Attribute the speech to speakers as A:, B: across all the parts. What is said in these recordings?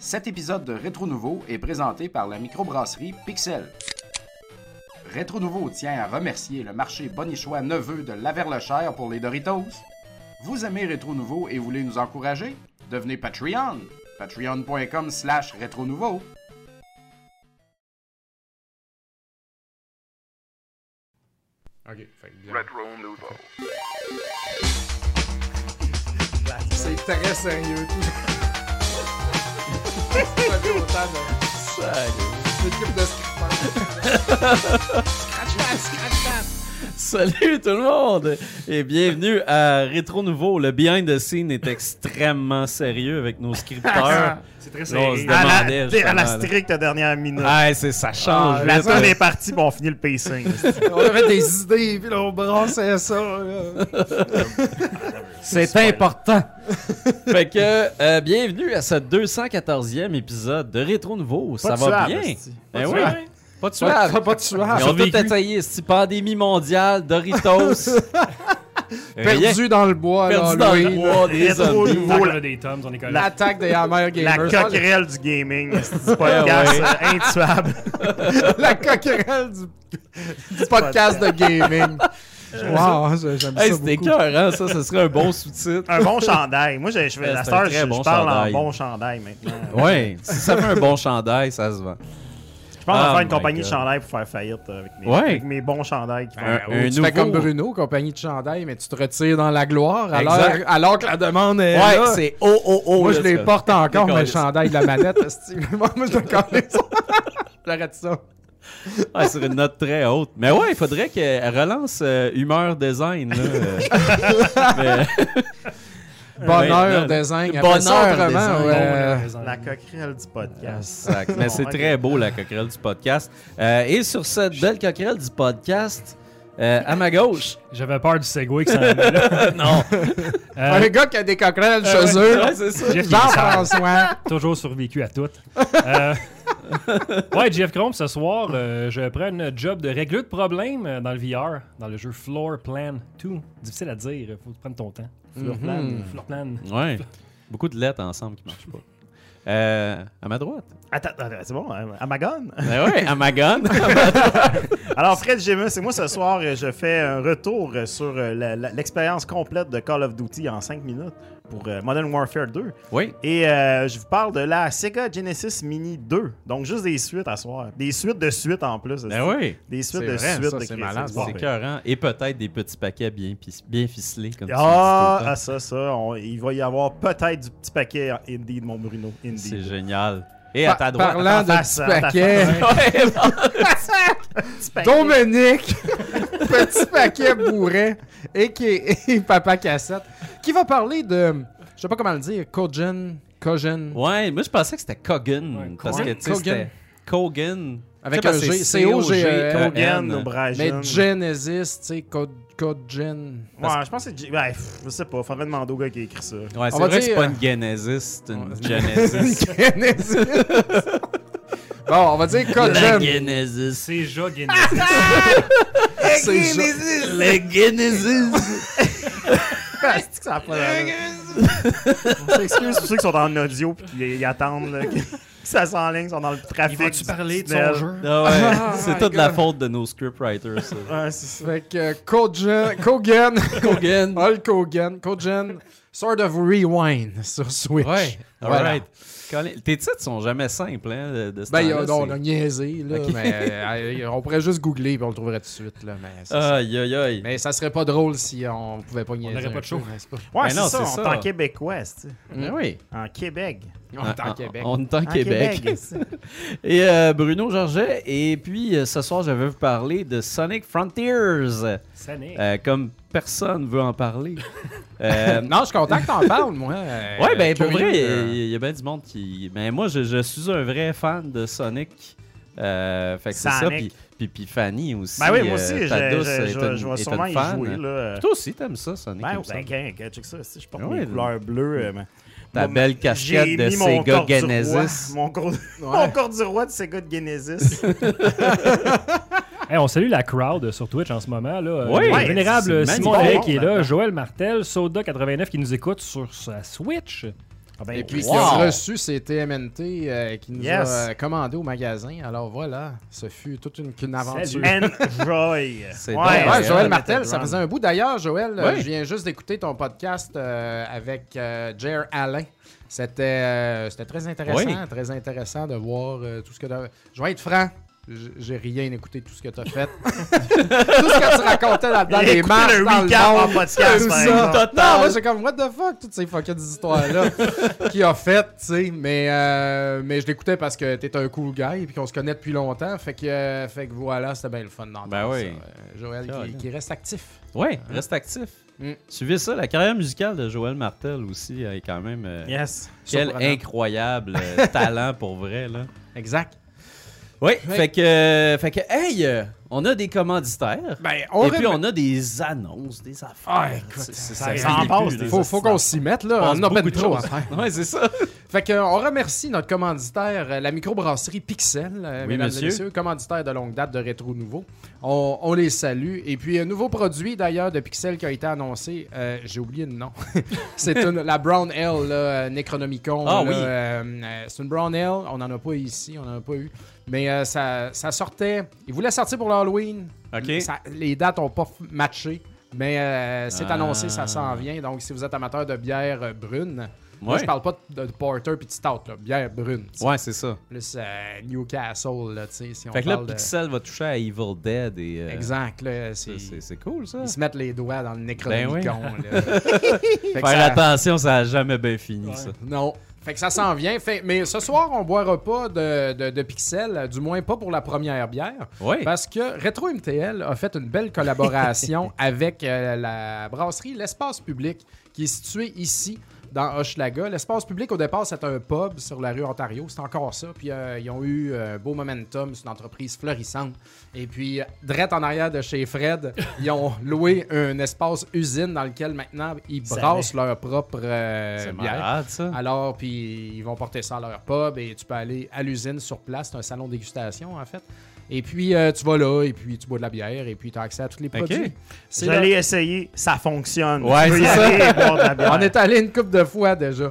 A: Cet épisode de Rétro Nouveau est présenté par la microbrasserie Pixel. Rétro Nouveau tient à remercier le marché Bonichois Neveu de Laverlechère pour les Doritos. Vous aimez Rétro Nouveau et voulez nous encourager? Devenez Patreon! patreon.com slash rétro nouveau.
B: Ok, fait que bien.
C: Retro Nouveau.
B: C'est très sérieux tout ça. J'ai pas vu autant de une équipe de scratch scratch
D: Salut tout le monde et bienvenue à Rétro Nouveau. Le behind the scene est extrêmement sérieux avec nos scripteurs.
B: C'est très
D: Là, on Ah. se
B: sérieux.
D: demande-
E: à
D: demandais,
E: la, t'sais, à la
D: justement, là.
E: stricte dernière minute. Ah,
D: Ouais, c'est ça change.
E: la
D: vite,
E: zone
D: là.
E: est partie, bon, on finit le pacing.
B: on avait des idées, puis là, on brassait ça. là.
D: C'est important. fait que euh, bienvenue à ce 214e épisode de Rétro Nouveau. Ça
E: de
D: va
E: suave,
D: bien.
E: esti.
D: Eh
B: de
D: oui.
B: suave.
D: Pas de suave.
B: Pas, pas de
D: Ils
B: suave.
D: ont tout essayé, c'est pandémie mondiale, Doritos. Rien.
B: Perdu dans le bois, là,
D: Perdu dans le
B: Louis.
D: bois des
E: Rétro
D: zombies.
E: Nouveau,
F: Tant qu'on
E: la-
F: a des tomes, on est collés.
B: L'attaque des Hammer
E: La
B: Gamers.
E: coquerelle du gaming, esti, du podcast
D: Ouais, ouais.
E: euh, intuable.
B: La coquerelle du, du podcast de gaming. Wow, j'aime ça
D: Hey,
B: beaucoup.
D: c'était cœur, hein? Ça, ce serait un bon sous-titre.
E: Un bon chandail. Moi, je, je,
D: Ouais,
E: la
D: c'est
E: star,
D: un
E: je,
D: très
E: je
D: bon
E: parle
D: chandail.
E: en bon chandail maintenant.
D: Ouais, si ça fait un bon chandail, ça se vend.
E: Je pense
D: Oh
E: en faire une
D: my
E: compagnie
D: God.
E: de chandail pour faire faillite euh, avec mes,
D: Ouais.
E: avec mes bons chandails. Qui font-
D: Un, un
B: Ben tu
D: nouveau.
B: fais comme Bruno, compagnie de chandail, mais tu te retires dans la gloire alors,
D: Exact.
B: alors que la demande est
D: Ouais,
B: là.
D: c'est oh oh oh.
B: Moi, je
D: là,
B: les
D: ça.
B: porte encore,
D: Décolle.
B: mais le chandail de la manette, esti. Moi, je le connais ça. J'arrête ça.
D: Ah, sur une note très haute. Mais ouais, il faudrait qu'elle relance euh, Humeur Design. Là. Euh, mais-
B: Bonheur,
D: Ben, non,
B: design.
D: le
B: appelle ça
D: bonheur
B: autrement,
D: design.
B: ouais.
E: La coquerelle du podcast.
D: Sac. Mais
B: Oh,
D: c'est très beau, la coquerelle du podcast. Euh, et sur cette belle coquerelle du podcast, euh, à ma gauche.
F: J'avais peur du segway que ça allait là.
D: non.
B: Un
F: Euh,
B: gars qui a des coquerelles
F: Euh,
B: chez eux.
D: Ouais, c'est ça.
F: Jeff Cromp,
B: Jean-François.
F: toujours survécu à tout. Euh, ouais, Jeff Cromp, ce soir, euh, je prends une job de régler de problème euh, dans le VR, dans le jeu Floor Plan 2. Difficile à dire, faut prendre ton temps. Floor Plan,
B: Mhm.
F: Floor Plan.
D: Ouais. Beaucoup de lettres ensemble qui marchent pas. Euh, à ma droite.
E: Attends, attends, c'est bon, hein, Amagon.
D: Ben ouais, à ma gonne.
E: Alors, Fred Gémus, c'est moi ce soir, euh, je fais un retour euh, sur euh, la- la- l'expérience complète de Call of Duty en 5 minutes pour euh, Modern Warfare 2.
D: oui.
E: Et euh, je vous parle de la Sega Genesis Mini 2. Donc, juste des suites à soir. Des suites de suites en plus.
D: Ben oui.
E: Des suites
B: C'est
E: de
B: vrai,
E: suites
B: ça,
E: de Ah,
B: c'est
E: Christ,
B: malade,
E: c'est
B: ça.
E: parfait.
D: C'est cœurant. Et peut-être des petits paquets bien, pis- bien ficelés comme tu
E: Ah,
D: le
E: ah,
D: dis
E: ça, ça. on- il va y avoir peut-être du petit paquet en indie de mon Bruno.
D: tout le temps. C'est
E: Indie.
D: génial. Et à
B: Par-
D: ta droite.
B: Parlant
E: en
B: de
E: face,
B: petits
E: en
B: paquets.
D: Ouais, bon.
E: Petit paquet.
B: Dominique, petit paquet bourré, et qui est Papa Cassette, qui va parler de, je sais pas comment le dire, Cogin, Cogin,
D: ouais, moi je pensais que c'était Cogan.
F: Ouais,
D: parce que tu sais,
B: Cogan.
D: c'était Cogan.
B: Avec
D: Tu sais,
B: un
D: parce que
B: G, euh, C-O-G-E-N.
E: Hogan,
D: Cogan.
B: mais
E: O'Brien.
B: Genesis, tu sais, Cog- Cogin.
E: Ouais, je pense que c'est. G- Ouais, pff, je sais pas. Faudrait demander au gars qui a écrit ça.
D: Ouais, c'est
B: va
D: vrai que c'est
B: dire- euh,
D: pas une Genesis, c'est une
B: Ouais.
D: Genesis.
B: Genesis. Bon, on va dire
D: La
B: Cogin.
D: Genesis.
F: C'est Ja Guinness.
B: C'est ja-
D: La Genesis.
E: Ah, c'est-tu que ça a pas d'allure? On s'excuse pour ceux qui sont en audio et qui ils attendent là, que ça s'enligne, ils sont dans le
F: Il
E: trafic.
F: va-tu
E: du
F: parler de son
E: tunnel.
F: jeu?
D: Ah ouais,
B: my
D: c'est toute la
B: God.
D: faute de nos scriptwriters, ça.
E: Ouais, c'est ça.
B: Fait que Cogin, Cogin,
D: Cogan.
B: Hulk Hogan, Cogin, Sort of Rewind sur Switch.
D: Ouais,
B: Voilà.
D: alright. Colin, Tes titres sont jamais simples, hein, de, de ce
B: Ben, y a-
D: temps-là,
B: non, on
D: c'est-
B: a niaisé, là,
D: Ok.
B: mais euh, euh, on pourrait juste googler et on le trouverait tout de suite, là, mais c'est ça.
D: Aïe, aïe, aïe.
B: Mais ça serait pas drôle si on pouvait pas niaiser.
F: n'aurait
B: un
F: pas de
B: peu,
F: show.
B: n'est-ce pas?
E: Ouais,
D: Ben
E: c'est
D: non,
E: ça,
D: c'est
E: on est
D: ça.
E: en Québécois, tu sais.
D: Ben oui. Ah,
E: En Québec.
B: On est en Québec.
D: On est en,
E: En
D: Québec.
E: c'est- Ben
D: Et euh, Bruno Georget. Et puis, euh, ce soir, je vais vous parler de Sonic Frontiers.
F: Ça n'est.
D: Euh, comme personne veut en parler. Euh,
B: Non, je suis content que t'en parles, moi. euh,
D: ouais, ben, pour
B: curieux,
D: vrai, il
E: hein.
B: euh,
D: y, a bien du monde qui. Ben, moi, je, je suis un vrai fan de Sonic. Euh, fait que c'est ça.
E: Sonic.
D: Puis, puis, puis Fanny aussi.
E: Ben oui, moi
D: euh,
E: aussi, je-
D: ta douce
E: je
D: est
E: je-
D: une- est
E: je vais
D: une
E: sûrement y
D: fan.
E: jouer. Là.
D: Toi aussi, t'aimes ça, Sonic. il
E: Ben,
D: me semble.
E: ben, ben, ben, check ça, si je porte
D: Ah
E: mes
D: ouais.
E: couleurs bleues. euh, ben,
D: Ta
E: mon-
D: belle
E: j'ai
D: casquette de
E: mis mon
D: Sega
E: corps du roi,
D: Genesis.
E: Mon corps
B: ouais.
E: mon corps du roi de Sega de Genesis.
F: Hey, on salue la crowd euh, sur Twitch en ce moment. Là. Euh,
D: Oui.
F: le
D: Ouais,
F: vénérable
D: c'est
F: Simon
D: magnifique.
F: Lévesque qui est là, Joël Martel, Soda89 qui nous écoute sur sa Switch.
E: Ah ben,
B: Et puis,
E: Christ.
B: qui a
D: euh, Wow.
B: reçu ses TMNT euh, qui nous
E: Yes.
B: a euh, commandé au magasin. Alors voilà, ce fut toute une, une aventure.
F: Salut.
E: Enjoy.
D: C'est
B: Ouais,
D: donc,
E: euh,
B: Joël
E: Metal
B: Martel,
E: Drum.
B: ça faisait un bout. D'ailleurs, Joël, euh,
D: Oui.
B: je viens juste d'écouter ton podcast euh, avec euh, Jer Alain. C'était euh, c'était très intéressant,
D: Oui.
B: très intéressant de voir euh, tout ce que tu Je vais être franc, j- j'ai rien écouté de tout ce que tu as fait. tout ce que tu racontais là-dedans,
E: Il a
B: les
E: écouté
B: marches
E: le
B: dans
E: recap
B: le
E: en
B: monde,
E: podcast,
B: tout
E: par
B: ça.
E: exemple.
B: Non, moi, j'ai comme, what the fuck, toutes ces fucking histoires-là qu'il a fait, tu sais. Mais, euh, mais je l'écoutais parce que t'es un cool guy et qu'on se connaît depuis longtemps. Fait que, euh, fait que voilà, c'était bien le fun d'entendre
D: Ben oui.
B: ça. Euh, Joël qui,
D: Carrément.
B: qui reste actif.
D: Ouais, reste actif.
B: Mm.
D: Suivez ça, la carrière musicale de Joël Martel aussi est quand même. euh,
E: Yes.
D: Quel
B: Surprenant.
D: incroyable euh, talent pour vrai, là.
B: Exact.
D: Oui,
B: Oui.
D: fait que, euh, fait que, hey, euh, on a des commanditaires.
B: Ben,
D: et puis, on a des annonces, des affaires.
B: Ah, écoute,
D: C'est- c'est-
E: ça
D: finit
E: s'en
D: plus,
E: passe,
D: là.
E: des
B: faut, faut qu'on s'y mette, là.
D: passe
B: On en a
D: beaucoup
B: ben
D: de
B: trop à
D: choses.
B: faire.
D: Ouais, c'est ça.
B: Fait que, euh, on remercie notre commanditaire, euh, la microbrasserie Pixel, euh,
D: Oui,
B: mesdames et
D: monsieur.
B: messieurs, commanditaire de longue date de Rétro Nouveau. On, on les salue. Et puis, un nouveau produit d'ailleurs de Pixel qui a été annoncé, euh, j'ai oublié le nom. c'est une- la Brown Ale, là, euh, Necronomicon.
D: Ah
B: là,
D: oui.
B: euh, euh, c'est une Brown Ale, on n'en a pas ici, on n'en a pas eu. Mais euh, ça, ça sortait, ils voulaient sortir pour l'Halloween.
D: OK.
B: Ça- les dates n'ont pas f- matché. Mais euh, c'est
D: Ah.
B: annoncé, ça s'en vient. Donc, si vous êtes amateur de bière euh, brune, moi,
D: Ouais.
B: je parle pas de, de porter puis de stout, là, bière brune. tu sais.
D: Ouais, c'est ça.
B: Plus euh, Newcastle, là, tu sais, si on
D: Fait que là,
B: parle de...
D: Pixel va toucher à Evil Dead et. euh,
B: Exact, là,
D: ça,
B: c'est...
D: C'est c'est cool, ça.
B: Ils se mettent les doigts dans le
D: Ben oui.
B: Necronomicon, là. Fait que
D: Faire
B: ça-
D: attention, ça a jamais bien fini, ça.
B: Non. Fait que ça s'en vient. Fait- Mais ce soir, on boira pas de, de, de Pixel, euh, du moins pas pour la première bière.
D: Ouais.
B: Parce que Retro MTL a fait une belle collaboration avec euh, la brasserie L'Espace Public, qui est située ici, dans Hochelaga. L'Espace Public, au départ, c'était un pub sur la rue Ontario. C'est encore ça. Puis euh, ils ont eu euh, un beau momentum. C'est une entreprise florissante. Et puis, euh, drette en arrière de chez Fred, ils ont loué un espace usine dans lequel maintenant ils
E: Ça
B: brassent leur propre euh,
D: C'est
B: bière.
D: malade, ça.
B: Alors, puis ils vont porter ça à leur pub et tu peux aller à l'usine sur place. C'est un salon de dégustation, en fait. Et puis, euh, tu vas là, et puis tu bois de la bière, et puis tu as accès à tous les produits. C'est
E: Je l'ai essayé, ça fonctionne.
D: Ouais,
E: Je peux y
D: c'est
E: aller et boire de la
B: là-
E: bière.
B: On est allé une couple de fois déjà.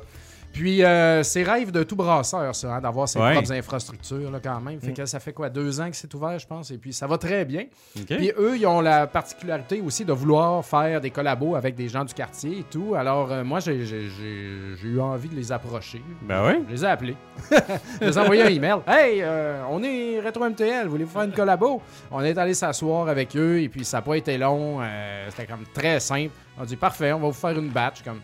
B: Puis, euh, c'est rêve de tout brasseur, ça, hein, d'avoir ses
D: Ouais.
B: propres infrastructures, là, quand même. Fait que ça fait quoi, deux ans que c'est ouvert, je pense, et puis ça va très bien.
D: OK.
B: Puis eux, ils ont la particularité aussi de vouloir faire des collabos avec des gens du quartier et tout. Alors, euh, moi, j'ai- j'ai j'ai- j'ai eu envie de les approcher.
D: Ben oui.
B: Je les ai appelés. je les ai envoyé un email. Hey, euh, on est Retro MTL, voulez-vous faire une collabo? On est allé s'asseoir avec eux et puis ça n'a pas été long. euh, C'était comme très simple. On dit parfait, on va vous faire une batch. Comme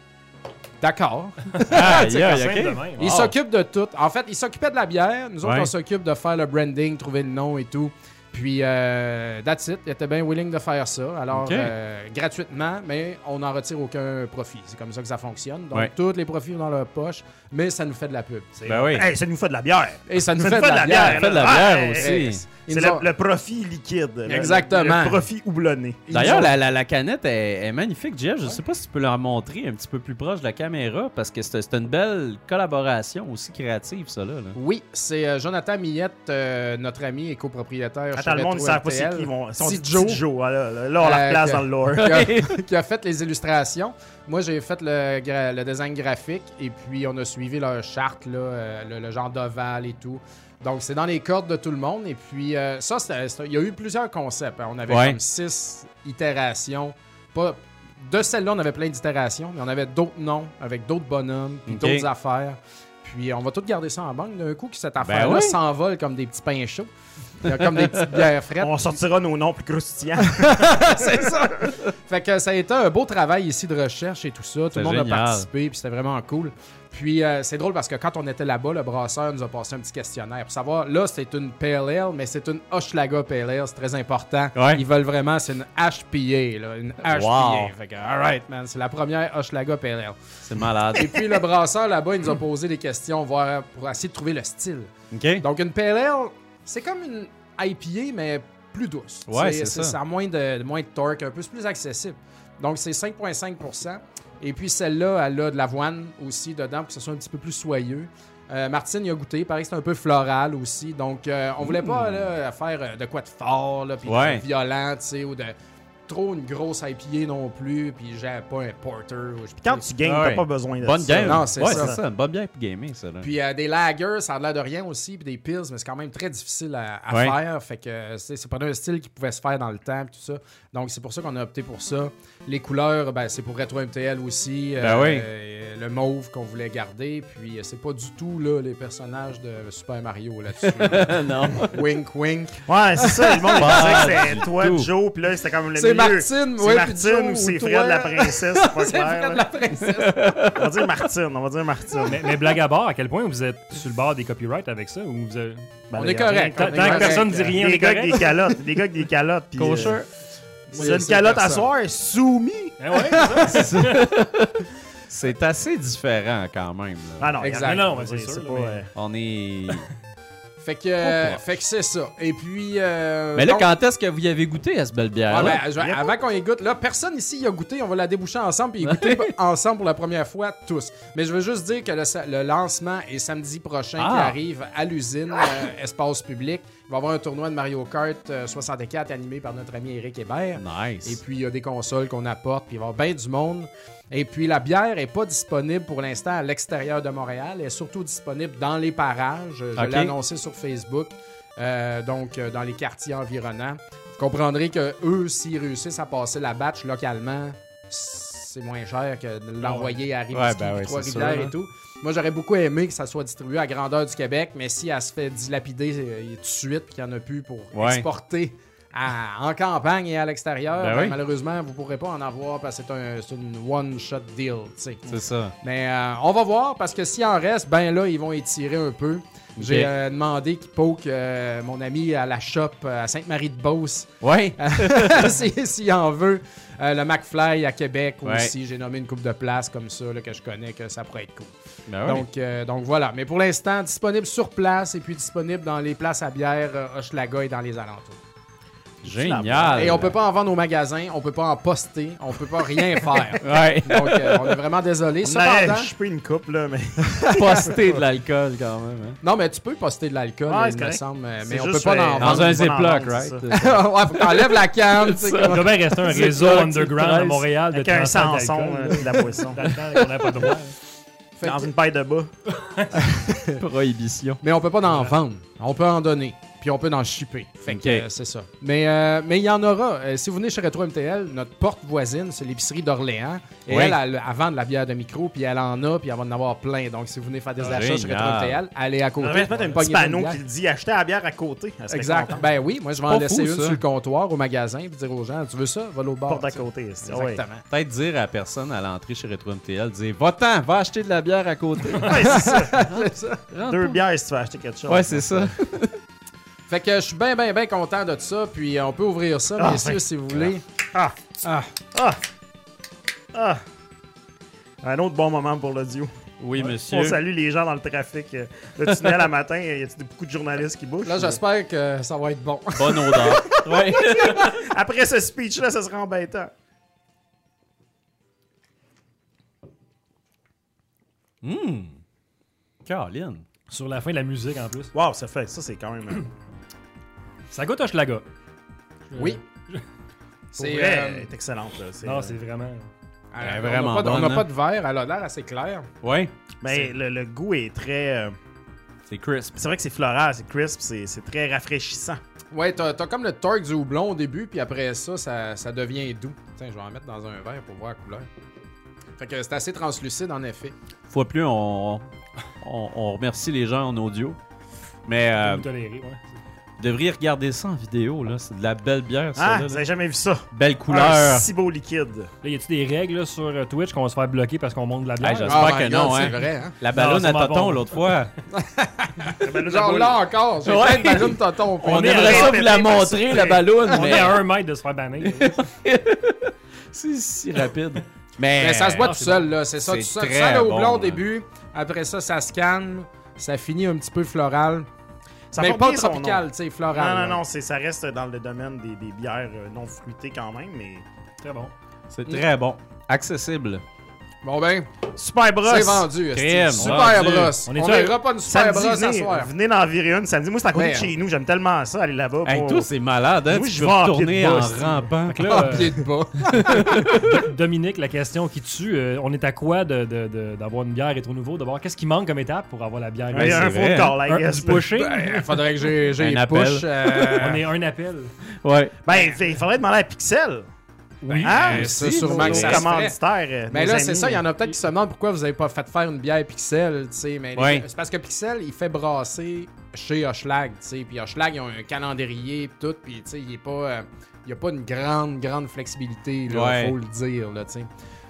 B: d'accord.
D: Ah,
F: C'est
D: yeah,
F: quand même
D: OK.
F: de même.
B: Ils s'occupent de tout. En fait, ils s'occupaient de la bière. Nous autres,
D: Ouais.
B: on s'occupe de faire le branding, trouver le nom et tout. Puis, euh, that's it. Ils étaient bien willing de faire ça. Alors,
D: Ok.
B: euh, gratuitement, mais on n'en retire aucun profit. C'est comme ça que ça fonctionne. Donc,
D: Ouais.
B: tous les profits vont dans leur poche, mais ça nous fait de la pub. C'est-
D: Ben oui.
E: Hey, ça nous fait de la bière.
B: Et ça nous
E: Ça
B: fait, de la bière.
D: Ça fait de la
E: Ah,
D: bière
E: hey,
D: aussi.
B: Ils
E: C'est
B: nous ont-
E: le, le profit liquide. le-
B: Exactement.
E: Le, profit houblonné.
B: ils nous
D: D'ailleurs,
B: ont-
D: la, la- la canette est, est magnifique, Jeff. Je sais pas si tu peux leur montrer un petit peu plus proche de la caméra parce que c'est c'est une belle collaboration aussi créative, ça là. là.
B: Oui, c'est euh, Jonathan Millette, euh, notre ami et copropriétaire.
E: Attends, le monde ne sait pas c'est qui ils vont. Son
B: Petit
E: petit
B: Joe.
E: Joe. voilà, là, là, on la
B: Euh,
E: place
B: que-
E: dans le lore.
B: qui a, qui a fait les illustrations. Moi, j'ai fait le, gra- le design graphique et puis on a suivi leur charte, là, euh, le, le genre d'ovale et tout. Donc, c'est dans les cordes de tout le monde. Et puis, euh, ça, c'était- c'était- il y a eu plusieurs concepts. hein. On avait
D: Ouais.
B: comme six itérations. Pas, de celle-là, on avait plein d'itérations, mais on avait d'autres noms avec d'autres bonhommes, puis
D: Ok.
B: d'autres affaires. Puis, on va tout garder ça en banque. D'un coup, que cette affaire-là
D: Ben oui.
B: s'envole comme des petits pains chauds, comme des petites bières fraîches.
E: On sortira nos noms plus croustillants.
B: C'est ça. fait que ça a été un beau travail ici de recherche et tout ça. Tout
D: C'est
B: le monde a
D: génial.
B: participé, puis c'était vraiment cool. Puis euh, c'est drôle parce que quand on était là-bas, le brasseur nous a passé un petit questionnaire pour savoir. Là, c'est une Pale Ale, mais c'est une Hochelaga Pale Ale, c'est très important.
D: Ouais.
B: Ils veulent vraiment, c'est une HPA, là, une HPA.
D: Wow.
B: Fait que, all right, man, c'est la première Hochelaga Pale Ale.
D: C'est malade.
B: Et puis le brasseur là-bas, il nous a posé des questions voir, pour essayer de trouver le style.
D: OK.
B: Donc, une Pale Ale, c'est comme une IPA, mais plus douce.
D: Ouais,
B: Tu sais,
D: c'est ça.
B: a moins de, de moins de torque, un peu c'est plus accessible. Donc, c'est 5,5 Et puis, celle-là, elle a de l'avoine aussi dedans pour que ce soit un petit peu plus soyeux. Euh, Martine y a goûté. Il paraît que c'est un peu floral aussi. Donc, euh, on voulait pas là, faire euh, de quoi de fort, là, puis
D: Mm. Ouais.
B: de violent, tu sais, ou de trop une grosse IPA non plus, puis j'avais pas un porter. ou je-
E: Quand tu gagnes,
D: Ouais.
E: t'as pas besoin de
D: Bonne
E: ça.
D: game.
B: Non, c'est
D: ouais,
B: ça.
D: c'est ça. Bonne game pour gamer, ça. Là.
B: Puis euh, des lagers, ça a l'air de rien aussi, puis des pills, mais c'est quand même très difficile à, à
D: Ouais.
B: faire. Fait que euh, c'est c'est pas un style qui pouvait se faire dans le temps, puis tout ça. Donc c'est pour ça qu'on a opté pour ça. Les couleurs, ben, c'est pour Retro MTL aussi.
D: Ben oui.
B: euh, le mauve qu'on voulait garder, puis euh, c'est pas du tout là, les personnages de Super Mario là-dessus.
D: non.
B: wink wink.
E: Ouais, c'est ça. Le monde
D: Pas
E: pensait que c'est toi,
D: tout.
E: Joe, puis là, c'était comme le milieu.
B: C'est Martine,
E: C'est
B: ouais, puis
E: Martine
B: Joe
E: ou
B: ou
E: c'est
B: toi.
E: Fred la princesse, c'est pas
B: C'est le
E: clair.
B: frère de la princesse.
E: là. On va dire Martine, on va dire Martine.
F: Mais, mais blague à part, à quel point vous êtes sur le bord des copyrights avec ça ou vous avez-
E: Ben,
B: On
E: les
B: est
E: gars,
B: correct.
F: Tant
B: on est
F: tant que
B: correct.
F: personne dit rien, on
E: Les
F: est
E: gars avec
F: correct.
E: des calottes, les gars avec des calottes. puis,
F: Kosher.
E: euh,
B: Oui,
E: C'est une
B: c'est
E: calotte à
B: personne.
E: soir, soumis.
F: Eh ouais, c'est ça.
D: C'est assez différent quand même. là.
E: Ah non,
B: Exact.
E: y en a-
F: Non, non, c'est sûr,
E: pas,
F: mais-
E: euh,
D: On est.
B: Fait que,
E: Oh,
B: euh, fait que c'est ça. Et puis. euh,
D: Mais là,
B: donc-
D: quand est-ce que vous y avez goûté à ce belle bière?
B: Ah,
D: là
B: ben, je- avant qu'on y goûte, là, personne ici y a goûté. On va la déboucher ensemble puis y goûter ensemble pour la première fois tous. Mais je veux juste dire que le, sa- le lancement est samedi prochain qui
D: Ah.
B: arrive à l'usine, euh, espace public. Il va y avoir un tournoi de Mario Kart euh, 64 animé par notre ami Eric Hébert.
D: Nice.
B: ben, Et puis, il y a des consoles qu'on apporte, puis il va y avoir bien du monde. Et puis, la bière n'est pas disponible pour l'instant à l'extérieur de Montréal. Elle est surtout disponible dans les parages. Je
D: Ok.
B: l'ai annoncé sur Facebook, Euh, donc euh, dans les quartiers environnants. Vous comprendrez que eux, s'ils réussissent à passer la batch localement, c'est moins cher que de l'envoyer à
D: Ah Ouais,
B: Rimouski,
D: ben ouais, c'est sûr,
B: Trois-Rivières
D: hein.
B: et tout. Moi, j'aurais beaucoup aimé que ça soit distribué à grandeur du Québec, mais si elle se fait dilapider euh, tout de suite, puis qu'il n'y en a plus pour
D: Ouais.
B: exporter à- en campagne et à l'extérieur,
D: Ben
B: ben,
D: oui.
B: malheureusement, vous ne pourrez pas en avoir parce que c'est un, c'est une one-shot deal. tu sais.
D: C'est ça.
B: Mais euh, on va voir parce que s'il en reste, ben là, ils vont étirer un peu. J'ai
D: Ok.
B: euh, demandé qu'il poke euh, mon ami à la shop euh, à Sainte-Marie-de-Beauce
D: Ouais.
B: si- s'il en veut. Euh, le McFly à Québec
D: Ouais.
B: aussi, j'ai nommé une coupe de place comme ça là, que je connais, que ça pourrait être cool.
D: Ben ouais.
B: Donc, euh, donc voilà. Mais pour l'instant, disponible sur place et puis disponible dans les places à bière euh, Hochelaga et dans les alentours.
D: Génial.
B: Et on peut pas en vendre au magasin, on peut pas en poster, on peut pas rien faire.
D: Ouais.
B: Donc, euh, on est vraiment désolé.
E: On aurait
B: Cependant,
E: chopé une coupe, là, mais
D: Poster de l'alcool quand même. hein.
B: non, mais tu peux poster de l'alcool,
E: Ouais, c'est
B: il me
E: correct.
B: semble, mais
E: C'est
B: on peut
E: juste,
B: pas
E: euh,
B: en
E: Ah,
D: Dans
B: vendre.
D: un
E: c'est pas
D: Ziploc,
E: normal,
D: right?
E: c'est
B: ouais, faut t'enlèves la canne, tu sais.
F: Il doit bien rester un
D: C'est
F: réseau
D: clair,
F: underground à
D: c'est
F: Montréal de
E: avec un
F: 30
E: sanson,
F: d'alcool,
E: euh,
F: là.
E: de la poisson.
F: Dans le temps, on n'a pas de droit.
B: Fait
E: Dans
B: que-
E: une paille de bas.
D: Prohibition.
B: Mais on peut pas en vendre. On peut en donner. Puis on peut en chipper. Fait que
D: Ok.
B: euh, c'est ça. Mais euh, mais il y en aura. Euh, si vous venez chez Retro MTL, notre porte voisine, c'est l'épicerie d'Orléans. Et
D: Oui.
B: elle, elle, elle vend de la bière de micro, puis elle en a, puis elle va en avoir plein. Donc si vous venez faire des
D: Ah,
B: achats chez
D: génial.
B: Retro MTL, allez à côté.
E: On devrait se mettre un
B: pognez-vous
E: petit
B: une
E: panneau
B: bière.
E: qui le dit acheter la bière à côté. Elle serait
B: Exact.
E: contente.
B: Ben oui, moi je vais en
D: pas
B: laisser
D: fou,
B: une
D: ça.
B: sur le comptoir au magasin, puis dire aux gens, tu veux ça, va l'au bar.
E: Porte à
B: tu sais.
E: côté. c'est- ah ouais.
B: Exactement.
D: Peut-être dire à la personne à l'entrée chez Retro MTL, dire Va-t'en, va acheter de la bière à côté.
E: Ouais, c'est ça.
B: C'est ça.
E: Deux bières si tu veux acheter quelque chose.
D: ouais, c'est ça.
B: Fait que je suis bien, bien, bien content de ça. Puis euh, on peut ouvrir ça,
E: Ah,
B: messieurs,
E: ouais.
B: si vous voulez.
E: Ah.
B: Ah.
E: Ah. Un autre bon moment pour l'audio.
D: Oui, monsieur.
E: On salue les gens dans le trafic. euh, Le tunnel à matin, euh, y a beaucoup de journalistes qui bougent?
B: Là, j'espère que ça va être bon.
D: Bonne odeur. ouais.
E: Après ce speech-là, ça serait embêtant.
D: Hum. Caroline.
F: Sur la fin de la musique en plus.
E: Wow, ça fait. Ça, c'est quand même. euh,
F: Ça goûte Hochelaga.
B: Oui.
E: Pour
B: C'est
E: vrai,
B: euh,
E: elle est excellente. là, c'est-
F: Non, c'est vraiment.
B: euh,
D: Elle est vraiment
B: on n'a pas de- On n'a
D: bonne,
B: pas
D: hein.
B: de verre, elle a l'air assez claire.
D: Ouais.
E: Mais le, le goût est très. euh,
D: C'est crisp.
E: C'est vrai que c'est floral, c'est crisp, c'est c'est très rafraîchissant.
B: Ouais, t'as t'as comme le torque du houblon au début, puis après ça, ça, ça devient doux. Tiens, je vais en mettre dans un verre pour voir la couleur. Fait que c'est assez translucide en effet.
D: Fois plus, on, on, on remercie les gens en audio. Mais euh,
F: Vous tolérez, ouais.
D: vous devriez regarder ça en vidéo, là. C'est de la belle bière, ça.
E: Ah,
D: là,
E: vous
D: là.
E: avez jamais vu ça?
D: Belle
E: Un
D: couleur.
E: si beau liquide.
F: Là, y a-tu des règles là, sur euh, Twitch qu'on va se faire bloquer parce qu'on monte de la bière?
D: Hey, je-
F: là?
D: J'espère
B: Ah, my
D: que non,
B: c'est
D: hein.
B: vrai, hein.
D: La ballonne
F: Non,
D: à
F: c'est pas
D: tonton
F: bon.
D: l'autre fois.
B: Genre là encore, j'ai
D: Ouais.
B: plein de ballons de tonton.
D: On,
E: est
D: aimerait
E: à
D: ça
E: répéter
D: vous la
E: par
D: montrer,
E: surprise.
D: la ballonne,
F: On
D: mais
F: est à un mètre de se faire bannir. là.
D: c'est si rapide. Mais,
B: Mais ça se boit
F: non,
B: tout
F: c'est
B: seul, là, c'est ça.
D: Eh, C'est
B: Tu sens, tu
D: très
B: sens le
D: bon,
B: houblon
D: hein.
B: au début, après ça, ça se calme, ça finit un petit peu floral.
E: Ça
B: mais
E: porte
B: pas
E: bien son nom.
B: tropical, tu sais, floral.
E: Non, non,
B: là.
E: non, c'est- ça reste dans le domaine des, des bières euh, non fruitées quand même, mais
F: Très bon.
D: C'est très bon. Accessible.
B: Bon ben,
E: Super Bros.
B: c'est vendu. esti.
D: Crème,
B: Super
D: vendu.
B: brosse.
F: On
B: On
F: est
B: n'aura pas une super
E: Samedi,
B: brosse ce
E: venez,
B: soir. hein.
E: venez d'en virer une samedi. Moi, c'est à côté
B: Mais,
E: de chez nous. J'aime tellement ça, aller là-bas.
D: Hey,
E: pour-
D: toi, c'est malade, hein?
E: Moi,
D: tu
E: je
D: peux
E: vais en
D: retourner
E: pied de
D: en
E: bosse.
D: rampant.
F: Fait que là,
B: Ah,
F: euh,
B: pied de bas.
F: Dominique, la question qui tue, euh, on est à quoi de- de- de- d'avoir une bière rétro nouveau? D'abord, qu'est-ce qui manque comme étape pour avoir la bière?
E: Ouais,
D: c'est
E: un
D: vrai,
E: faux corps,
F: Un-
E: I
F: un
E: guess.
F: petit pushing?
B: Ben, faudrait que j'ai j'ai
D: Un
B: les
D: appel.
B: push. euh,
F: on est un appel.
D: Ouais.
E: Ben, il faudrait demander à Pixel.
F: Oui.
E: Hein?
B: ben, ça,
E: Aussi,
B: sûrement
E: nos
B: que ça se
E: commanditaires, euh,
B: Mais
E: nos
B: là,
E: amis.
B: c'est ça, il y en a peut-être qui se demandent pourquoi vous n'avez pas fait faire une bière Pixel, tu sais. Mais les-
D: Ouais.
B: c'est parce que Pixel, il fait brasser chez Hochelag, tu sais. Puis Hochelag, ils ont un calendrier et tout, puis tu sais, il n'y pas, euh, il y a pas une grande, grande flexibilité, il
D: Ouais.
B: faut le dire, là, tu sais.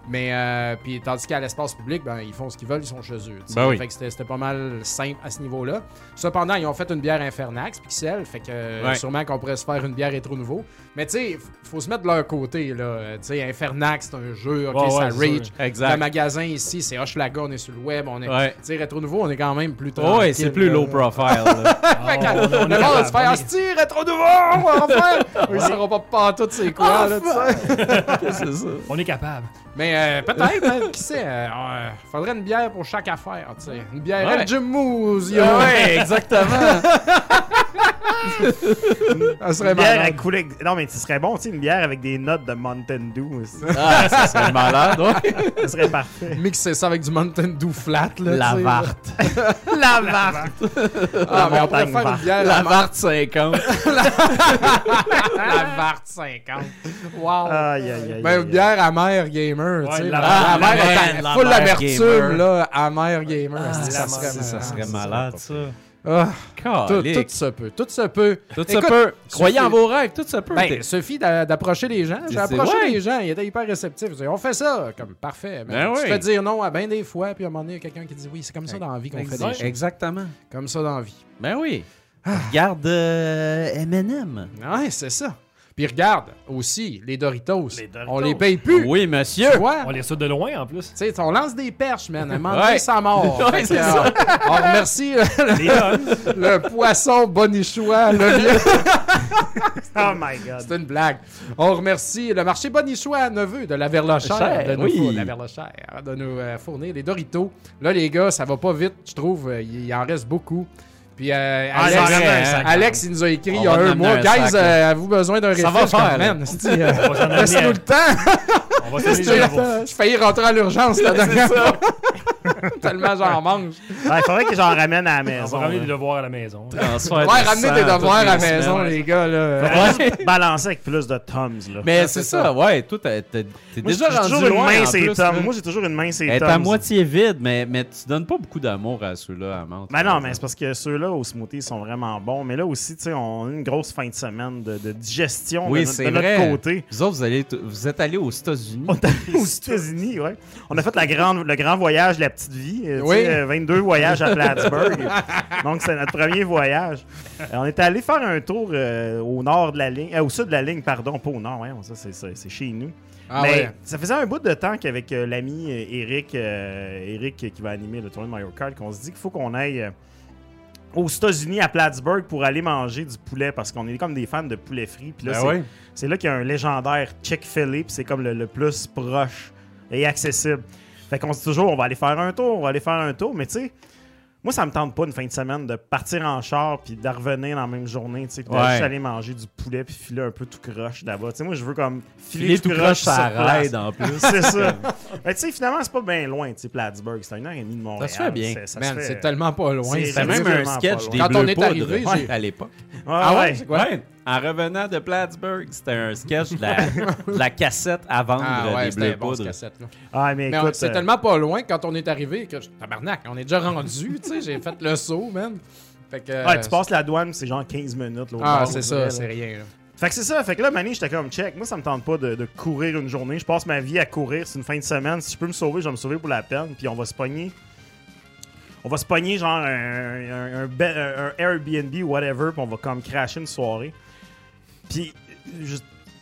B: Mais, euh, puis tandis qu'à l'espace public, ben, ils font ce qu'ils veulent, ils sont chez eux. tu sais.
D: Ben oui.
B: Fait que c'était c'était pas mal simple à ce niveau-là. Cependant, ils ont fait une bière Infernax, Pixel, fait que euh,
D: Ouais.
B: sûrement qu'on pourrait se faire une bière rétro nouveau. Mais tu sais, f- faut se mettre de leur côté, là. Euh, Tu sais, Infernax, c'est un jeu, ok,
F: Ouais,
B: ça
F: ouais, c'est
B: reach.
F: sûr.
B: Le
D: Exact.
B: magasin ici, c'est Hochelaga, on est sur le web, on est.
D: Ouais.
B: Tu sais, Rétro Nouveau, on est quand même plus
D: Oh,
B: tranquille.
D: ouais, c'est plus
B: là.
D: low profile. là.
F: Ah, on- on est
B: Le monde va se
F: capable,
B: faire
F: on est-
B: Asti, Rétro Nouveau, on va en faire! Ils sauront pas pantoute c'est quoi, là, tu sais.
D: c'est ça.
F: On est capable.
B: Mais euh, peut-être, hein, qui sait, euh, euh, faudrait une bière pour chaque affaire, tu sais. Une bière
D: Ouais.
B: El Jim Moose, yo!
E: Ah,
D: Ouais, exactement.
B: Ça serait
E: Une bière à
B: malade.
E: couler. Non, mais ce serait bon, tu sais, une bière avec des notes de Mountain Dew. aussi.
D: ah, ça serait malade, ouais.
E: Ce serait parfait.
B: Mixer ça avec du Mountain Dew flat, là. tu sais.
D: Varte.
E: La varte.
B: Ah, mais on pourrait
E: Montagne
B: faire une
E: verte.
B: bière
D: La Varte 50.
B: la Varte 50. Wow!
E: Aïe, aïe, aïe.
B: Ben,
E: aïe,
B: une bière amère gamer,
F: Ouais,
B: tu sais.
F: la-
B: La
D: la-
B: amère
D: la-
B: est
D: la-
B: à- full
D: la-
B: amertume,
D: gamer.
B: là. Amère gamer. Est-ce que
F: la-
B: ça
F: ça-
B: serait
D: Ça serait malade, ça.
B: Ah, tout, tout
D: Calique.
B: se peut. Tout se peut.
D: Tout se
B: Écoute,
D: peut. Croyez
B: Sophie-
D: en vos rêves, tout se peut.
B: Ben,
D: T'es-
B: Sophie, d'a- d'approcher les gens. J'ai
D: C'est-
B: approché
D: ouais.
B: les gens. Il était hyper réceptif. Il dit, on fait ça. Comme, parfait. Mais
D: Ben
B: tu
D: oui.
B: fais dire non à bien des fois, puis à un moment donné, il y a quelqu'un qui dit oui. C'est comme ça dans la vie qu'on fait des
D: Exact-
B: choses.
D: Exactement.
B: Comme ça dans la vie.
D: Ben oui. Regarde euh, M&M.
B: Ouais, c'est ça. Puis regarde aussi les Doritos.
E: Les Doritos.
B: On les paye plus.
D: Ah Oui, monsieur.
B: Tu vois?
F: On les saute de loin en plus.
B: Tu sais, on lance des perches, man. À un moment
D: Ouais.
B: donné, ça mord.
D: Ouais,
B: Fait que,
D: c'est
B: euh,
D: ça.
B: On remercie le,
E: Les notes.
B: le poisson bonichois, le vieux.
E: Oh my god.
B: C'est une blague. On remercie le marché bonichois à Neveu de la Verlochère
D: Cher,
B: de, nous
D: oui.
B: four- la Verlochère, de nous euh, fournir les Doritos. Là, les gars, ça va pas vite, je trouve. Euh, Il il en reste beaucoup. Puis euh,
E: Ah,
B: Alex, euh,
E: il en reste un sac.
B: Alex, il nous a écrit
D: On
B: il y a
D: va en
B: un
D: amener
B: mois.
D: un
B: Guys,
D: sac,
B: euh,
D: là.
B: avez-vous besoin d'un
D: Ça va
B: réflexe?
D: faire, là.
B: Man, c'est-tu, euh,
F: On va s'en amener
B: Laisse-nous
F: à-
B: le temps.
F: on va s'en
B: J'ai
F: amener à-
B: failli rentrer à l'urgence la dernière fois. Tellement j'en mange.
E: Ah, Il faudrait que j'en ramène à la
F: On
E: maison.
F: va ramener des
E: là.
F: devoirs à la maison.
D: Transfert
B: Ouais,
D: de
B: ramenez
D: sang
B: des
D: toutes
B: devoirs à
D: les
B: la
D: semaines.
B: maison, les gars. Là.
E: Faudrait juste Balancer avec plus de Tums, là.
D: Mais c'est
B: Ouais, c'est
D: ça, ouais. Toi, t'es t'es- t'es
E: Moi,
D: déjà
E: j'ai
D: rendu
E: toujours une
D: loin. en
E: main, c'est
D: plus, là.
E: Tom. Moi, j'ai toujours une main, c'est
D: Elle est
E: Tom.
D: à moitié vide, mais, mais tu donnes pas beaucoup d'amour à ceux-là à menthe.
E: Ben non, mais c'est parce que ceux-là au smoothie ils sont vraiment bons. Mais là aussi, tu sais, on a une grosse fin de semaine de, de digestion
D: Oui,
E: de, notre-
D: c'est
E: de
D: vrai.
E: notre côté.
D: Vous autres, vous, allez t- vous êtes allés aux États-Unis.
E: On est allé aux États-Unis, ouais. On a fait la grande, le grand voyage, la petite vie. euh, tu
B: Oui.
E: sais, euh, 22 voyages à Plattsburgh. Donc, c'était notre premier voyage. Euh, on était allé faire un tour euh, au nord de la ligne, euh, au sud de la ligne, pardon, pas au nord, ouais, ça, c'est- c'est c'est chez nous.
B: Ah
E: mais
B: ouais.
E: ça faisait un bout de temps qu'avec euh, l'ami euh, Eric, euh, Eric euh, qui va animer le tournoi de Mario Kart, qu'on se dit qu'il faut qu'on aille euh, aux États-Unis à Plattsburgh pour aller manger du poulet parce qu'on est comme des fans de poulet frit. Puis là,
D: Ben
E: c'est-
D: ouais.
E: c'est là qu'il y a un légendaire Chick-fil-A, puis c'est comme le, le plus proche et accessible. Fait qu'on se dit toujours, on va aller faire un tour, on va aller faire un tour, mais tu sais. Moi, ça me tente pas une fin de semaine de partir en char puis de revenir dans la même journée, tu sais, puis de
D: Ouais.
E: juste aller manger du poulet puis filer un peu tout croche là-bas. Tu sais, moi, je veux comme filer,
D: Filer tout croche, ça
E: sur place.
D: raide en plus.
E: C'est ça. Mais tu sais, finalement, c'est pas bien loin, tu sais, Plattsburgh. C'est une heure et demie de Montréal.
D: se fait bien.
E: C'est- ça se
B: Man,
E: fait-
B: c'est tellement pas loin.
E: c'est-
D: C'était
E: c'est
D: même un
E: vraiment
D: sketch
E: pas
D: des
E: loin.
B: Quand on
D: Bleus
B: est
D: Poudres,
B: arrivé,
D: ouais,
B: j'ai-
D: à l'époque.
B: Ah ouais?
E: ouais.
B: C'est quoi?
D: Ouais, en revenant de Plattsburgh, c'était un sketch de la, de la cassette à vendre
B: Ah ouais,
D: des
B: c'était
D: Bleus
B: bon, cette
D: Poudres.
B: cassette-là.
E: Ah, mais
B: Mais on-
E: écoute,
B: c'est
E: euh,
B: tellement pas loin quand on est arrivé que je- tabarnak, on est déjà rendu, tu sais, j'ai fait le saut, man. Fait que
E: ouais, tu passes la douane, c'est genre 15 minutes. l'autre
B: euh, Ah,
E: bord,
B: c'est
E: on
B: ça,
E: dirait,
B: c'est
E: là.
B: rien. là.
E: Fait que c'est ça, fait que là, Mané, j'étais comme check. Moi, ça me tente pas de, de courir une journée. Je passe ma vie à courir, c'est une fin de semaine. Si je peux me sauver, je vais me sauver pour la peine. Puis on va se pogner. On va se pogner genre un, un- un be- un- un Airbnb ou whatever, puis on va comme crasher une soirée. Puis je-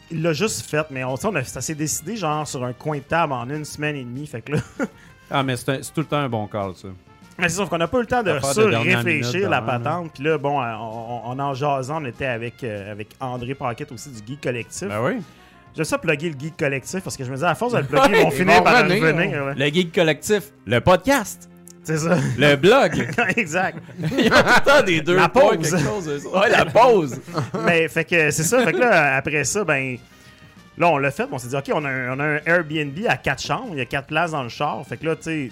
E: il l'a juste fait, mais on, tu sais, on a, ça s'est décidé genre sur un coin de table en une semaine et demie. Fait que là,
D: Ah, mais c'est un- c'est tout le temps un bon call, ça.
E: mais c'est sauf qu'on n'a pas eu le temps de
D: Affaire de dernière minute,
E: réfléchir la
D: vraiment,
E: patente. Puis là, bon, euh, on- on- en en jasant, on était avec, euh, avec André Paquette aussi du Geek Collectif.
D: Ben oui.
E: J'aime ça plugger le geek collectif parce que je me dis, à force de le plugger, ils vont
B: Ils
E: finir
B: vont
E: par en
B: revenir.
E: revenir. ouais.
D: Le geek collectif, le podcast,
E: C'est ça.
D: le blog.
E: exact.
D: Ils ont tout le temps des deux.
E: La
D: points,
E: pause.
D: quelque chose, eux autres. Ouais, la pause.
E: Mais fait que c'est ça. Fait que là, après ça, ben. Là, on l'a fait, mais on s'est dit, OK, on a, un, on a un Airbnb à quatre chambres, il y a quatre places dans le char. Fait que là, tu sais,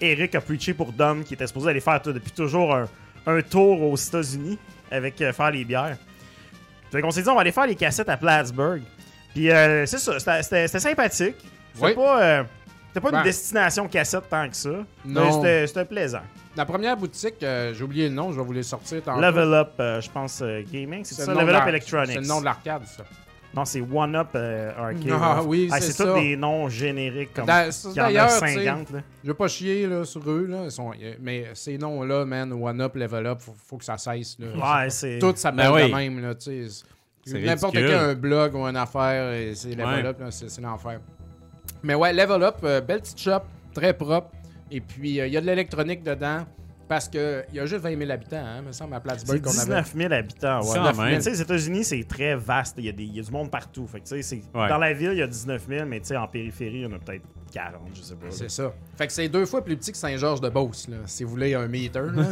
E: Eric a preaché pour Dom, qui était supposé aller faire t- depuis toujours un, un tour aux États-Unis avec euh, faire les bières. Fait qu'on s'est dit, on va aller faire les cassettes à Plattsburgh. Puis euh, c'est ça, c'était- c'était c'était sympathique. C'était
B: Oui.
E: pas, euh, c'était pas
B: Ben.
E: une destination cassette tant que ça.
B: Non.
E: Mais c'était- c'était plaisant.
B: La première boutique, euh, j'ai oublié le nom, je vais vous les sortir tantôt.
E: Level Up, euh, je pense, euh, Gaming, c'est
B: Ah. C'est
E: ça,
B: le nom
E: Level
B: de
E: Up
B: la-
E: Electronics.
B: C'est le nom de l'arcade, ça.
E: Non, c'est One Up euh, Arcade.
B: Ah oui, c'est
E: tous
B: ça.
E: des noms génériques comme
B: D'a- ça,
E: qu'il y en a
B: d'ailleurs, tu sais,
E: 50. Là.
B: Je veux pas chier là, sur eux, là, ils sont- mais ces noms-là, man, One Up, Level Up, faut, faut que ça cesse. Là.
E: Ouais, c'est.
B: Tout ça
D: Ben
B: parle
D: oui.
B: de même. Là, tu sais.
D: C'est
B: N'importe
D: ridicule.
B: quel un blog ou une affaire, et c'est Level
D: Ouais.
B: Up, là, c'est c'est l'enfer. Mais ouais, Level Up, euh, belle petite shop, très propre. Et puis, euh, il y a de l'électronique dedans parce qu'il y a juste 20 000 habitants, hein, me semble, à
E: C'est
B: Plattsburgh qu'on avait.
E: 19 000 habitants. Ouais.
D: Quand
E: Mais
D: même.
E: tu sais, les États-Unis, c'est très vaste. Il y, a des- il y a du monde partout. Fait que, tu sais, c'est-
D: Ouais.
E: Dans la ville, il y a 19 000, mais tu sais, en périphérie, il y en a peut-être 40, je sais pas. là.
B: C'est ça. Fait que c'est deux fois plus petit que Saint-Georges-de-Beauce, là, si vous voulez un meter. là.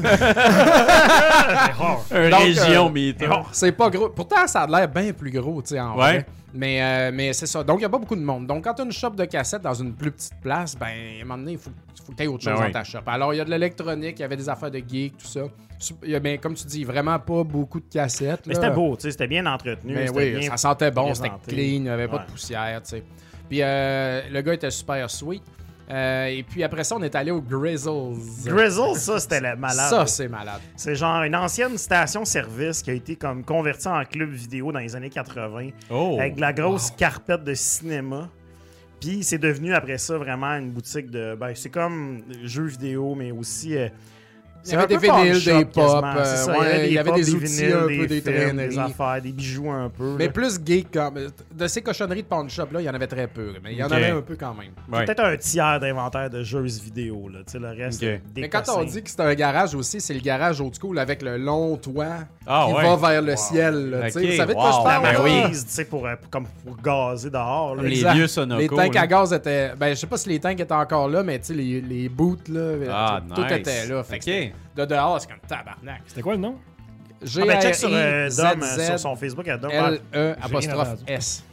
D: Un
B: Donc,
D: région
B: euh,
D: meter.
B: Non, c'est pas gros. Pourtant, ça a l'air bien plus gros, tu sais, en
D: Ouais.
B: vrai. Mais, euh, mais c'est ça. Donc, il n'y a pas beaucoup de monde. Donc, quand tu as une shop de cassettes dans une plus petite place, ben, à un moment donné, il faut, faut que tu aies autre chose
D: Ben
B: dans
D: oui.
B: ta shop. Alors, il y a de l'électronique, il y avait des affaires de geek, tout ça. Sup- il y a- Mais comme tu dis, vraiment pas beaucoup de cassettes.
E: Mais
B: là.
E: c'était beau, tu sais, c'était bien entretenu.
B: Mais
E: c'était
B: oui,
E: bien-
B: ça sentait bon, c'était
E: présenté.
B: clean, il n'y avait pas de
E: Ouais.
B: poussière, tu sais. Puis euh, le gars était super sweet. Euh, et puis après ça, on est allé au Grizzles.
E: Grizzle, ça, c'était la malade.
B: Ça, c'est malade.
E: C'est genre une ancienne station-service qui a été comme convertie en club vidéo dans les années 80.
D: Oh.
E: avec de la grosse carpette de cinéma. Puis c'est devenu après ça vraiment une boutique de. Ben, c'est comme jeux vidéo, mais aussi. euh,
B: Il
E: c'est
B: y
E: un
B: avait des
E: peu pawn
B: vinyles,
E: shop
B: des pop,
E: quasiment, c'est ça.
B: euh, ouais, il y avait
E: pop,
B: des outils un peu, des
E: films,
B: traîneries.
E: Des affaires, des bijoux un peu.
B: Mais
E: là.
B: plus geek, comme. De ces cochonneries de pawn shop, là, il y en avait très peu. Mais il y en
D: Ok.
B: avait un peu quand même.
E: C'est
D: Ouais.
E: peut-être un tiers d'inventaire de jeux vidéo. Là. Tu sais, Le reste, euh,
D: Ok.
E: des
B: mais quand on
E: cossins.
B: dit que c'est un garage aussi, c'est le garage old school avec le long toit
D: Ah
B: qui
D: ouais.
B: va vers le ciel. là, tu sais.
D: Ok,
B: Vous savez de quoi
D: wow.
B: je parle?
D: Ben
E: Ah,
B: là?
D: oui.
E: Prise, tu sais, pour, euh, comme pour gazer dehors. là.
D: Les
B: Exact.
D: vieux Sonoco,
B: Les tanks
D: là.
B: à gaz étaient. Ben, je sais pas si les tanks étaient encore là, mais tu sais, les, les boots, là.
D: Ah,
B: tout
D: nice.
B: était là. Fait
D: Ok.
B: que c'était- De dehors, c'est comme tabarnak.
F: C'était quoi le nom?
B: J'ai
E: Ah, ben, check sur euh, Dom, euh, sur son Facebook à Dom.
B: L-E E, apostrophe
F: entendu.
B: S.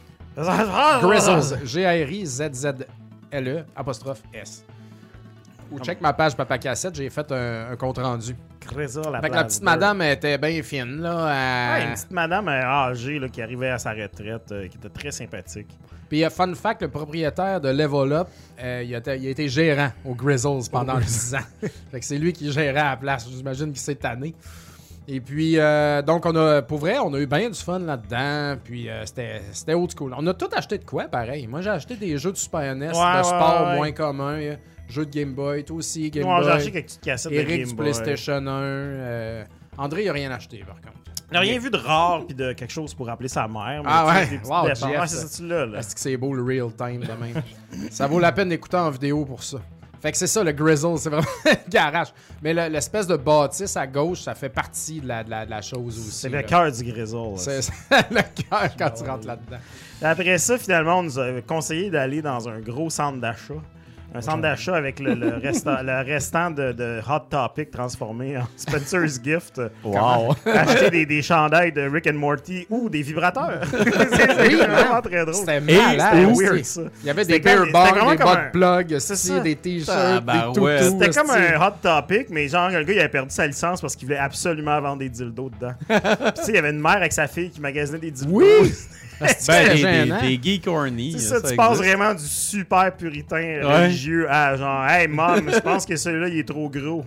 E: Grizzles.
B: Grizzles. G-R-I-Z-Z-L-E E, apostrophe S. Ou check ma page Papa Cassette, j'ai fait un, un compte-rendu.
E: Grizzle, la
B: Fait que la petite
E: place.
B: madame était bien fine, là.
E: Ouais,
B: elle-
E: une petite madame euh, âgée là, qui arrivait à sa retraite, euh, qui était très sympathique.
B: Puis, euh, fun fact, le propriétaire de Level Up, euh, il, était- il a été gérant au
E: Oh.
B: Grizzles pendant 10 ans. Fait que c'est lui qui gérait à la place. J'imagine qu'il s'est tanné. Et puis, euh, donc, on a, pour vrai, on a eu bien du fun là-dedans. Puis, euh, c'était c'était old school. On a tout acheté de quoi, pareil. Moi, j'ai acheté des jeux de Super NES,
E: Ouais,
B: de
E: ouais,
B: sport
E: ouais.
B: moins communs, euh, jeux de Game Boy, toi aussi, Game
E: Ouais, J'ai acheté
B: Boy.
E: quelques petites cassettes de
B: Eric
E: Game
B: du
E: Boy.
B: PlayStation 1. euh, André, il n'a rien acheté, par contre.
E: On n'a rien vu de rare puis de quelque chose pour appeler sa mère. mais
B: Ah
E: tu sais,
B: ouais,
E: des petites
B: wow,
E: dépenses.
B: Jeff.
E: Ouais, c'est ça, tu l'as, là.
B: Est-ce que c'est beau le real time de même? ça vaut la peine d'écouter en vidéo pour ça. Fait que c'est ça, le grizzle, c'est vraiment un garage. Mais le- l'espèce de bâtisse à gauche, ça fait partie de la, de la, de la chose aussi.
E: C'est
B: là.
E: le cœur du Grizzle. là.
B: C'est c'est le cœur quand tu rentres là-dedans.
E: Après ça, finalement, on nous a conseillé d'aller dans un gros centre d'achat. Un centre d'achat avec le, le resta- le restant de, de Hot Topic transformé en Spencer's Gift.
D: Wow.
E: Acheter des, des chandails de Rick and Morty ou des vibrateurs. C'est- c'est
B: Oui, hein?
E: vraiment très drôle.
B: C'était
D: Et
B: malade.
E: c'était
B: aussi.
E: weird, ça.
B: Il y avait des
E: C'était comme-
B: beer
E: c'était
B: bars,
E: vraiment
B: des
E: comme
B: butt
E: un-
B: plugs,
E: C'est
B: aussi,
E: ça.
B: des t-shirts, des
D: Tabarouette.
B: toutous.
E: C'était comme
B: aussi.
E: un hot topic, mais genre, le gars, il avait perdu sa licence parce qu'il voulait absolument vendre des dildos dedans. Puis, tu sais, il y avait une mère avec sa fille qui magasinait des dildos.
B: Oui!
D: Ben,
B: C'était
D: des,
B: gênant.
D: des, des geeks horny.
E: C'est
D: là,
E: ça, tu
D: existe.
E: passes vraiment du super puritain religieux à genre, hey mom, je pense que celui-là, il est trop gros.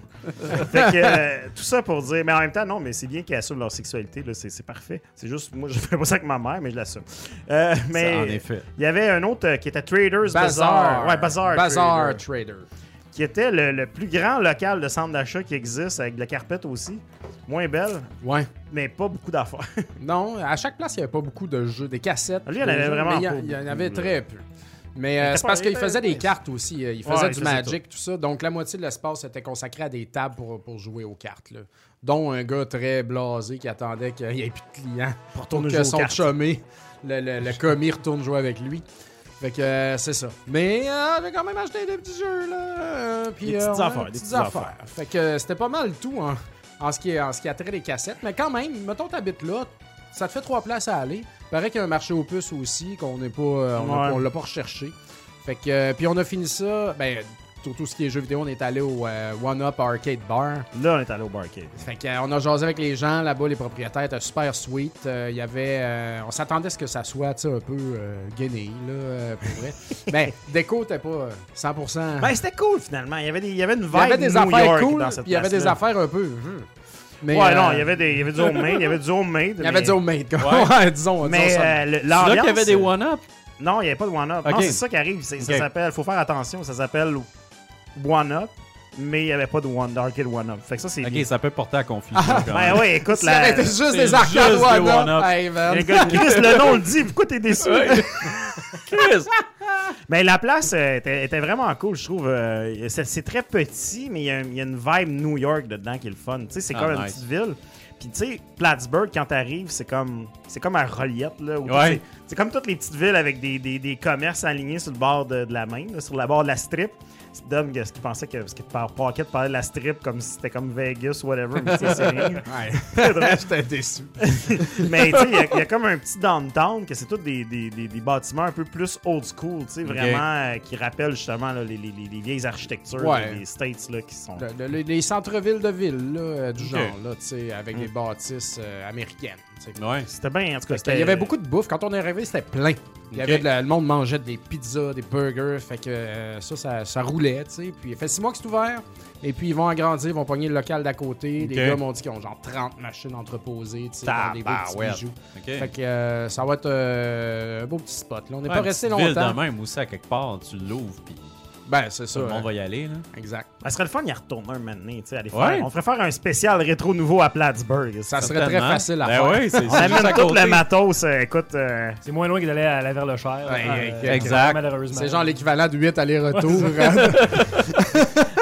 E: fait que euh, tout ça pour dire, mais en même temps, non, mais c'est bien qu'ils assument leur sexualité, là, c'est c'est parfait. C'est juste, moi, je fais pas ça avec ma mère, mais je l'assume. Euh, mais
D: en effet.
E: il y avait un autre euh, qui était Traders Bazaar.
B: Bazar.
E: Ouais, Bazaar. Trader.
B: Bazar Trader.
E: qui était le, le plus grand local de centre d'achat qui existe, avec de la carpette aussi. Moins belle,
B: Ouais.
E: mais pas beaucoup d'affaires.
B: Non, à chaque place, il n'y avait pas beaucoup de jeux, des cassettes.
E: Lui, il y en
B: des
E: avait
B: jeux,
E: vraiment
B: mais il y en-
E: pas
B: Il y en
E: beaucoup,
B: avait
E: là.
B: très peu. Mais euh,
E: t'as
B: c'est
E: pas
B: parce qu'il
E: arrêté,
B: faisait
E: ouais.
B: des cartes aussi. euh, Il
E: Ouais,
B: faisait
E: il
B: du
E: faisait
B: Magic, tout. ça. Donc, la moitié de l'espace était consacrée à des tables pour, pour jouer aux cartes. là. Dont un gars très blasé qui attendait qu'il n'y ait plus de clients pour
E: retourner
B: que
E: jouer aux
B: euh, son
E: cartes.
B: chumé le, le- le commis retourne jouer avec lui. Fait que euh, c'est ça. Mais euh, j'ai quand même acheté des petits jeux, là. euh, puis,
E: Des
B: euh,
E: petites
B: on a
E: affaires, des petites
B: Fait que euh, c'était pas mal tout en, en ce qui est- en ce qui a trait des cassettes. Mais quand même, mettons, t'habites là, ça te fait trois places à aller. Paraît qu'il y a un marché aux puces aussi, qu'on n'est pas, euh, on a-
E: Ouais.
B: on l'a pas recherché. Fait que, euh, puis on a fini ça, ben, tout, tout ce qui est jeux vidéo, on est allé au euh, One Up Arcade Bar.
E: Là, on est allé au barcade.
B: Fait que, euh, on a jasé avec les gens là-bas, les propriétaires étaient super sweet. Euh, Il y avait, euh, on s'attendait à ce que ça soit, tu sais, un peu euh, guenille, là, euh, pour vrai. ben, déco t'es pas euh, 100%.
E: Ben, c'était cool finalement. Il y avait, des, il y avait une vibe
B: il y avait des
E: New
B: affaires
E: York
B: cool,
E: dans
B: puis
E: cette
B: il y avait des
E: place-là.
B: affaires un peu. hum. Mais,
E: Ouais, non,
B: euh,
E: il y avait des- il y avait du homemade. Il y avait du homemade.
B: il y avait
E: mais-
B: du homemade, quoi. Ouais, disons. disons
E: Mais
B: ça.
E: euh, le-
D: C'est
E: l'ambiance. euh,
D: là qu'il y avait des one-up.
E: Non, il n'y avait pas de one-up. Non,
D: Ok.
E: c'est ça qui arrive. C'est- Ça
D: Ok.
E: s'appelle. faut faire attention. Ça s'appelle one-up, mais il n'y avait pas de one, d'arcade one-up. Fait que ça, c'est.
D: Ok,
E: bien.
D: ça peut porter à confusion.
B: Ah,
D: quand même.
E: Ben oui, écoute,
B: Ça
E: la...
B: aurait été juste
D: c'est
B: des arcades
D: juste des
B: One-Up.
D: One-Up.
B: Hey, man.
E: le gars de Chris, le nom le dit. Pourquoi t'es déçu?
D: Chris!
E: Mais la place euh, était, était vraiment cool, je trouve. Euh, c'est, c'est très petit, mais il y, a un- il y a une vibe New York dedans qui est le fun. Tu sais, c'est
D: Ah,
E: comme une
D: nice.
E: petite ville. Puis tu sais, Plattsburgh, quand t'arrives, c'est comme c'est comme à Reliette. Là, où tout-
D: Ouais.
E: c'est, c'est comme toutes les petites villes avec des, des- des commerces alignés sur le bord de, de la main, là, sur le bord de la strip. C'est Dom ce qu'il pensait que, parce que par Pocket parlait de la strip comme si c'était comme Vegas, whatever. Mais tu sais, c'est rien.
B: Ouais. J'étais déçu.
E: Mais tu sais, il y a- il y, a comme un petit downtown que c'est tous des, des, des, des bâtiments un peu plus old school, tu sais, vraiment, euh, qui rappellent justement là, les, les, les- les vieilles architectures
B: Ouais.
E: des des States là, qui sont.
B: Le- le- le- les centres-villes de ville, là, euh, du genre, là, tu sais, avec
E: Mm.
B: des bâtisses euh, américaines. tu sais.
D: Ouais.
E: C'était bien, en tout cas.
B: Fait que Ben, Il y avait beaucoup de bouffe. Quand on est arrivé, c'était plein. Il y
D: Euh, Ok.
B: avait de la- le monde mangeait des pizzas, des burgers. Fait que euh, ça, ça, ça roulait, tu sais. Puis il fait six mois que c'est ouvert. Et puis ils vont agrandir, ils vont pogner le local d'à côté. Les
D: Ok.
B: gars m'ont dit qu'ils ont genre 30 machines entreposées, tu sais, dans des beaux petits
D: Tabarouette.
B: bijoux.
D: Ok.
B: Fait que euh, ça va être euh, un beau petit spot. Là. On n'est
D: Ouais,
B: pas
D: une
B: resté
D: petite ville
B: longtemps.
D: de même aussi à quelque part, tu l'ouvres puis
B: Ben, c'est ça.
D: tout le
B: hein.
D: monde va y aller. Là.
B: Exact.
E: Ça serait le fun d'y retourner un moment donné, tu sais, aller faire-
D: Ouais.
E: On ferait faire un spécial rétro nouveau à Plattsburgh.
B: Ça serait très
D: Certainement.
B: facile à
D: ben
B: faire.
D: Oui, c'est
E: On amène tout le matos, euh, écoute. euh,
F: C'est moins loin que d'aller à la Verlechaire.
B: Ouais,
F: euh,
D: exact.
F: Malheureusement.
B: C'est genre l'équivalent de hein. 8 allers-retours.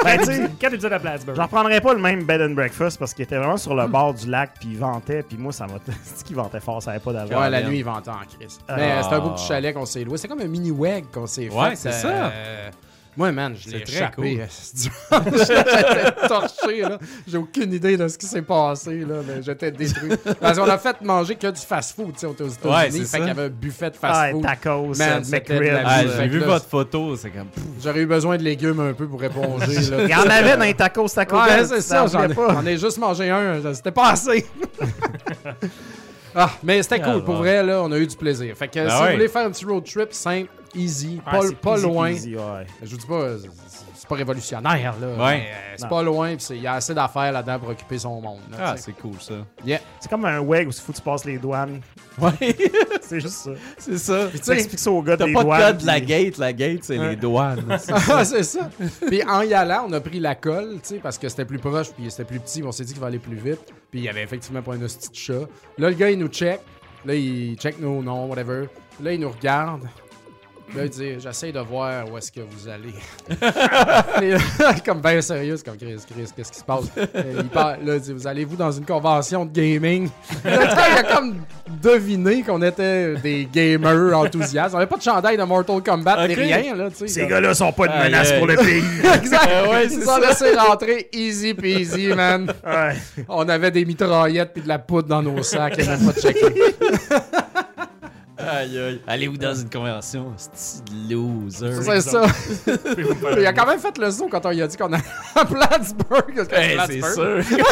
E: ben, tu sais,
F: Quand tu dis à Plattsburgh.
E: je reprendrais pas le même bed and breakfast parce qu'il était vraiment sur
B: Hmm.
E: le bord du lac, puis il ventait, puis moi, ça m'a. C'est qui ventait fort, ça avait pas Ah, d'avant.
B: ouais, la
D: bien.
B: nuit, il va en crise.
E: Ah.
B: Mais euh, c'est un beau petit chalet qu'on s'est loué. C'est comme un mini weg qu'on s'est fait.
D: Ouais, c'est ça.
B: euh, Moi, man, je l'ai
D: C'est très
B: échappé.
D: cool.
B: euh, ce dimanche. J'étais torché, là. J'ai aucune idée de ce qui s'est passé, là, mais j'étais détruit. Parce qu'on a fait manger que du fast-food, tu sais, on était aux
D: Ouais,
B: États-Unis.
D: c'est
B: fait
D: ça.
B: qu'il y avait un buffet de
E: Ah,
B: fast-food.
E: tacos,
B: Man,
E: euh,
B: c'était de la
E: McRib.
D: Ah,
B: Fait
D: J'ai
B: que
D: vu
B: là,
D: votre photo, c'est comme. pff,
B: J'aurais eu besoin de légumes un peu pour éponger, là.
E: Il y en avait dans les tacos, tacos.
B: Ouais,
E: Bell,
B: c'est
E: tu
B: ça,
E: t'en
B: j'en ai,
E: voulais pas.
B: j'en ai juste mangé un, ça- c'était pas assez. ah, mais c'était cool,
D: Ah,
B: pour
D: bon.
B: vrai, là, on a eu du plaisir. Fait que
D: Ben
B: si
D: ouais.
B: vous voulez faire un petit road trip simple, easy,
E: Ah,
B: pas,
E: c'est
B: pas
E: easy
B: loin,
E: peasy, ouais.
B: je vous dis pas, c'est- c'est pas révolutionnaire, là, mais, euh, c'est
E: Non.
B: pas loin, puis c'est- il y a assez d'affaires là-dedans pour occuper son monde. là,
D: Ah,
B: tu sais.
D: c'est cool ça.
E: C'est comme un WEG où il faut que tu passes les douanes.
D: Ouais,
E: C'est juste ça.
D: c'est ça.
E: Tu expliques ça au gars
D: T'as
E: des
D: pas de
E: douanes.
D: code de la
E: puis-
D: gate, la gate c'est les douanes.
B: Ah, c'est ça. Puis en y allant, on a pris la colle, tu sais, parce que c'était plus proche, puis c'était plus petit, puis on s'est dit qu'il va aller plus vite. Puis il y avait effectivement pas un hostie de chat. Là, le gars, il nous check. Là, il check nos noms, whatever. Là, il nous regarde. Là, il dit J'essaie de voir où est-ce que vous allez. Et là, comme bien sérieux, c'est comme Chris, Chris, qu'est-ce qui se passe Euh, il parle, Là, il dit Vous allez-vous dans une convention de gaming Là, le gars, il a comme deviné qu'on était des gamers enthousiastes. On avait pas de chandail de Mortal Kombat, ni
D: Ok.
B: rien, là, tu sais.
E: Ces
B: comme-
E: gars-là sont pas une
D: Aïe,
E: menace
D: aïe.
E: pour le pays.
B: Exact.
D: Eh ouais,
B: Ils
D: c'est
B: nous ont laissé rentrer easy peasy, man.
E: Ouais.
B: On avait des mitraillettes puis de la poudre dans nos sacs. et même pas de checker.
D: aïe aïe. Allez-vous dans une conversion? C'est loser.
B: C'est ça. Il a quand même fait le saut quand on lui a dit qu'on allait à Plattsburgh. Parce que
D: Hey, Ben, c'est
B: Plattsburgh,
D: sûr.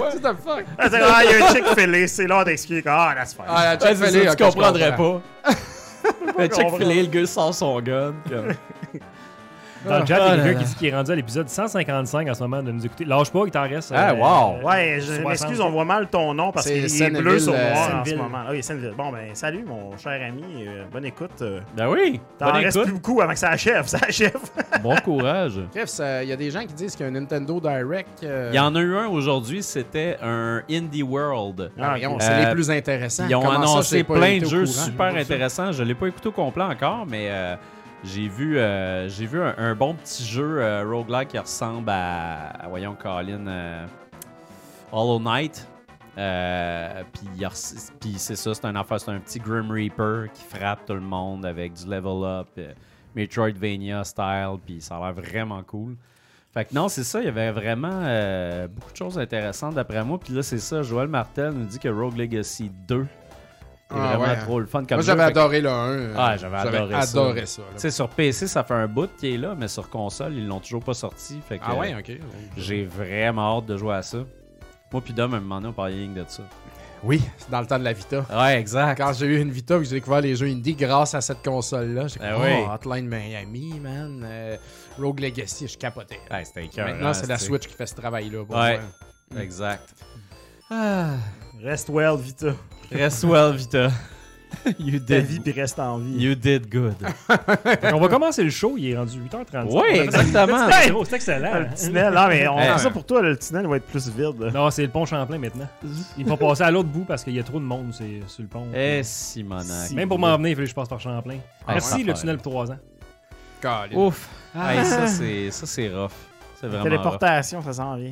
B: What the fuck?
E: Ah, c'est- ah, il y a un chick filé, c'est l'heure d'expliquer. Ah, that's fine.
B: Ah, la
D: Ouais,
B: check
D: c'est
B: filée,
D: ça,
B: ok,
D: tu
B: je
D: comprendrais
B: comprends.
D: pas. Le check
E: comprends.
D: filé, le gars sort son gun. comme-
F: Dans le chat,
D: Ah
F: il y a
D: là
F: quelqu'un qui
D: là.
F: dit qu'il est rendu à l'épisode 155 en ce moment de nous écouter. Lâche pas, il t'en reste.
D: Ah,
F: euh,
D: wow.
F: euh,
E: Ouais, je
F: 60.
E: m'excuse, on voit mal ton nom parce
B: C'est
E: qu'il est
B: Senneville,
E: bleu sur
B: euh,
E: noir en ce
B: Senneville.
E: moment. Ah oui, Senneville. Bon, ben, salut, mon cher ami. euh, bonne écoute. euh.
D: Ben oui.
E: T'en
D: Bonne
E: restes
D: écoute.
E: plus beaucoup avant que ça achève. Ça achève.
D: Bon courage.
B: Bref, ça- euh, il y a des gens qui disent qu'il y a un Nintendo Direct. euh,
D: Il y en a eu un aujourd'hui, c'était un Indie World.
B: ah, voyons,
E: ok.
B: c'est
D: Euh,
B: les plus intéressants.
D: Ils ont
B: Comment ça,
D: annoncé
B: j'ai pas
D: plein
B: été
D: de
B: au
D: jeux
B: courant?
D: super intéressants. Je l'ai pas écouté au complet encore, mais euh, j'ai vu, euh, j'ai vu un, un bon petit jeu euh, roguelike qui ressemble à, à, voyons, Colin, euh, Hollow Knight. Euh, puis il a reçu- puis c'est ça, c'est un affaire, c'est un petit Grim Reaper qui frappe tout le monde avec du level up, euh, Metroidvania style, puis ça a l'air vraiment cool. Fait que non, c'est ça, il y avait vraiment euh, beaucoup de choses intéressantes d'après moi. Puis là, c'est ça, Joël Martel nous dit que Rogue Legacy 2 est
B: Ah,
D: vraiment
B: ouais, hein.
D: trop le fun comme
B: Moi,
D: jeu.
B: j'avais
D: Fait que-
B: adoré le 1.
D: Ah, j'avais adoré ça.
B: adoré ça. là.
D: Tu sais, sur PC, ça fait un bout qui est là, mais sur console, ils l'ont toujours pas sorti. Fait que
B: Ah ouais, ok.
D: j'ai vraiment hâte de jouer à ça. Moi puis Dom, à un moment donné, on parlait rien que de ça.
B: Oui, c'est dans le temps de la Vita.
D: Ouais, exact.
B: Quand j'ai eu une Vita, puis j'ai découvert les jeux indie grâce à cette console-là. J'ai
D: Ah
B: comme,
D: oui.
B: oh, Hotline Miami, man. euh, Rogue Legacy, je capotais.
D: Ouais, c'était écœurant,
B: Maintenant, c'est la
D: Ah, c'est-
B: Switch qui fait ce travail-là. pour
D: Ouais.
B: moi.
D: Exact.
E: Reste well, Vita.
D: Rest well, Vita. you
E: Ta
D: did.
E: vie, puis reste en vie.
D: You did good.
F: On va commencer le show, il est rendu 8h30.
D: Ouais, exactement.
F: C'est gros, c'est excellent.
E: Le
F: hein.
E: tunnel, non, mais on
D: Hey.
E: fait ça pour toi, là, le tunnel va être plus vide.
F: Non, c'est le pont Champlain maintenant. Il faut passer à l'autre bout parce qu'il y a trop de monde c'est- sur le pont.
D: Eh, Simonac.
F: Même pour m'en venir, il fallait que je passe par Champlain.
D: Ah,
F: Merci
D: ouais.
F: le tunnel pour 3 ans.
B: Colin.
D: Ouf.
E: Ah.
D: Hey, ça, c'est, ça, c'est rough. C'est vraiment
E: Téléportation, ça s'en vient.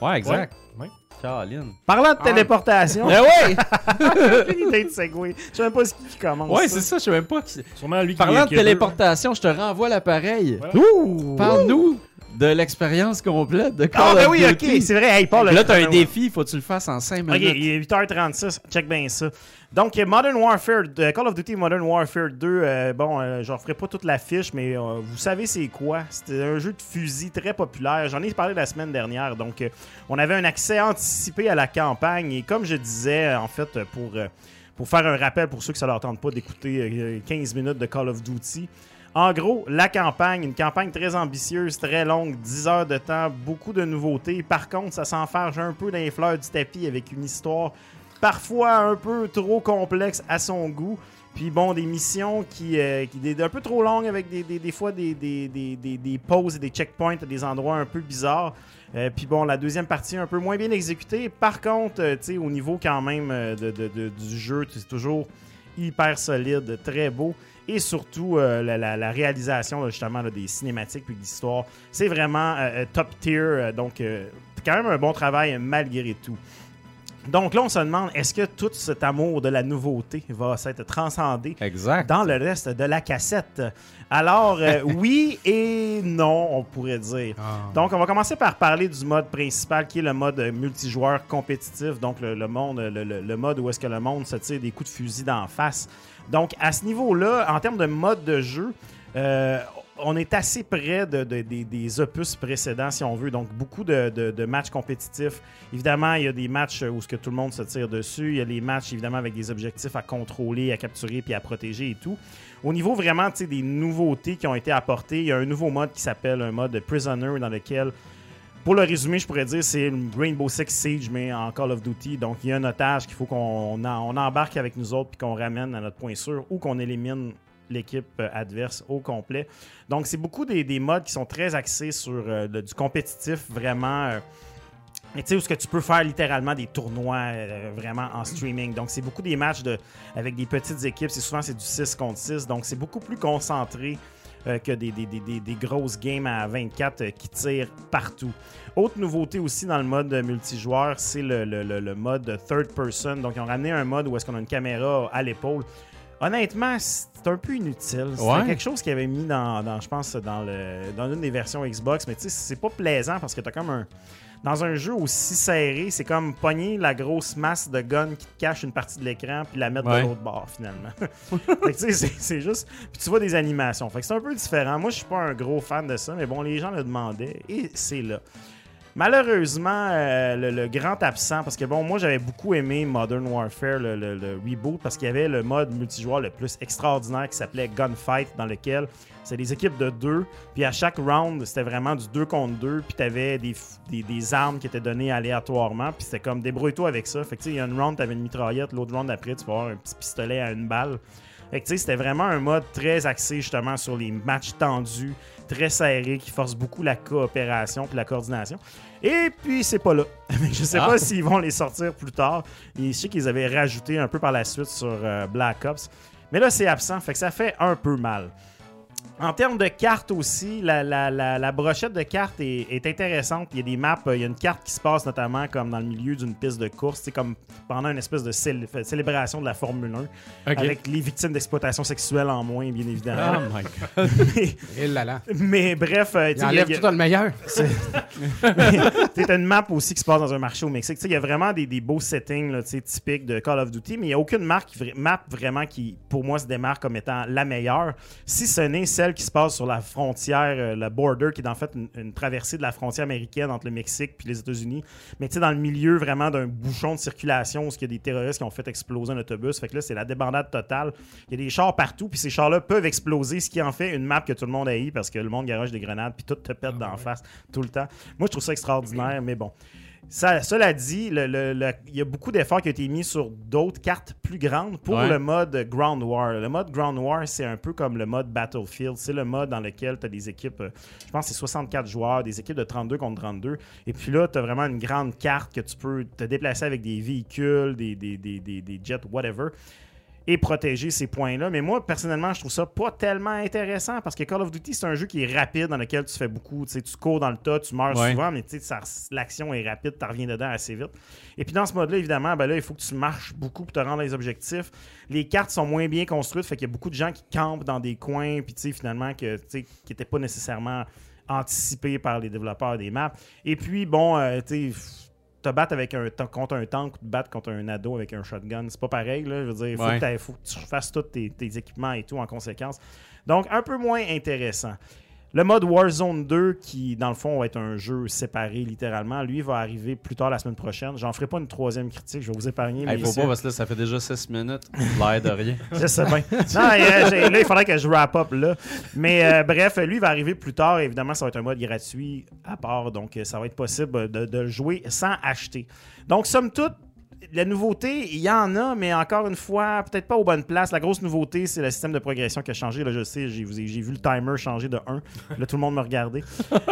D: rough. Ouais, exact.
F: Ouais.
D: Caroline.
E: Parlant de téléportation,
D: Eh ouais!
E: une idée de segway. Je sais même pas ce qui commence.
D: Ouais,
E: ça.
D: c'est ça, je sais même pas. qui-
F: Sûrement lui qui
D: Parlant de
F: qui a deux.
D: téléportation, je te renvoie l'appareil.
F: Voilà.
D: Ouh! Parle-nous de l'expérience complète de
E: Ah,
D: Call
E: ben
D: of
E: oui,
D: Duty.
E: ok, c'est vrai. Hey, Paul,
D: Là, t'as
E: le-
D: un défi, faut que tu le fasses en 5
E: Ok,
D: minutes.
E: il est 8h36, check bien ça. Donc, euh, Modern Warfare, euh, Call of Duty Modern Warfare 2, euh, bon, euh, j'en ferai pas toute la fiche, mais euh, vous savez c'est quoi. C'était un jeu de fusil très populaire. J'en ai parlé la semaine dernière. Donc, euh, on avait un accès anticipé à la campagne. Et comme je disais, euh, en fait, euh, pour, euh, pour faire un rappel pour ceux que ça leur tente pas d'écouter euh, 15 minutes de Call of Duty, en gros, la campagne, une campagne très ambitieuse, très longue, 10 heures de temps, beaucoup de nouveautés. Par contre, ça s'enfarge un peu dans les fleurs du tapis avec une histoire parfois un peu trop complexe à son goût. Puis bon, des missions qui, euh, qui des, un peu trop longues avec des, des, des fois des, des, des, des- des pauses et des checkpoints à des endroits un peu bizarres. Euh, puis bon, la deuxième partie un peu moins bien exécutée. Par contre, euh, tu sais, au niveau quand même euh, de- de- de- du jeu, c'est toujours hyper solide, très beau. Et surtout, euh, la, la- la réalisation là, justement là, des cinématiques puis de l'histoire, c'est vraiment euh, euh, top tier. euh, donc, euh, quand même un bon travail euh, malgré tout. Donc là, on se demande, est-ce que tout cet amour de la nouveauté va s'être transcendé
D: Exact.
E: dans le reste de la cassette? Alors, euh, oui et non, on pourrait dire.
B: Ah.
E: Donc, on va commencer par parler du mode principal qui est le mode euh, multijoueur compétitif. Donc, le, le monde, le, le- le mode où est-ce que le monde se tire des coups de fusil d'en face. Donc, à ce niveau-là, en termes de mode de jeu, euh, on est assez près de- de- des- des opus précédents, si on veut. Donc, beaucoup de, de- de matchs compétitifs. Évidemment, il y a des matchs où ce que tout le monde se tire dessus. Il y a les matchs, évidemment, avec des objectifs à contrôler, à capturer, puis à protéger et tout. Au niveau vraiment tu sais, des nouveautés qui ont été apportées, il y a un nouveau mode qui s'appelle un mode Prisoner, dans lequel pour le résumer, je pourrais dire c'est le Rainbow Six Siege, mais en Call of Duty. Donc, il y a un otage qu'il faut qu'on on en- on embarque avec nous autres puis qu'on ramène à notre point sûr ou qu'on élimine l'équipe euh, adverse au complet. Donc, c'est beaucoup des, des modes qui sont très axés sur euh, le- du compétitif, vraiment. euh, mais tu sais, où ce que tu peux faire littéralement des tournois euh, vraiment en streaming. Donc, c'est beaucoup des matchs de, avec des petites équipes. C'est souvent c'est du 6 contre 6. Donc, c'est beaucoup plus concentré euh, que des, des- des- des- des grosses games à 24 euh, qui tirent partout. Autre nouveauté aussi dans le mode euh, multijoueur, c'est le, le- le- le mode third person. Donc, ils ont ramené un mode où est-ce qu'on a une caméra à l'épaule. Honnêtement, c'est un peu inutile. C'est
D: Ouais.
E: quelque chose qu'ils avaient mis dans, dans, je pense, dans, le, dans une des versions Xbox. Mais tu sais, c'est pas plaisant parce que t'as comme un dans un jeu aussi serré, c'est comme pogner la grosse masse de guns qui te cache une partie de l'écran puis la mettre
D: Ouais.
E: de l'autre bord finalement. Fait que, tu sais, c'est- c'est juste. Puis tu vois des animations. Fait que c'est un peu différent. Moi, je suis pas un gros fan de ça, mais bon, les gens le demandaient et c'est là. Malheureusement, euh, le, le grand absent, parce que bon, moi j'avais beaucoup aimé Modern Warfare, le, le- le reboot, parce qu'il y avait le mode multijoueur le plus extraordinaire qui s'appelait Gunfight, dans lequel c'est des équipes de deux, puis à chaque round, c'était vraiment du 2 contre 2, puis t'avais des, f- des, des armes qui étaient données aléatoirement, puis c'était comme débrouille-toi avec ça. Fait que tu sais, il y a une round, t'avais une mitraillette, l'autre round après, tu vas avoir un petit pistolet à une balle. Fait que tu sais, c'était vraiment un mode très axé justement sur les matchs tendus, très serrés, qui force beaucoup la coopération puis la coordination. Et puis, c'est pas là. Fait que je sais
D: Ah.
E: pas s'ils vont les sortir plus tard. Et je sais qu'ils avaient rajouté un peu par la suite sur euh, Black Ops. Mais là, c'est absent, fait que ça fait un peu mal. En termes de cartes aussi, la, la- la- la brochette de cartes est, est intéressante. Il y a des maps, euh, il y a une carte qui se passe notamment comme dans le milieu d'une piste de course, c'est comme pendant une espèce de cél- fait- célébration de la Formule 1,
B: Ok. Ah.
E: avec les victimes d'exploitation sexuelle en moins, bien
D: Oh
E: évidemment.
D: my god.
E: mais,
B: Et là là.
E: mais bref, euh, tu sais,
B: Il
E: il y a-
B: enlève
E: il y a-
B: tout dans le meilleur.
E: c'est une map aussi qui se passe dans un marché au Mexique. Tu sais, Il y a vraiment des, des beaux settings là, tu sais, typiques de Call of Duty, mais il n'y a aucune marque, qui vra- map vraiment qui, pour moi, se démarque comme étant la meilleure, si ce n'est celle qui se passe sur la frontière, euh, la border, qui est en fait une, une traversée de la frontière américaine entre le Mexique puis les États-Unis. Mais tu sais, dans le milieu vraiment d'un bouchon de circulation où il y a des terroristes qui ont fait exploser un autobus. Fait que là, c'est la débandade totale. Il y a des chars partout, puis ces chars-là peuvent exploser, ce qui en fait une map que tout le monde haït parce que le monde garage des grenades, puis tout te pète d'en face tout le temps. Moi, je trouve ça extraordinaire, mais bon. Ça- cela dit, le- le- le- il y a beaucoup d'efforts qui ont été mis sur d'autres cartes plus grandes pour
D: Ouais.
E: le mode Ground War. Le mode Ground War, c'est un peu comme le mode Battlefield. C'est le mode dans lequel tu as des équipes, euh, je pense que c'est 64 joueurs, des équipes de 32 contre 32. Et puis là, tu as vraiment une grande carte que tu peux te déplacer avec des véhicules, des, des- des- des- des jets, whatever et protéger ces points-là. Mais moi, personnellement, je trouve ça pas tellement intéressant parce que Call of Duty, c'est un jeu qui est rapide dans lequel tu fais beaucoup. Tu sais, tu cours dans le tas, tu meurs
D: Ouais.
E: souvent, mais tu sais, ça- l'action est rapide, tu reviens dedans assez vite. Et puis dans ce mode-là, évidemment, ben là, il faut que tu marches beaucoup pour te rendre à les objectifs. Les cartes sont moins bien construites, fait qu'il y a beaucoup de gens qui campent dans des coins, puis tu sais, finalement, que, tu sais, qui n'étaient pas nécessairement anticipés par les développeurs des maps. Et puis, bon, euh, tu sais, te battre avec un, ta- contre un tank ou te battre contre un ado avec un shotgun, c'est pas pareil. Là. Je veux dire, faut,
D: Ouais.
E: que t'aies- faut que tu fasses tous tes, tes équipements et tout en conséquence. Donc, un peu moins intéressant. Le mode Warzone 2, qui dans le fond va être un jeu séparé littéralement, lui va arriver plus tard la semaine prochaine. J'en ferai pas une troisième critique, je vais vous épargner.
D: Hey, faut
E: messieurs.
D: pas parce que là, ça fait déjà 6 minutes. L'air de rien.
E: Je sais bien. Non, euh, j'ai- là, il faudrait que je wrap up là. Mais euh, bref, lui, il va arriver plus tard. Évidemment, ça va être un mode gratuit à part. Donc, euh, ça va être possible de, de le jouer sans acheter. Donc, somme toute, la nouveauté, il y en a, mais encore une fois, peut-être pas aux bonnes places. La grosse nouveauté, c'est le système de progression qui a changé. Là, je sais, j'ai vous ai- j'ai vu le timer changer de 1. Là, tout le monde me regardait.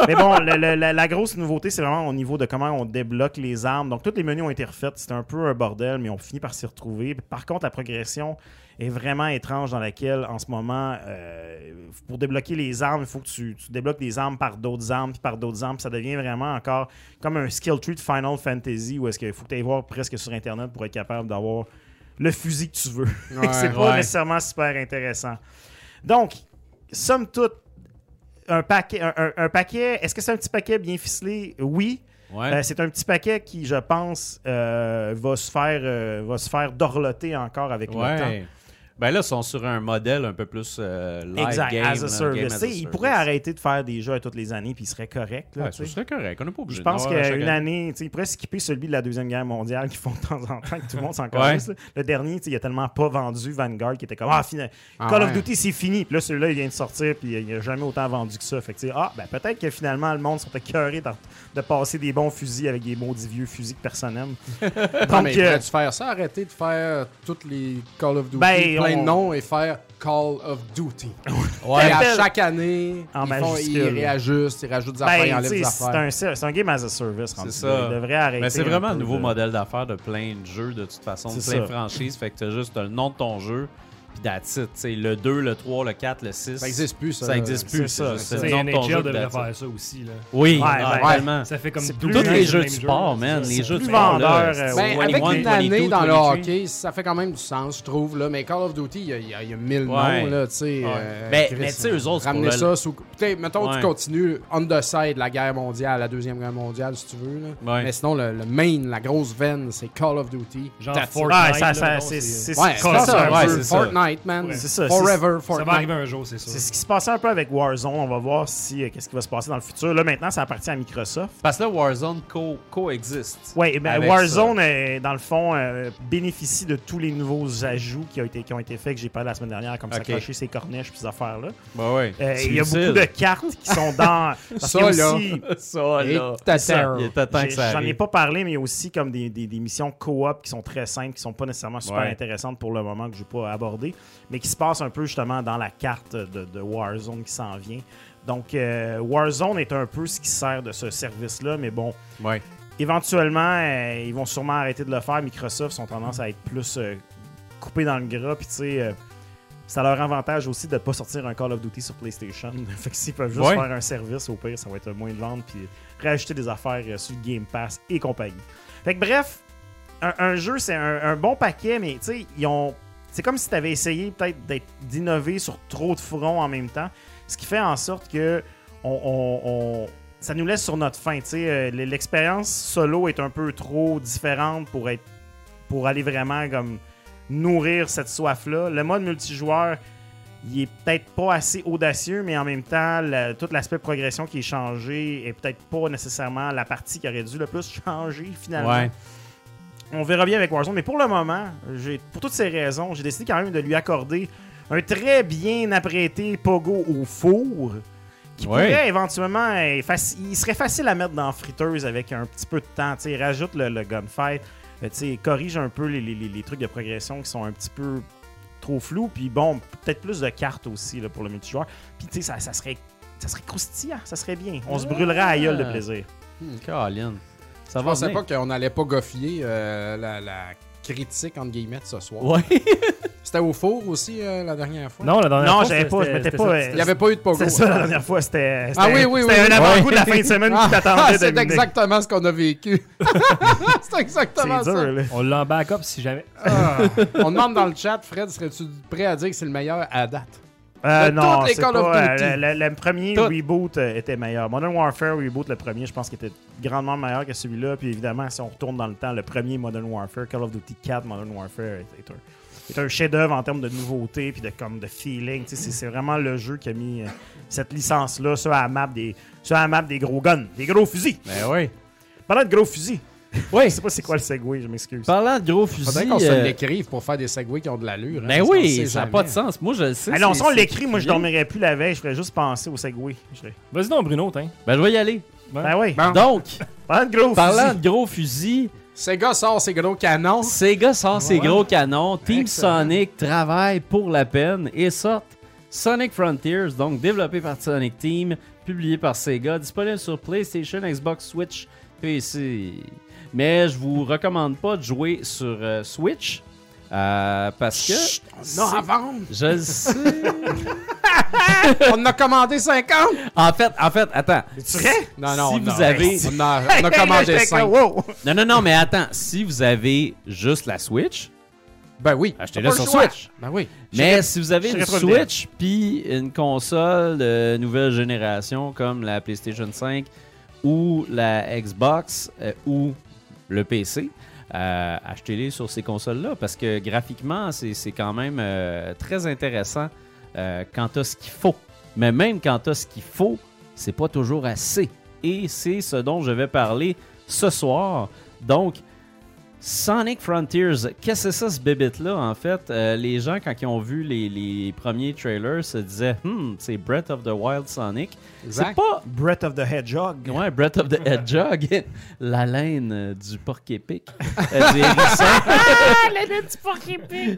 E: Mais bon, le- le- la, la grosse nouveauté, c'est vraiment au niveau de comment on débloque les armes. Donc, tous les menus ont été refaits. C'était un peu un bordel, mais on finit par s'y retrouver. Par contre, la progression est vraiment étrange dans laquelle, en ce moment, euh, pour débloquer les armes, il faut que tu, tu débloques des armes par d'autres armes, puis par d'autres armes. Puis ça devient vraiment encore comme un skill tree de Final Fantasy où est-ce qu'il faut que tu ailles voir presque sur Internet pour être capable d'avoir le fusil que tu veux. c'est pas
D: ouais.
E: nécessairement super intéressant. Donc, somme toute, un paquet, un, un- un paquet est-ce que c'est un petit paquet bien ficelé? Oui.
D: Ouais.
E: Euh, c'est un petit paquet qui, je pense, euh, va, se faire, euh, va se faire dorloter encore avec le temps.
D: ouais. Ben là, ils sont sur un modèle un peu plus euh, live
E: Exact,
D: game.
E: as a
D: là,
E: service.
D: game
E: Tu
D: as a
E: sais, il
D: service.
E: pourrait arrêter de faire des jeux à toutes les années, puis il serait correct. là,
D: Ouais,
E: tu
D: ce
E: sais.
D: serait correct. On n'est pas obligé
E: Je
D: de
E: pense
D: l'avoir à chaque
E: qu'une année, tu sais, il pourrait skipper celui de la Deuxième Guerre mondiale qu'ils font de temps en temps, que tout le monde s'en calisse, là. Le dernier, tu sais, il a tellement pas vendu Vanguard qui était comme Ah, fina-
B: Ah
E: Call of
B: ouais.
E: Duty, c'est fini. Puis là, celui-là, il vient de sortir, puis il n'a jamais autant vendu que ça. Fait que, tu sais, ah, ben peut-être que finalement, le monde sont écœurés de, de passer des bons fusils avec des maudits vieux fusils que personne n'aime.
B: Non, mais
E: euh,
B: pourrais-tu faire ça? Arrêter de faire toutes les Call of Duty,
E: Ben,
B: plein
E: on-
B: de noms, et faire Call of Duty.
D: Ouais.
B: Et à
E: Appelle-
B: chaque année,
E: En
B: ils, font- ils
E: majuscule.
B: réajustent, ils rajoutent des affaires, ils
E: Ben, tu
B: enlèvent
E: sais,
B: des
E: c'est
B: affaires.
E: un, c'est un game as a service. rendu
D: ça.
E: là. Il devrait arrêter.
D: Mais c'est vraiment
E: un
D: un
E: peu
D: nouveau
E: de-
D: modèle d'affaires de plein de jeux, de toute façon, de
E: C'est
D: plein de
E: ça.
D: franchises. Fait que t'as juste t'as le nom de ton jeu, puis that's it. T'sais, le 2, le 3, le 4, le 6.
B: Ça existe plus, euh, ça.
D: Ça existe
E: C'est
D: plus,
E: ça,
D: ça.
E: c'est
D: C'est
F: C'est
D: le nom de ton jeu.
F: NHL
D: puis
F: devrait
D: that's it.
F: faire ça aussi. Là.
D: Oui,
E: Ouais,
D: ouais,
E: ouais.
D: tellement.
F: Ça fait comme
E: C'est
F: deux
E: plus-
F: ans
D: Tous
F: que
D: les
F: c'est
D: jeux
F: le
D: de
F: même
D: sport,
F: jeu, là.
D: man. Les jeux de
E: plus
D: sport. là,
E: vendeur,
D: c'est
E: euh,
B: Ben,
D: 21,
B: avec une année
D: 22,
B: dans le
D: 23.
B: hockey, ça fait quand même du sens, je trouve. Là. Mais Call of Duty, il y, a- il y a- il y a mille
D: Ouais.
B: noms. Là, tu sais, euh,
D: Mais-
B: Chris,
D: mais tu sais, eux autres, c'est
B: Ramener
D: pour le-
B: ça sous. Putain, mettons,
D: Ouais.
B: tu continues on the side, la guerre mondiale, la deuxième guerre mondiale, si tu veux. Là.
D: Ouais.
B: Mais sinon, le, le main, la grosse veine, c'est Call of Duty.
F: Genre
B: That's it.
F: Fortnite.
E: Ouais, ça,
F: là,
E: ça-
F: non,
E: c'est
F: c'est-
E: c'est-
B: Ouais,
E: c'est-
B: c'est ça,
E: un
D: ouais,
E: peu-
D: c'est ça.
B: Fortnite, man.
E: C'est ça,
B: Forever
F: Ça va arriver
B: Fortnite.
F: un jour, c'est
E: C'est
F: sûr.
E: ce qui se passait un peu avec Warzone. On va voir si euh, qu'est-ce qui va se passer dans le futur. Là, maintenant, ça appartient à Microsoft.
D: Parce que là, Warzone co- coexiste.
E: Oui, ben,
D: Avec
E: Warzone, euh, dans le fond, euh, bénéficie de tous les nouveaux ajouts qui ont été, qui ont été faits, que j'ai parlé la semaine dernière, comme
D: Ok.
E: s'accrocher ses cornèches et ces affaires-là.
D: Ben ouais.
E: Euh,
D: C'est
E: Il y a
D: utile.
E: beaucoup de cartes qui sont dans. parce qu'il y a
B: Ça, là.
E: aussi-
D: Ça,
B: Et
D: là.
B: t'as
E: ça,
B: terre.
D: Il était temps que
E: J'ai-
D: ça
E: J'en ai
D: arrive.
E: pas parlé, mais il y a aussi comme des, des- des missions coop qui sont très simples, qui sont pas nécessairement super
D: Ouais.
E: intéressantes pour le moment que je vais pas aborder, mais qui se passent un peu justement dans la carte de, de Warzone qui s'en vient. Donc euh, Warzone est un peu ce qui sert de ce service-là, mais bon,
D: Ouais.
E: éventuellement, euh, ils vont sûrement arrêter de le faire. Microsoft sont tendance à être plus euh, coupés dans le gras, puis tu sais. euh, ça leur avantage aussi de ne pas sortir un Call of Duty sur PlayStation. fait que s'ils peuvent juste
F: Ouais.
E: faire un service, au pire, ça va être moins de ventes, puis rajouter des affaires euh, sur le Game Pass et compagnie. Fait que bref, un, un jeu, c'est un, un bon paquet, mais tu sais, ils ont. C'est comme si tu avais essayé peut-être d'être- d'innover sur trop de fronts en même temps, ce qui fait en sorte que on, on- on- ça nous laisse sur notre fin. tu sais, euh, l- L'expérience solo est un peu trop différente pour être pour aller vraiment comme nourrir cette soif-là. Le mode multijoueur, il est peut-être pas assez audacieux, mais en même temps, la- tout l'aspect progression qui est changé est peut-être pas nécessairement la partie qui aurait dû le plus changer finalement.
D: Ouais.
E: On verra bien avec Warzone, mais pour le moment, j'ai- pour toutes ces raisons, j'ai décidé quand même de lui accorder un très bien apprêté pogo au four qui
D: Ouais.
E: pourrait éventuellement être faci- il serait facile à mettre dans la friteuse avec un petit peu de temps, tu sais, rajoute le, le gunfight, euh, tu sais, corrige un peu les, les- les- les trucs de progression qui sont un petit peu trop flous, puis bon, peut-être plus de cartes aussi là, pour le multijoueur. Puis tu sais, ça, ça serait ça serait croustillant, ça serait bien. On se brûlerait à la gueule de plaisir.
D: Colin. Ça
B: Je
D: va
B: pensais
D: venir.
B: pas qu'on n'allait pas goffier euh, la, la critique, entre guillemets, de ce soir.
D: Ouais.
B: C'était au four aussi euh, la dernière fois.
F: Non, la dernière
E: Non,
F: fois,
E: j'avais
F: c'était-
E: pas, je m'étais
F: c'était
E: pas,
F: ça,
E: euh,
B: Il n'y avait pas eu de pogo.
E: C'était ça la dernière fois, c'était
B: Ah
E: c'était-
B: oui, oui,
E: c'était
B: oui, oui.
E: un avant-goût de la
B: Ouais.
E: fin de semaine
B: Ah,
E: qui t'attendait
B: c'est
E: Dominique.
B: exactement ce qu'on a vécu. c'est exactement
E: C'est
B: ça.
E: dur, là.
F: On l'a en backup si jamais.
B: Ah. On demande dans le chat, Fred, serais-tu prêt à dire que c'est le meilleur à date?
E: Euh,
B: De
E: non,
B: toutes les
E: c'est
B: Call of
E: pas, euh,
B: Duty.
E: le, le- le premier
B: Toutes.
E: reboot euh, était meilleur. Modern Warfare reboot, le premier, je pense qu'il était grandement meilleur que celui-là. Puis évidemment, si on retourne dans le temps, le premier Modern Warfare, Call of Duty 4 Modern Warfare est, est un, est un chef-d'œuvre en termes de nouveauté puis de comme de feeling. Tu sais, C'est c'est vraiment le jeu qui a mis euh, cette licence-là sur la map des sur la map des gros guns, des gros fusils.
D: Ben oui.
E: Parlant de gros fusils, je
D: Oui.
E: sais pas c'est quoi le segway, je m'excuse.
D: Parlant de gros fusils.
B: Faudrait qu'on se
D: euh,
B: l'écrive pour faire des segways qui ont de l'allure. hein,
D: Ben
B: parce qu'on sait
D: oui, ça n'a
B: jamais.
D: pas de sens. Moi, je le sais.
E: Ah non,
D: c'est-
E: si on
D: c'est
E: l'écrit, moi je
D: crié.
E: dormirais plus la veille, je ferais juste penser au segway. Je dirais,
F: Vas-y donc, Bruno, t'in.
D: Ben, je vais y aller.
E: Ben oui.
B: Bon.
D: Donc,
E: Parlant de gros
D: parlant
E: fusils.
D: de gros fusils,
B: Sega sort ses gros canons.
D: Sega sort ses
B: Ouais.
D: gros canons. Team
B: Excellent.
D: Sonic travaille pour la peine et sort Sonic Frontiers, donc développé par Sonic Team, publié par Sega, disponible sur PlayStation, Xbox, Switch, PC. Mais je vous recommande pas de jouer sur euh, Switch euh, parce que.
B: Chut, on en a à vendre.
D: Je le sais.
B: On en a commandé 50.
D: en fait, en fait, attends.
E: Tu vrai?
B: Non, non,
D: Hein? Si
B: on
D: vous
B: a-
D: avez-
B: On a, on a commandé 5.
D: Non, non, non, mais attends. Si vous avez juste la Switch,
B: Ben oui.
D: achetez-la
B: Pas
D: sur
B: le choix.
D: Switch.
B: Ben oui.
D: Mais si vous avez
E: je
D: une
E: serais trop
D: Switch puis une console de nouvelle génération comme la PlayStation 5 ou la Xbox euh, ou le PC, euh, achetez-les sur ces consoles-là parce que graphiquement, c'est c'est quand même euh, très intéressant euh, quand tu ce qu'il faut. Mais même quand tu ce qu'il faut, c'est pas toujours assez. Et c'est ce dont je vais parler ce soir. Donc, Sonic Frontiers, qu'est-ce que c'est ça ce bébête-là en fait? Euh, les gens, quand ils ont vu les, les premiers trailers, se disaient Hmm, c'est Breath of the Wild Sonic. C'est
B: Exact.
D: pas
E: Breath of the Hedgehog.
D: ouais, Breath of the Hedgehog, la laine euh, du porc-épic. Euh, du hérisson.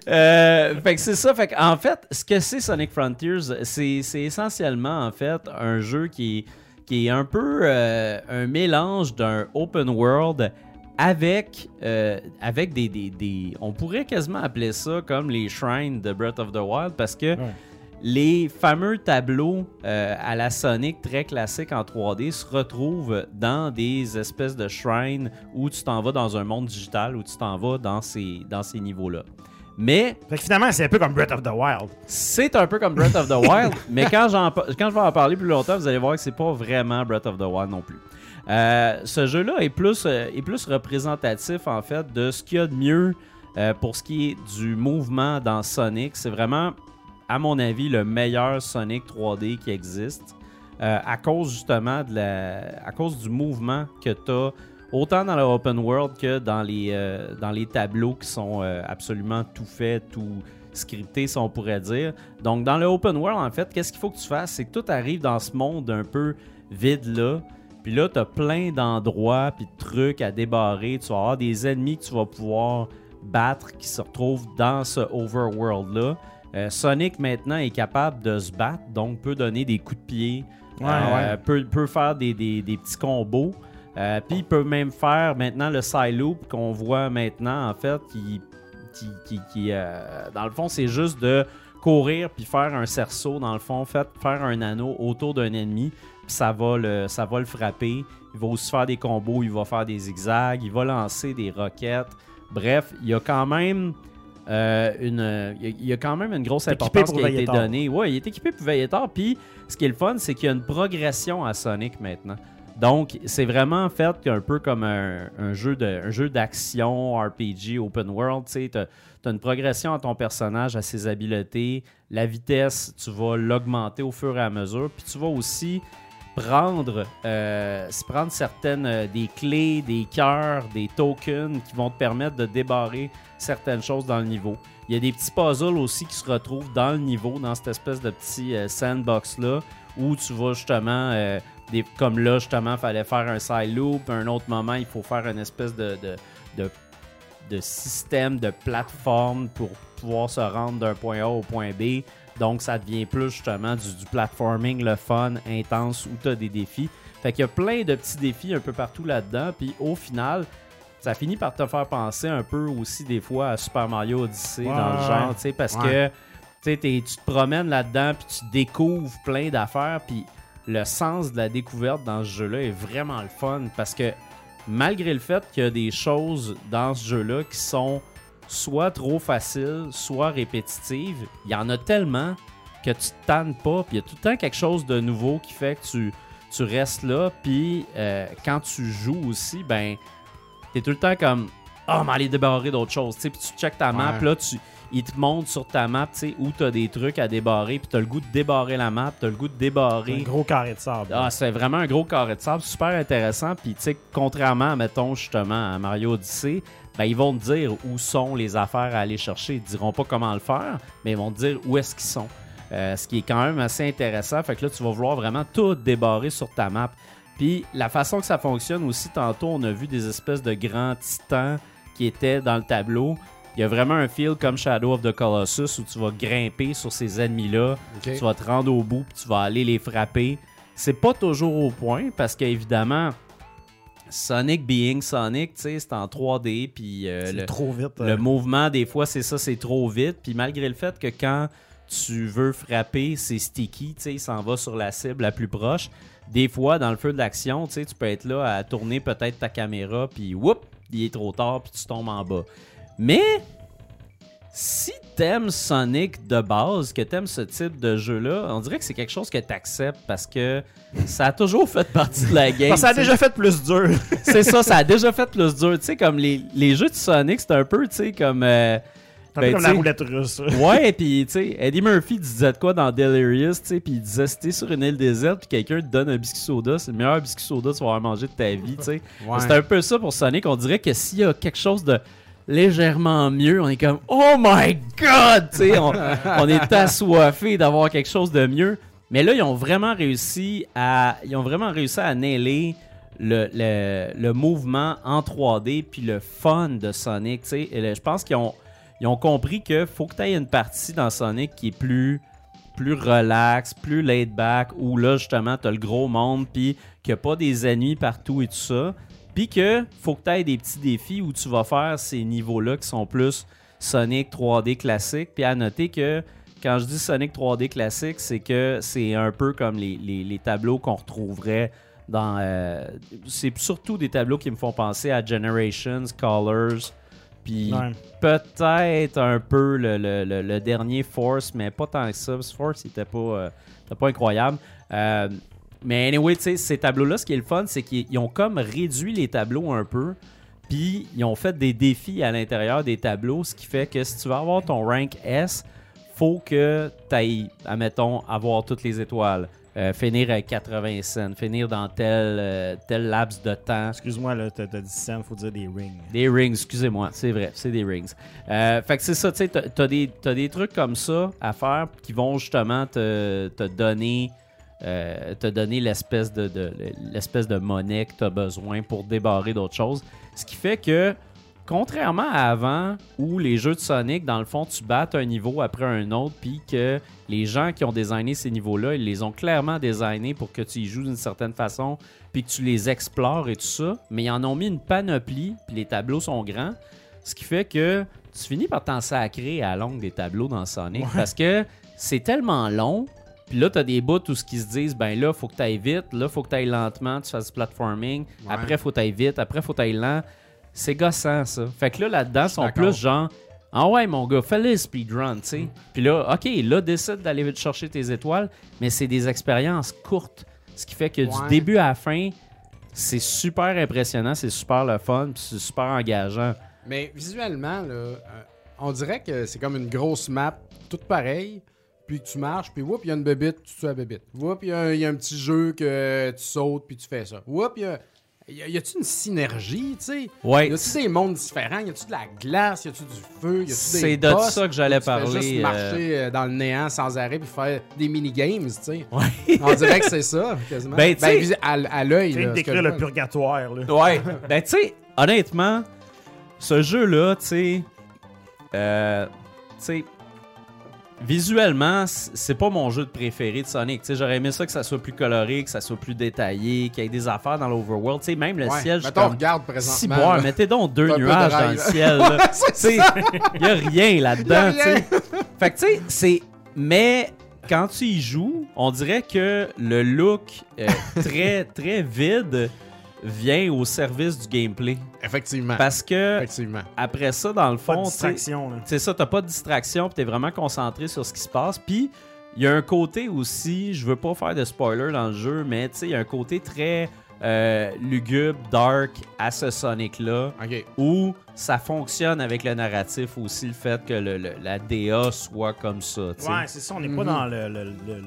D: Euh, fait que c'est ça. Fait que, en fait, ce que c'est Sonic Frontiers, c'est c'est essentiellement en fait un jeu qui, qui est un peu euh, un mélange d'un open world avec, euh, avec des, des- des- On pourrait quasiment appeler ça comme les shrines de Breath of the Wild parce que. Les fameux tableaux euh, à la Sonic très classique en 3D se retrouvent dans des espèces de shrines où tu t'en vas dans un monde digital, où tu t'en vas dans ces, dans ces niveaux-là. Mais
E: Fait que finalement, c'est un peu comme Breath of the Wild.
D: c'est un peu comme Breath of the Wild, mais quand, j'en pa- quand je vais en parler plus longtemps, vous allez voir que c'est pas vraiment Breath of the Wild non plus. Euh, ce jeu-là est plus, euh, est plus représentatif en fait de ce qu'il y a de mieux euh, pour ce qui est du mouvement dans Sonic. C'est vraiment, à mon avis, le meilleur Sonic 3D qui existe euh, à cause justement de la, à cause du mouvement que tu as autant dans le open world que dans les, euh, dans les tableaux qui sont euh, absolument tout faits, tout scriptés, si on pourrait dire. Donc, dans le open world, en fait, qu'est-ce qu'il faut que tu fasses? C'est que tout arrive dans ce monde un peu vide-là. Puis là, tu as plein d'endroits, puis de trucs à débarrer. Tu vas avoir des ennemis que tu vas pouvoir battre qui se retrouvent dans ce overworld-là. Euh, Sonic, maintenant, est capable de se battre, donc peut donner des coups de pied,
E: Ouais,
D: euh, Peut, peut faire des, des- des petits combos. Euh, Puis il peut même faire maintenant le side loop qu'on Euh, voit maintenant, en fait, qui, qui, qui- qui, euh, dans le fond, c'est juste de courir puis faire un cerceau dans le fond, fait, faire un anneau autour d'un ennemi, puis ça va le, ça va le frapper. Il va aussi faire des combos, il va faire des zigzags, il va lancer des roquettes. Bref, il y a quand même euh, une, il y a- il y a quand même une grosse
E: Il est équipé
D: importance
E: pour
D: qui a été
E: Veilletard.
D: donnée. Ouais, il est équipé pour Veilletard. Puis ce qui est le fun, c'est qu'il y a une progression à Sonic maintenant. Donc, c'est vraiment en fait un peu comme un, un jeu de- un jeu d'action RPG open world. Tu as, une progression à ton personnage, à ses habiletés, la vitesse, tu vas l'augmenter au fur et à mesure. Puis tu vas aussi prendre, euh, s- prendre certaines euh, des clés, des cœurs, des tokens qui vont te permettre de débarrer certaines choses dans le niveau. Il y a des petits puzzles aussi qui se retrouvent dans le niveau, dans cette espèce de petit euh, sandbox-là, où tu vas justement, euh, des, comme là, justement, fallait faire un side loop, un autre moment, il faut faire une espèce de, de, de- de système, de plateforme pour pouvoir se rendre d'un point A au point B. Donc, ça devient plus justement du, du platforming, le fun, intense, où tu as des défis. Fait qu'il y a plein de petits défis un peu partout là-dedans. Puis au final, ça finit par te faire penser un peu aussi des fois à Super Mario Odyssey
E: Ouais.
D: dans le genre, tu sais, parce
B: Ouais.
D: que tu sais, t'es- tu te promènes là-dedans, puis tu découvres plein d'affaires, puis le sens de la découverte dans ce jeu-là est vraiment le fun, parce que malgré le fait qu'il y a des choses dans ce jeu-là qui sont soit trop faciles, soit répétitives, il y en a tellement que tu te tannes pas, puis il y a tout le temps quelque chose de nouveau qui fait que tu, tu restes là, puis euh, quand tu joues aussi, ben, t'es tout le temps comme Ah, mais allez débarrer d'autres choses, tu sais, puis tu checkes ta map,
B: Ouais.
D: là, tu, il te montre sur ta map, tu sais, où t'as des trucs à débarrer, puis t'as le goût de débarrer la map, t'as le goût de
E: Un
D: débarrer.
E: gros carré de sable. hein.
D: Ah, c'est vraiment un gros carré de sable, super intéressant. Puis, tu sais, contrairement, mettons, justement, à Mario Odyssey, ben, ils vont te dire où sont les affaires à aller chercher. Ils te diront pas comment le faire, mais ils vont te dire où est-ce qu'ils sont. Euh, ce qui est quand même assez intéressant. Fait que là, tu vas vouloir vraiment tout débarrer sur ta map. Puis, la façon que ça fonctionne aussi, tantôt, on a vu des espèces de grands titans qui étaient dans le tableau. Il y a vraiment un feel comme Shadow of the Colossus où tu vas grimper sur ces ennemis-là.
B: Ok.
D: Tu vas te rendre au bout, puis tu vas aller les frapper. C'est pas toujours au point parce qu'évidemment, Sonic being Sonic, tu sais, c'est en 3D, puis euh,
E: C'est
D: le,
E: trop vite.
D: le mouvement, des fois, c'est ça, c'est trop vite. Puis malgré le fait que quand tu veux frapper, c'est sticky, tu sais, il s'en va sur la cible la plus proche. Des fois, dans le feu de l'action, tu sais, tu peux être là à tourner peut-être ta caméra, puis whoop, il est trop tard, puis tu tombes en bas. Mais si t'aimes Sonic de base, que t'aimes ce type de jeu-là, on dirait que c'est quelque chose que t'acceptes parce que ça a toujours fait partie de la game.
E: Parce que ça a
D: tu sais.
E: déjà fait plus dur.
D: C'est ça, ça a déjà fait plus dur. Tu sais, comme les, les jeux de Sonic, c'est un peu, tu sais, comme. euh,
E: C'est un peu
D: ben,
E: comme
D: tu
E: la
D: sais,
E: roulette russe. ça.
D: Ouais, puis tu sais, Eddie Murphy disait de quoi dans Delirious, tu sais, puis il disait si t'es sur une île déserte, puis quelqu'un te donne un biscuit soda, c'est le meilleur biscuit soda que tu vas avoir mangé de ta vie, tu sais.
B: Ouais.
D: C'est un peu ça pour Sonic, on dirait que s'il y a quelque chose de légèrement mieux, on est comme oh my god, tu sais, on, on est assoiffé d'avoir quelque chose de mieux. Mais là, ils ont vraiment réussi à ils ont vraiment réussi à nailer le, le- le mouvement en 3D puis le fun de Sonic, tu sais, Et là, je pense qu'ils ont ils ont compris que faut que tu aies une partie dans Sonic qui est plus plus relax, plus laid back, où là justement t'as le gros monde, puis qu'il n'y a pas des ennemis partout et tout ça, puis que faut que tu aies des petits défis où tu vas faire ces niveaux-là qui sont plus Sonic 3D classique, puis à noter que quand je dis Sonic 3D classique, c'est que c'est un peu comme les, les- les tableaux qu'on retrouverait dans... euh, c'est surtout des tableaux qui me font penser à Generations, Colors, puis
E: Ouais.
D: peut-être un peu le, le- le- le dernier Force, mais pas tant que ça. parce que Force, il était pas, euh, était pas incroyable. Euh, mais anyway, tu sais, ces tableaux-là, ce qui est le fun, c'est qu'ils ils ont comme réduit les tableaux un peu. Puis, ils ont fait des défis à l'intérieur des tableaux, ce qui fait que si tu veux avoir ton rank S, faut que tu ailles, admettons, avoir toutes les étoiles. Euh, finir à 80 cents, finir dans tel, euh, tel laps de temps.
E: Excuse-moi, là, t'as t'as dit Sam, faut dire des rings.
D: Des rings, excusez-moi, c'est vrai, c'est des rings. Euh, fait que c'est ça, tu sais, t'as- t'as des, t'as des trucs comme ça à faire qui vont justement te, te donner, euh, te donner l'espèce de, de- l'espèce de monnaie que t'as besoin pour débarrer d'autres choses. Ce qui fait que, contrairement à avant, où les jeux de Sonic, dans le fond, tu battes un niveau après un autre, puis que les gens qui ont designé ces niveaux-là, ils les ont clairement designés pour que tu y joues d'une certaine façon, puis que tu les explores et tout ça. Mais ils en ont mis une panoplie, puis les tableaux sont grands, ce qui fait que tu finis par t'en sacrer à la longue des tableaux dans Sonic parce que c'est tellement long. Puis là, t'as des bouts où ce qui se disent, ben là, faut que t'ailles vite, là, faut que t'ailles lentement, tu fasses du platforming, après, faut que t'ailles vite, après, faut que t'ailles lent. C'est gossant, ça. Fait que là, là-dedans, sont
B: d'accord.
D: plus genre, ah ouais, mon gars, fais le speedrun, tu sais. Puis là, OK, là, décide d'aller chercher tes étoiles, mais c'est des expériences courtes. Ce qui fait que
B: Ouais.
D: du début à la fin, c'est super impressionnant, c'est super le fun, puis c'est super engageant.
B: Mais visuellement, là, euh, on dirait que c'est comme une grosse map, toute pareille. Puis que tu marches, puis whoop, il y a une bébite, tu tues la bébite. Whoop, il y, a un- il y a un petit jeu que tu sautes, puis tu fais ça. Whoop, il y a. y a- Y a-tu une synergie, tu sais?
D: Ouais.
B: Y a-tu des mondes différents? Y a-tu de la glace? Y a-tu du feu? Y a-tu des
D: C'est de
B: boss?
D: ça que j'allais
B: Tu fais
D: parler,
B: juste
D: euh,
B: marcher euh, dans le néant sans arrêt puis faire des mini-games, tu sais.
D: Ouais.
B: On dirait que c'est ça, quasiment.
D: Ben, tu sais-
B: vis- à, à l'œil.
E: Tu viens
B: là,
E: de
B: ce que je
E: décrire le
B: vois.
E: purgatoire, là.
D: Ouais. ben, tu sais, honnêtement, ce jeu-là, tu sais. euh, tu sais. Visuellement, c- c'est pas mon jeu de préféré de Sonic. Tu sais, J'aurais aimé ça que ça soit plus coloré, que ça soit plus détaillé, qu'il y ait des affaires dans l'overworld. Tu sais, Même le
B: Ouais.
D: ciel, je suis
B: Mettons,
D: comme,
B: regarde présentement.
D: Si bon,
B: là.
D: mettez donc deux
B: C'est un peu de
D: nuages dans
B: rêve.
D: le ciel. là. Tu sais, Il y a rien là-dedans.
B: Y a rien.
D: tu sais. Fait que tu sais, c'est. Mais quand tu y joues, on dirait que le look euh, très, très vide vient au service du gameplay.
B: Effectivement.
D: Parce que
B: Effectivement.
D: après ça, dans le
E: Pas de
D: fond, tu sais,
E: distraction, là.
D: c'est ça, t'as pas de distraction, puis t'es vraiment concentré sur ce qui se passe. Puis il y a un côté aussi, je veux pas faire de spoiler dans le jeu, mais tu sais, il y a un côté très euh, lugubre, dark à ce Sonic-là,
B: OK.
D: où ça fonctionne avec le narratif aussi, le fait que le- le- la DA soit comme ça. tu sais.
E: Ouais, c'est ça, on n'est pas
B: Mhm.
E: dans le- le- le- le-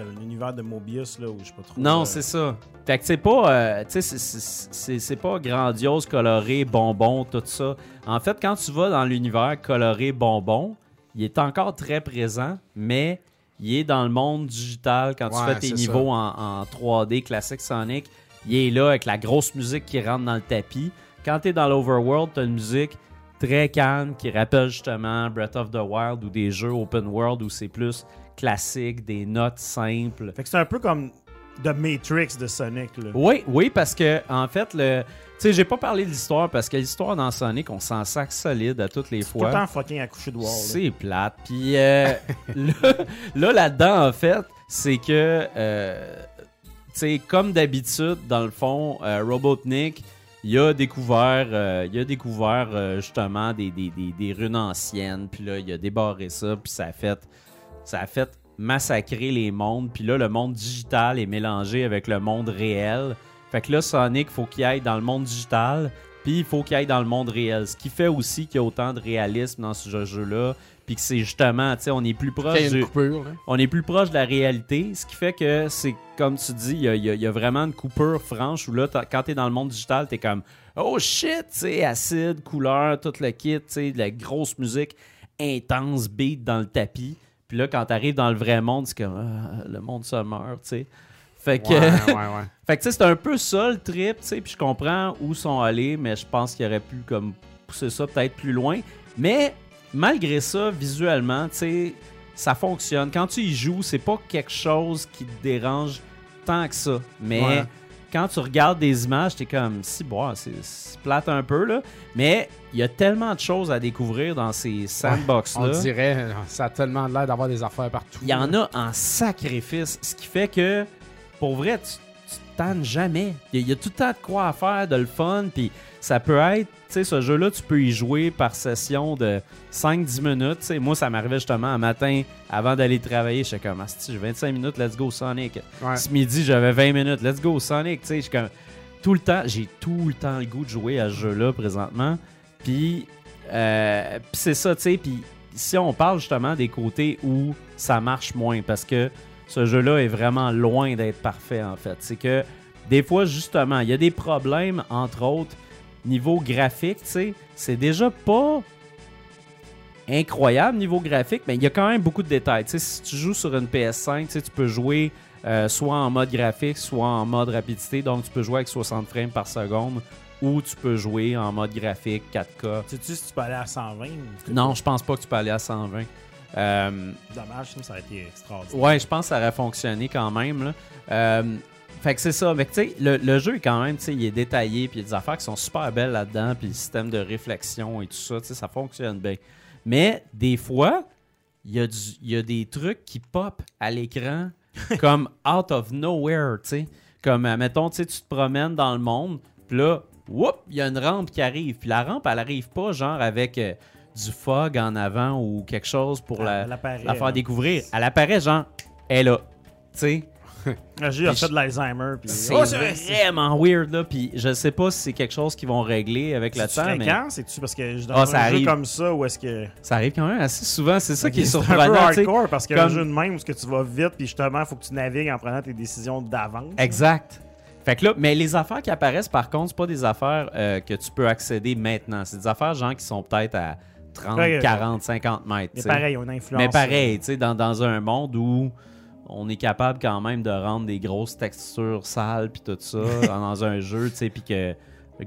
E: le- le- l'univers de Mobius, là, où je sais pas trop.
D: Non,
E: euh,
D: c'est ça. Fait que c'est pas, euh, tu sais, c'est- c'est- c'est c'est pas grandiose, coloré, bonbon, tout ça. En fait, quand tu vas dans l'univers coloré, bonbon, il est encore très présent, mais il est dans le monde digital. Quand
B: Ouais,
D: tu fais tes
B: c'est
D: niveaux en, en 3D classique Sonic, il est là avec la grosse musique qui rentre dans le tapis. Quand tu es dans l'Overworld, tu as une musique très calme qui rappelle justement Breath of the Wild ou des jeux open world où c'est plus classique, des notes simples.
E: Fait que c'est un peu comme The Matrix de Sonic, là.
D: Oui, oui, parce que en fait, le, tu sais, j'ai pas parlé de l'histoire parce que l'histoire dans Sonic, on s'en sac solide à toutes les
E: Tout le
D: fois.
E: temps fucking accouché de là.
D: C'est plate. Puis euh, là, là, là-dedans, en fait, c'est que, euh, tu sais, comme d'habitude, dans le fond, euh, Robotnik, il a découvert, euh, il a découvert euh, justement des, des, des, des runes anciennes. Puis là, il a débarré ça. Puis ça a fait, ça a fait massacrer les mondes. Puis là, le monde digital est mélangé avec le monde réel. Fait que là, Sonic, faut qu'il aille dans le monde digital. Puis il faut qu'il aille dans le monde réel. Ce qui fait aussi qu'il y a autant de réalisme dans ce jeu- jeu-là. Puis que c'est justement, tu sais, on est plus
B: Il y a
D: proche
B: une
D: du,
B: coupure, là.
D: on est plus proche de la réalité, ce qui fait que c'est comme tu dis, il y a, il y a- il y a vraiment une coupure franche où là, t'as- quand t'es dans le monde digital, t'es comme oh shit, tu sais, acide, couleur, tout le kit, tu sais, de la grosse musique intense, beat dans le tapis. Puis là, quand t'arrives dans le vrai monde, c'est comme Ah, le monde se meurt, tu sais. Fait que.
B: Ouais, ouais, ouais.
D: Fait que tu sais, c'est un peu ça le trip, tu sais, puis je comprends où sont allés, mais je pense qu'il aurait pu comme pousser ça peut-être plus loin. Mais malgré ça, visuellement, tu sais, ça fonctionne. Quand tu y joues, c'est pas quelque chose qui te dérange tant que ça. Mais
B: Ouais.
D: quand tu regardes des images, t'es comme si bon, c'est c'est plate un peu là. Mais il y a tellement de choses à découvrir dans ces sandbox là.
B: On dirait, euh, ça a tellement l'air d'avoir des affaires partout.
D: Il y en a en sacrifice, ce qui fait que, pour vrai, tu, tu te tannes jamais. Il y, a- il y a tout le temps de quoi à faire, de le fun, puis ça peut être, tu sais, ce jeu-là, tu peux y jouer par session de 5-10 minutes. tu sais. moi, ça m'arrivait justement un matin, avant d'aller travailler, j'étais comme, ah, j'ai 25 minutes, let's go Sonic.
B: Ouais.
D: Ce midi, j'avais 20 minutes, let's go Sonic, tu sais, je suis comme, tout le temps, j'ai tout le temps le goût de jouer à ce jeu-là présentement. Puis, euh, puis c'est ça, tu sais. Puis si on parle justement des côtés où ça marche moins, parce que ce jeu-là est vraiment loin d'être parfait, en fait. C'est que des fois, justement, il y a des problèmes, entre autres, niveau graphique, tu sais. C'est déjà pas incroyable niveau graphique, mais il y a quand même beaucoup de détails. Tu sais, si tu joues sur une PS5, tu sais, tu peux jouer euh, soit en mode graphique, soit en mode rapidité. Donc, tu peux jouer avec 60 frames par seconde ou tu peux jouer en mode graphique 4K.
E: Sais-tu si tu peux aller à 120? ou-
D: Non, je pense pas que tu peux aller à 120. Euh,
E: Dommage, ça, ça a été extraordinaire.
D: ouais, je pense que ça aurait fonctionné quand même. là. Euh, Fait que c'est ça. Mais tu sais, le, le jeu, quand même, tu sais, il est détaillé, puis il y a des affaires qui sont super belles là-dedans, puis le système de réflexion et tout ça, tu sais, ça fonctionne bien. Mais des fois, il y, a du- il y a des trucs qui pop à l'écran comme out of nowhere, tu sais. Comme, euh, mettons, tu sais, tu te promènes dans le monde, puis là, whoop, il y a une rampe qui arrive. Puis la rampe, elle arrive pas genre avec euh, du fog en avant ou quelque chose pour
E: Elle- hein.
D: la,
E: elle apparaît,
D: la
E: là.
D: faire découvrir. Elle apparaît genre, elle est là, tu sais.
E: J'ai fait de l'Alzheimer. puis-
D: Oh. C'est
E: Oh,
D: vraiment weird, là. Puis je sais pas si c'est quelque chose qu'ils vont régler avec le
E: C'est
D: temps, mais
E: fréquent, c'est-tu parce que je dans
D: Ah,
E: un
D: ça
E: jeu
D: arrive.
E: comme ça où est-ce que.
D: ça arrive quand même assez souvent. C'est ça qui est
E: C'est un peu
D: surprenant, tu sais.
E: hardcore parce que
D: comme-
E: un jeu de même où est-ce que tu vas vite puis justement faut que tu navigues en prenant tes décisions d'avance.
D: Exact. Fait que là, mais les affaires qui apparaissent, par contre, c'est pas des affaires euh, que tu peux accéder maintenant. C'est des affaires, genre, qui sont peut-être à 30,
E: Ouais, ouais.
D: 40, 50 mètres.
E: Mais
D: tu sais.
E: pareil, on a une influence.
D: Mais pareil, tu sais, dans, dans un monde où on est capable quand même de rendre des grosses textures sales puis tout ça dans- dans un jeu, tu sais, puis que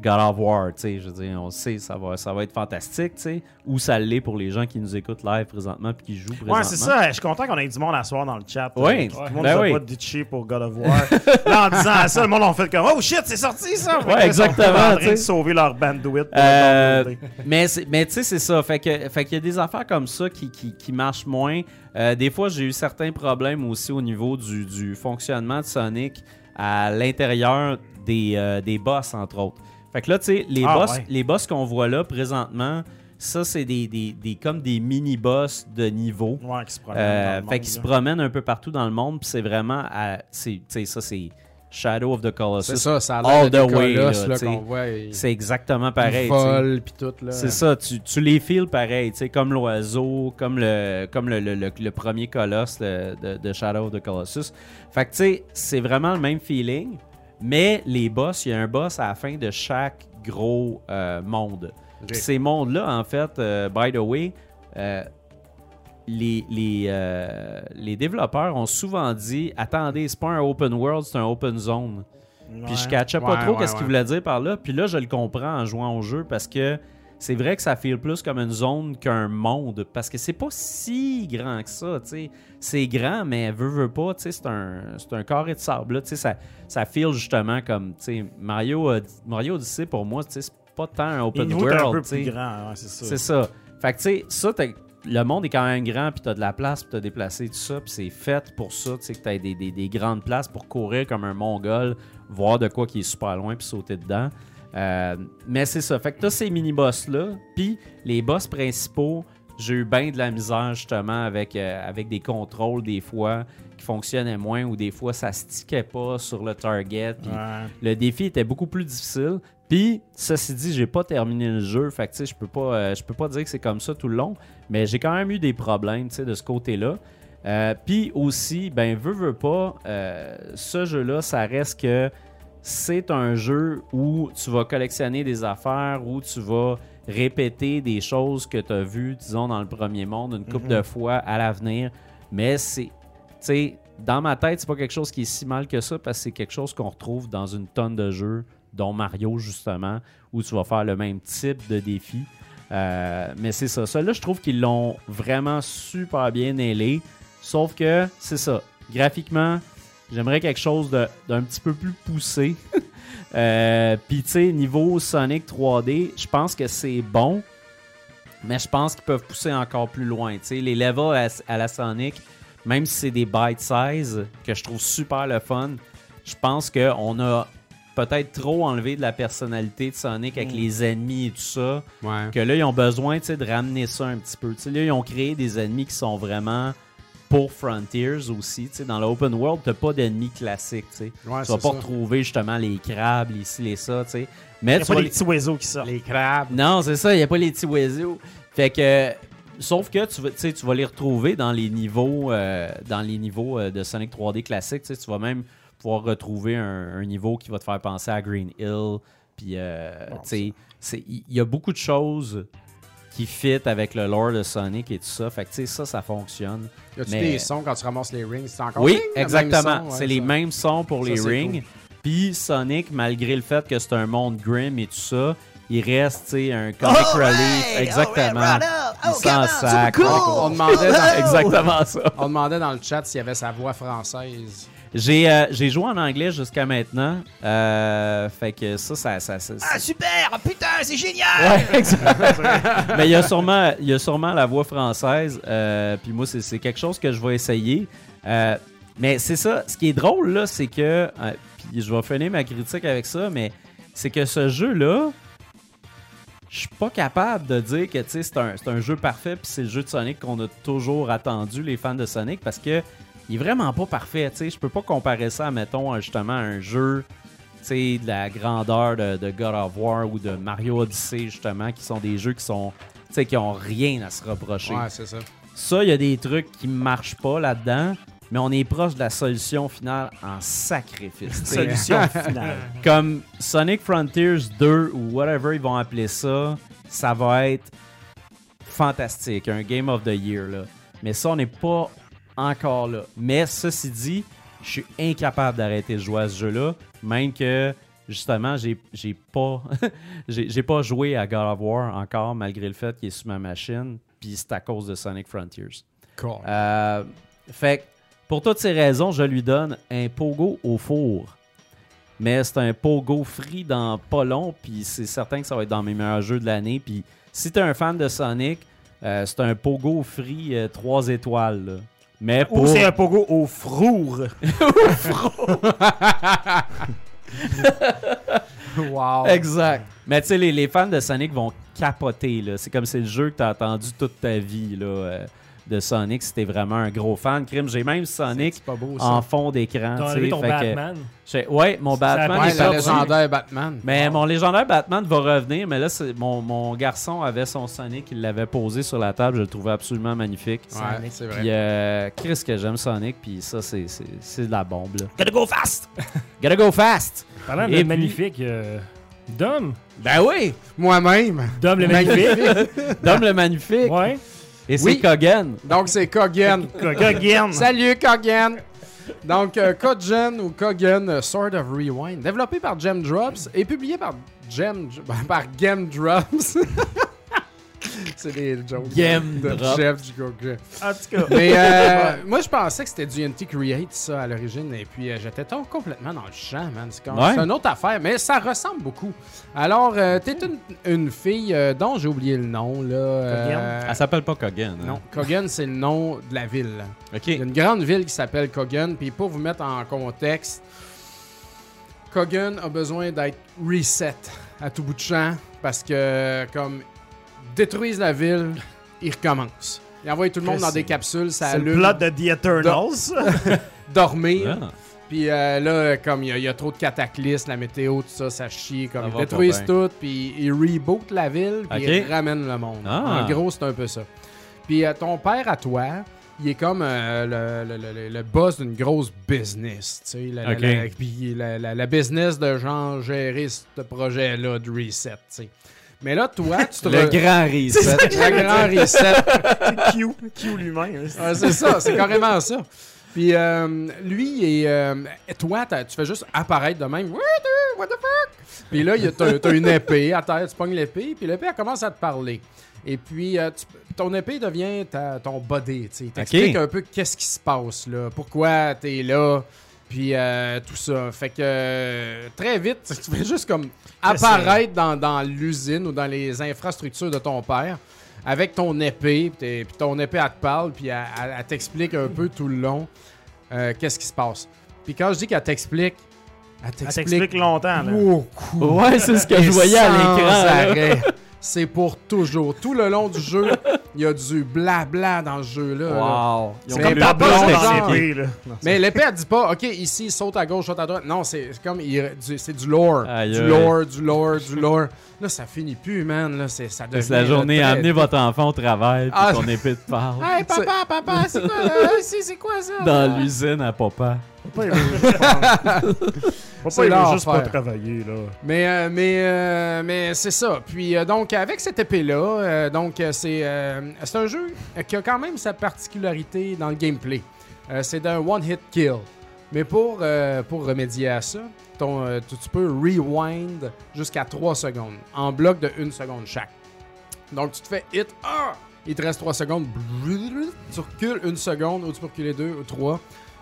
D: God of War, tu sais, je veux dire, on sait, ça va, ça va être fantastique, tu sais, ou ça l'est pour les gens qui nous écoutent live présentement puis qui jouent présentement.
E: Ouais, c'est ça. Je suis content qu'on ait du monde à soir dans le chat.
D: Ouais,
E: Euh, Tout le monde
D: ben
E: nous a
D: oui.
E: pas ditché pour God of War. Là, en disant ça, le monde on fait comme Oh shit, c'est sorti ça! Fait que là, ils sont
D: exactement,
E: en train de
D: tu sais.
E: sauver leur bandwidth. pour
D: Euh,
E: leur downloader.
D: mais c'est- mais tu sais, c'est ça. Fait que fait qu'il y a des affaires comme ça qui, qui, qui marchent moins. Euh, des fois, j'ai eu certains problèmes aussi au niveau du, du fonctionnement de Sonic à l'intérieur des, euh, des boss, entre autres. Fait que là, tu sais, les,
E: Ah,
D: boss,
E: ouais.
D: les boss qu'on voit là présentement, ça, c'est des, des, des- comme des mini-boss de niveau.
E: Ouais, qui se promènent dans
D: Euh, fait
E: le monde,
D: qu'ils se
E: là.
D: promènent un peu partout dans le monde. Puis c'est vraiment. à- c'est- Tu sais, ça, c'est Shadow of the Colossus.
B: C'est ça, ça a
D: all
B: l'air de
D: the way,
B: colosses,
D: là,
B: là,
D: t'sais.
B: qu'on voit. il-
D: C'est exactement
B: il
D: pareil. tu sais.
B: vole, puis tout, là.
D: C'est ça, tu, tu les files pareil, tu sais, comme l'oiseau, comme le comme le, le- le- le premier colosse le- de, de Shadow of the Colossus. Fait que tu sais, c'est vraiment le même feeling, mais les boss, il y a un boss à la fin de chaque gros euh, monde. Puis Ces mondes-là, en fait, euh, by the way, euh, les, les, euh, les développeurs ont souvent dit attendez, c'est pas un open world, c'est un open zone. Puis je catchais pas
B: Ouais,
D: trop
B: ouais,
D: qu'est-ce
B: ouais.
D: qu'il voulait dire par là. Puis là, je le comprends en jouant au jeu parce que c'est vrai que ça file plus comme une zone qu'un monde parce que c'est pas si grand que ça, tu sais. C'est grand, mais veut, veut pas, tu sais, c'est un, c'est un carré de sable, là, tu sais, ça, ça file justement comme, tu sais, Mario, euh, Mario Odyssey, pour moi, tu sais, c'est pas tant un
E: Les
D: open
E: niveaux étaient un peu
D: world, tu
E: plus
D: sais.
E: grands, ouais, c'est ça.
D: C'est ça. Fait que, tu sais, ça, t'as- le monde est quand même grand, puis t'as de la place, puis t'as déplacé tout ça, puis c'est fait pour ça, tu sais, que t'as des, des, des grandes places pour courir comme un Mongol, voir de quoi qui est super loin, puis sauter dedans. Euh, mais c'est ça. Fait que t'as ces mini-boss-là, puis les boss principaux, j'ai eu bien de la misère, justement, avec, euh, avec des contrôles, des fois, qui fonctionnaient moins, ou des fois, ça stickait pas sur le target, puis
E: Ouais.
D: le défi était beaucoup plus difficile. Puis, ceci dit, j'ai pas terminé le jeu. Fait que, tu sais, je peux pas, euh, je peux pas dire que c'est comme ça tout le long. Mais j'ai quand même eu des problèmes, tu sais, de ce côté-là. Euh, Puis aussi, ben, veux, veux pas, euh, ce jeu-là, ça reste que c'est un jeu où tu vas collectionner des affaires, où tu vas répéter des choses que tu as vues, disons, dans le premier monde une couple de fois à l'avenir. Mais c'est, tu sais, dans ma tête, c'est pas quelque chose qui est si mal que ça parce que c'est quelque chose qu'on retrouve dans une tonne de jeux, dont Mario justement, où tu vas faire le même type de défi. Euh, mais c'est ça. Ça, là, je trouve qu'ils l'ont vraiment super bien ailé. Sauf que, c'est ça. Graphiquement, j'aimerais quelque chose de- d'un petit peu plus poussé. Euh, Puis, tu sais, niveau Sonic 3D, je pense que c'est bon. Mais je pense qu'ils peuvent pousser encore plus loin. Tu sais, les levels à, à la Sonic, même si c'est des bite size, que je trouve super le fun, je pense qu'on a peut-être trop enlevé de la personnalité de Sonic avec les ennemis et tout ça.
B: Ouais.
D: Que là, ils ont besoin tu sais, de ramener ça un petit peu. Tu sais, là, ils ont créé des ennemis qui sont vraiment pour Frontiers aussi. Tu sais, dans l'open world, t'as pas d'ennemis classiques. tu sais.
B: Ouais,
D: tu vas
B: c'est
D: pas
B: ça.
D: retrouver justement les crabes, les ci, les ça. tu sais. Mais
E: Il y a
D: tu
E: pas
D: vas
E: des petits oiseaux qui sortent.
B: Les crabes.
D: non, c'est ça, il n'y a pas les petits oiseaux. Fait que. Sauf que tu, vas- tu sais, tu vas les retrouver dans les niveaux, euh, dans les niveaux euh, de Sonic 3D classique. Tu sais, tu vas même pouvoir retrouver un, un niveau qui va te faire penser à Green Hill. Puis, euh, tu sais, c'est- il y, a beaucoup de choses qui fit avec le lore de Sonic et tout ça. Fait que, tu sais, ça, ça fonctionne.
B: Y a-tu
D: Mais-
B: des sons quand tu ramasses les rings? C'est encore
D: Oui,
B: Ding, le même
D: exactement.
B: son, ouais,
D: c'est les
B: ça.
D: mêmes sons pour
B: Ça,
D: les
B: c'est
D: rings. Puis Sonic, malgré le fait que c'est un monde grim et tout ça, il reste tu sais, un comic relief. exactement. il s'en sac.
B: On demandait dans-
D: Exactement ça.
B: On demandait dans le chat s'il y avait sa voix française.
D: J'ai euh, j'ai joué en anglais jusqu'à maintenant. Euh, fait que ça, ça. ça, ça- ça-
C: super! Ah, putain, c'est génial!
D: Ouais, exact. Mais il y, a sûrement, il y a sûrement la voix française. euh, Puis moi, c'est- c'est quelque chose que je vais essayer. Euh, mais c'est ça. Ce qui est drôle, là, c'est que. euh, Puis je vais finir ma critique avec ça, mais c'est que ce jeu-là. Je suis pas capable de dire que tu sais, c'est un, c'est un jeu parfait, puis c'est le jeu de Sonic qu'on a toujours attendu, les fans de Sonic, parce que il est vraiment pas parfait. tu sais. Je peux pas comparer ça, mettons, à, justement, à un jeu tu sais, de la grandeur de, de God of War ou de Mario Odyssey, justement, qui sont des jeux qui sont tu sais, qui ont rien à se reprocher.
B: Ouais, c'est ça.
D: Ça, il y a des trucs qui marchent pas là-dedans, mais on est proche de la solution finale en sacrifice. tu sais.
E: Solution finale.
D: Comme Sonic Frontiers 2 ou whatever ils vont appeler ça, ça va être fantastique, un Game of the Year. Là. Mais ça, on n'est pas encore là. Mais ceci dit, je suis incapable d'arrêter de jouer à ce jeu-là, même que justement, j'ai j'ai pas, j'ai j'ai pas joué à God of War encore, malgré le fait qu'il est sur ma machine, puis c'est à cause de Sonic Frontiers.
B: Cool.
D: Euh, fait que, pour toutes ces raisons, je lui donne un pogo au four. Mais c'est un pogo free dans pas long, puis c'est certain que ça va être dans mes meilleurs jeux de l'année. Puis si t'es un fan de Sonic, euh, c'est un pogo free 3 étoiles. là. Mais pour...
E: Ou c'est un pogo au frour.
B: Wow.
D: Exact. Mais tu sais, les, les fans de Sonic vont capoter. là. C'est comme c'est le jeu que t'as attendu toute ta vie là, euh, de Sonic si t'es vraiment un gros fan. Crime, j'ai même Sonic
B: C'est pas beau, ça.
D: en fond d'écran.
F: T'as
D: tu sais,
F: enlevé ton
D: fait Ah, que-
F: Batman.
D: J'ai- Ouais, mon
F: Ça
D: Batman
F: apparaît
D: est
B: Ouais, la
F: sorti.
B: légendaire Batman.
D: Mais mon légendaire Batman va revenir, mais là, c'est- mon, mon garçon avait son Sonic, il l'avait posé sur la table, je le trouvais absolument magnifique.
B: Ouais, c'est vrai.
D: Puis, euh, Chris, que j'aime Sonic, puis ça, c'est c'est- c'est de la bombe, là.
C: Gotta go fast!
D: Gotta go fast!
F: Parlant de
D: Et puis-
F: magnifique, euh, Dom.
D: Ben oui!
B: Moi-même.
F: Dom le magnifique.
D: Dom le magnifique!
F: ouais.
D: Et c'est
B: Oui.
D: Kogan!
B: Donc, c'est Kogan.
E: Goguen.
B: Salut, Kogan. Donc, euh, Kogan ou Kogan euh, Sword of Rewind, développé par Gem Drops et publié par Gem, ben, par Game Drops. c'est des jokes.
D: Game
B: de
D: Drops.
B: Jeff du Kogan.
E: En tout cas.
B: Mais euh, moi, je pensais que c'était du NT Create, ça, à l'origine. Et puis, euh, j'étais tom- complètement dans le champ, man. C'est comme-
D: Ouais.
B: c'est une autre affaire, mais ça ressemble beaucoup. Alors, euh, t'es une, une fille euh, dont j'ai oublié le nom, là. euh,
D: Elle s'appelle pas Kogan, hein?
B: non, Kogan, c'est le nom de la ville. Il y a
D: OK.
B: une grande ville qui s'appelle Kogan. Puis, pour vous mettre en contexte, Kogan a besoin d'être reset à tout bout de champ parce que, comme, détruisent la ville, ils recommencent. Ils envoient tout le monde dans des capsules, ça
E: C'est le
B: allume
E: plot de The Eternals.
B: dormir.
D: Ah.
B: Puis euh, là, euh, comme il y, a- il y a trop de cataclysmes, la météo, tout ça, ça chie. Comme
D: Ça
B: ils
D: va
B: détruisent
D: pas
B: tout, puis ils rebootent la ville, puis
D: Ok.
B: ils ramènent le monde.
D: Ah.
B: En gros, c'est un peu ça. Puis euh, ton père à toi, il est comme euh, le, le- le- le- le boss d'une grosse business. Tu sais, la, la-
D: Ok.
B: la- puis la- la- la business de genre gérer ce projet-là de reset. tu sais. Mais là, toi, tu te
D: Le
B: re-
D: grand reset.
B: le grand reset.
E: Q. Q lui-même. hein, c'est-
B: Ah, c'est ça, c'est carrément ça. Puis euh, lui et euh, toi, t'as- tu fais juste apparaître de même. What the- what the fuck? Puis là, il y a- t'as t'as une épée à terre, tu pognes l'épée, puis l'épée, elle commence à te parler. Et puis, euh, tu- ton épée devient ta- ton body, tu sais. Il t'explique un peu qu'est-ce qui se passe, là. Pourquoi t'es là, puis euh, tout ça. Fait que euh, très vite, tu fais juste comme apparaître dans, dans l'usine ou dans les infrastructures de ton père avec ton épée, puis t'es- puis ton épée, elle te parle, puis elle, elle- elle t'explique un peu tout le long euh, qu'est-ce qui se passe. Puis quand je dis qu'elle t'explique, elle
E: Elle
B: t'explique
E: t'explique longtemps. Là.
B: beaucoup.
D: ouais, c'est ce que je
B: Et
D: voyais à
B: sans
D: l'écran. là.
B: arrêt. C'est pour toujours. Tout le long du jeu, il y a du blabla dans ce jeu-là. là.
D: Wow! Ils ont
B: C'est
D: comme
B: pas
D: le
B: bon,
D: bon
B: genre.
D: exemple.
E: l'épée, là. Non,
B: Mais l'épée, elle dit pas, OK, ici, il saute à gauche, saute à droite. Non, c'est c'est comme, il- du- c'est du lore.
D: Aïe,
B: du
D: aïe.
B: lore, du lore, du lore. Là, ça finit plus, man. Là, c'est- ça devient...
D: C'est la journée,
B: là, très-
D: amenez votre enfant au travail, puis
B: Ah.
D: ton épée de parle.
B: Hey, papa, papa, c'est quoi, là? Ici, c'est quoi ça?
D: Dans l'usine à papa.
E: faut pas aimer, je pense. Faut
B: C'est
E: pas aimer juste
B: l'enfer.
E: pas travailler, là.
B: Mais, euh, mais, euh, mais c'est ça. Puis euh, donc, avec cette épée-là, euh, donc euh, c'est euh, c'est un jeu qui a quand même sa particularité dans le gameplay. Euh, c'est d'un one-hit kill. Mais pour, euh, pour remédier à ça, ton, euh, tu, tu peux rewind jusqu'à 3 secondes, en bloc de 1 seconde chaque. Donc, tu te fais hit, ah! il te reste 3 secondes, tu recules 1 seconde, ou tu peux reculer 2 ou 3.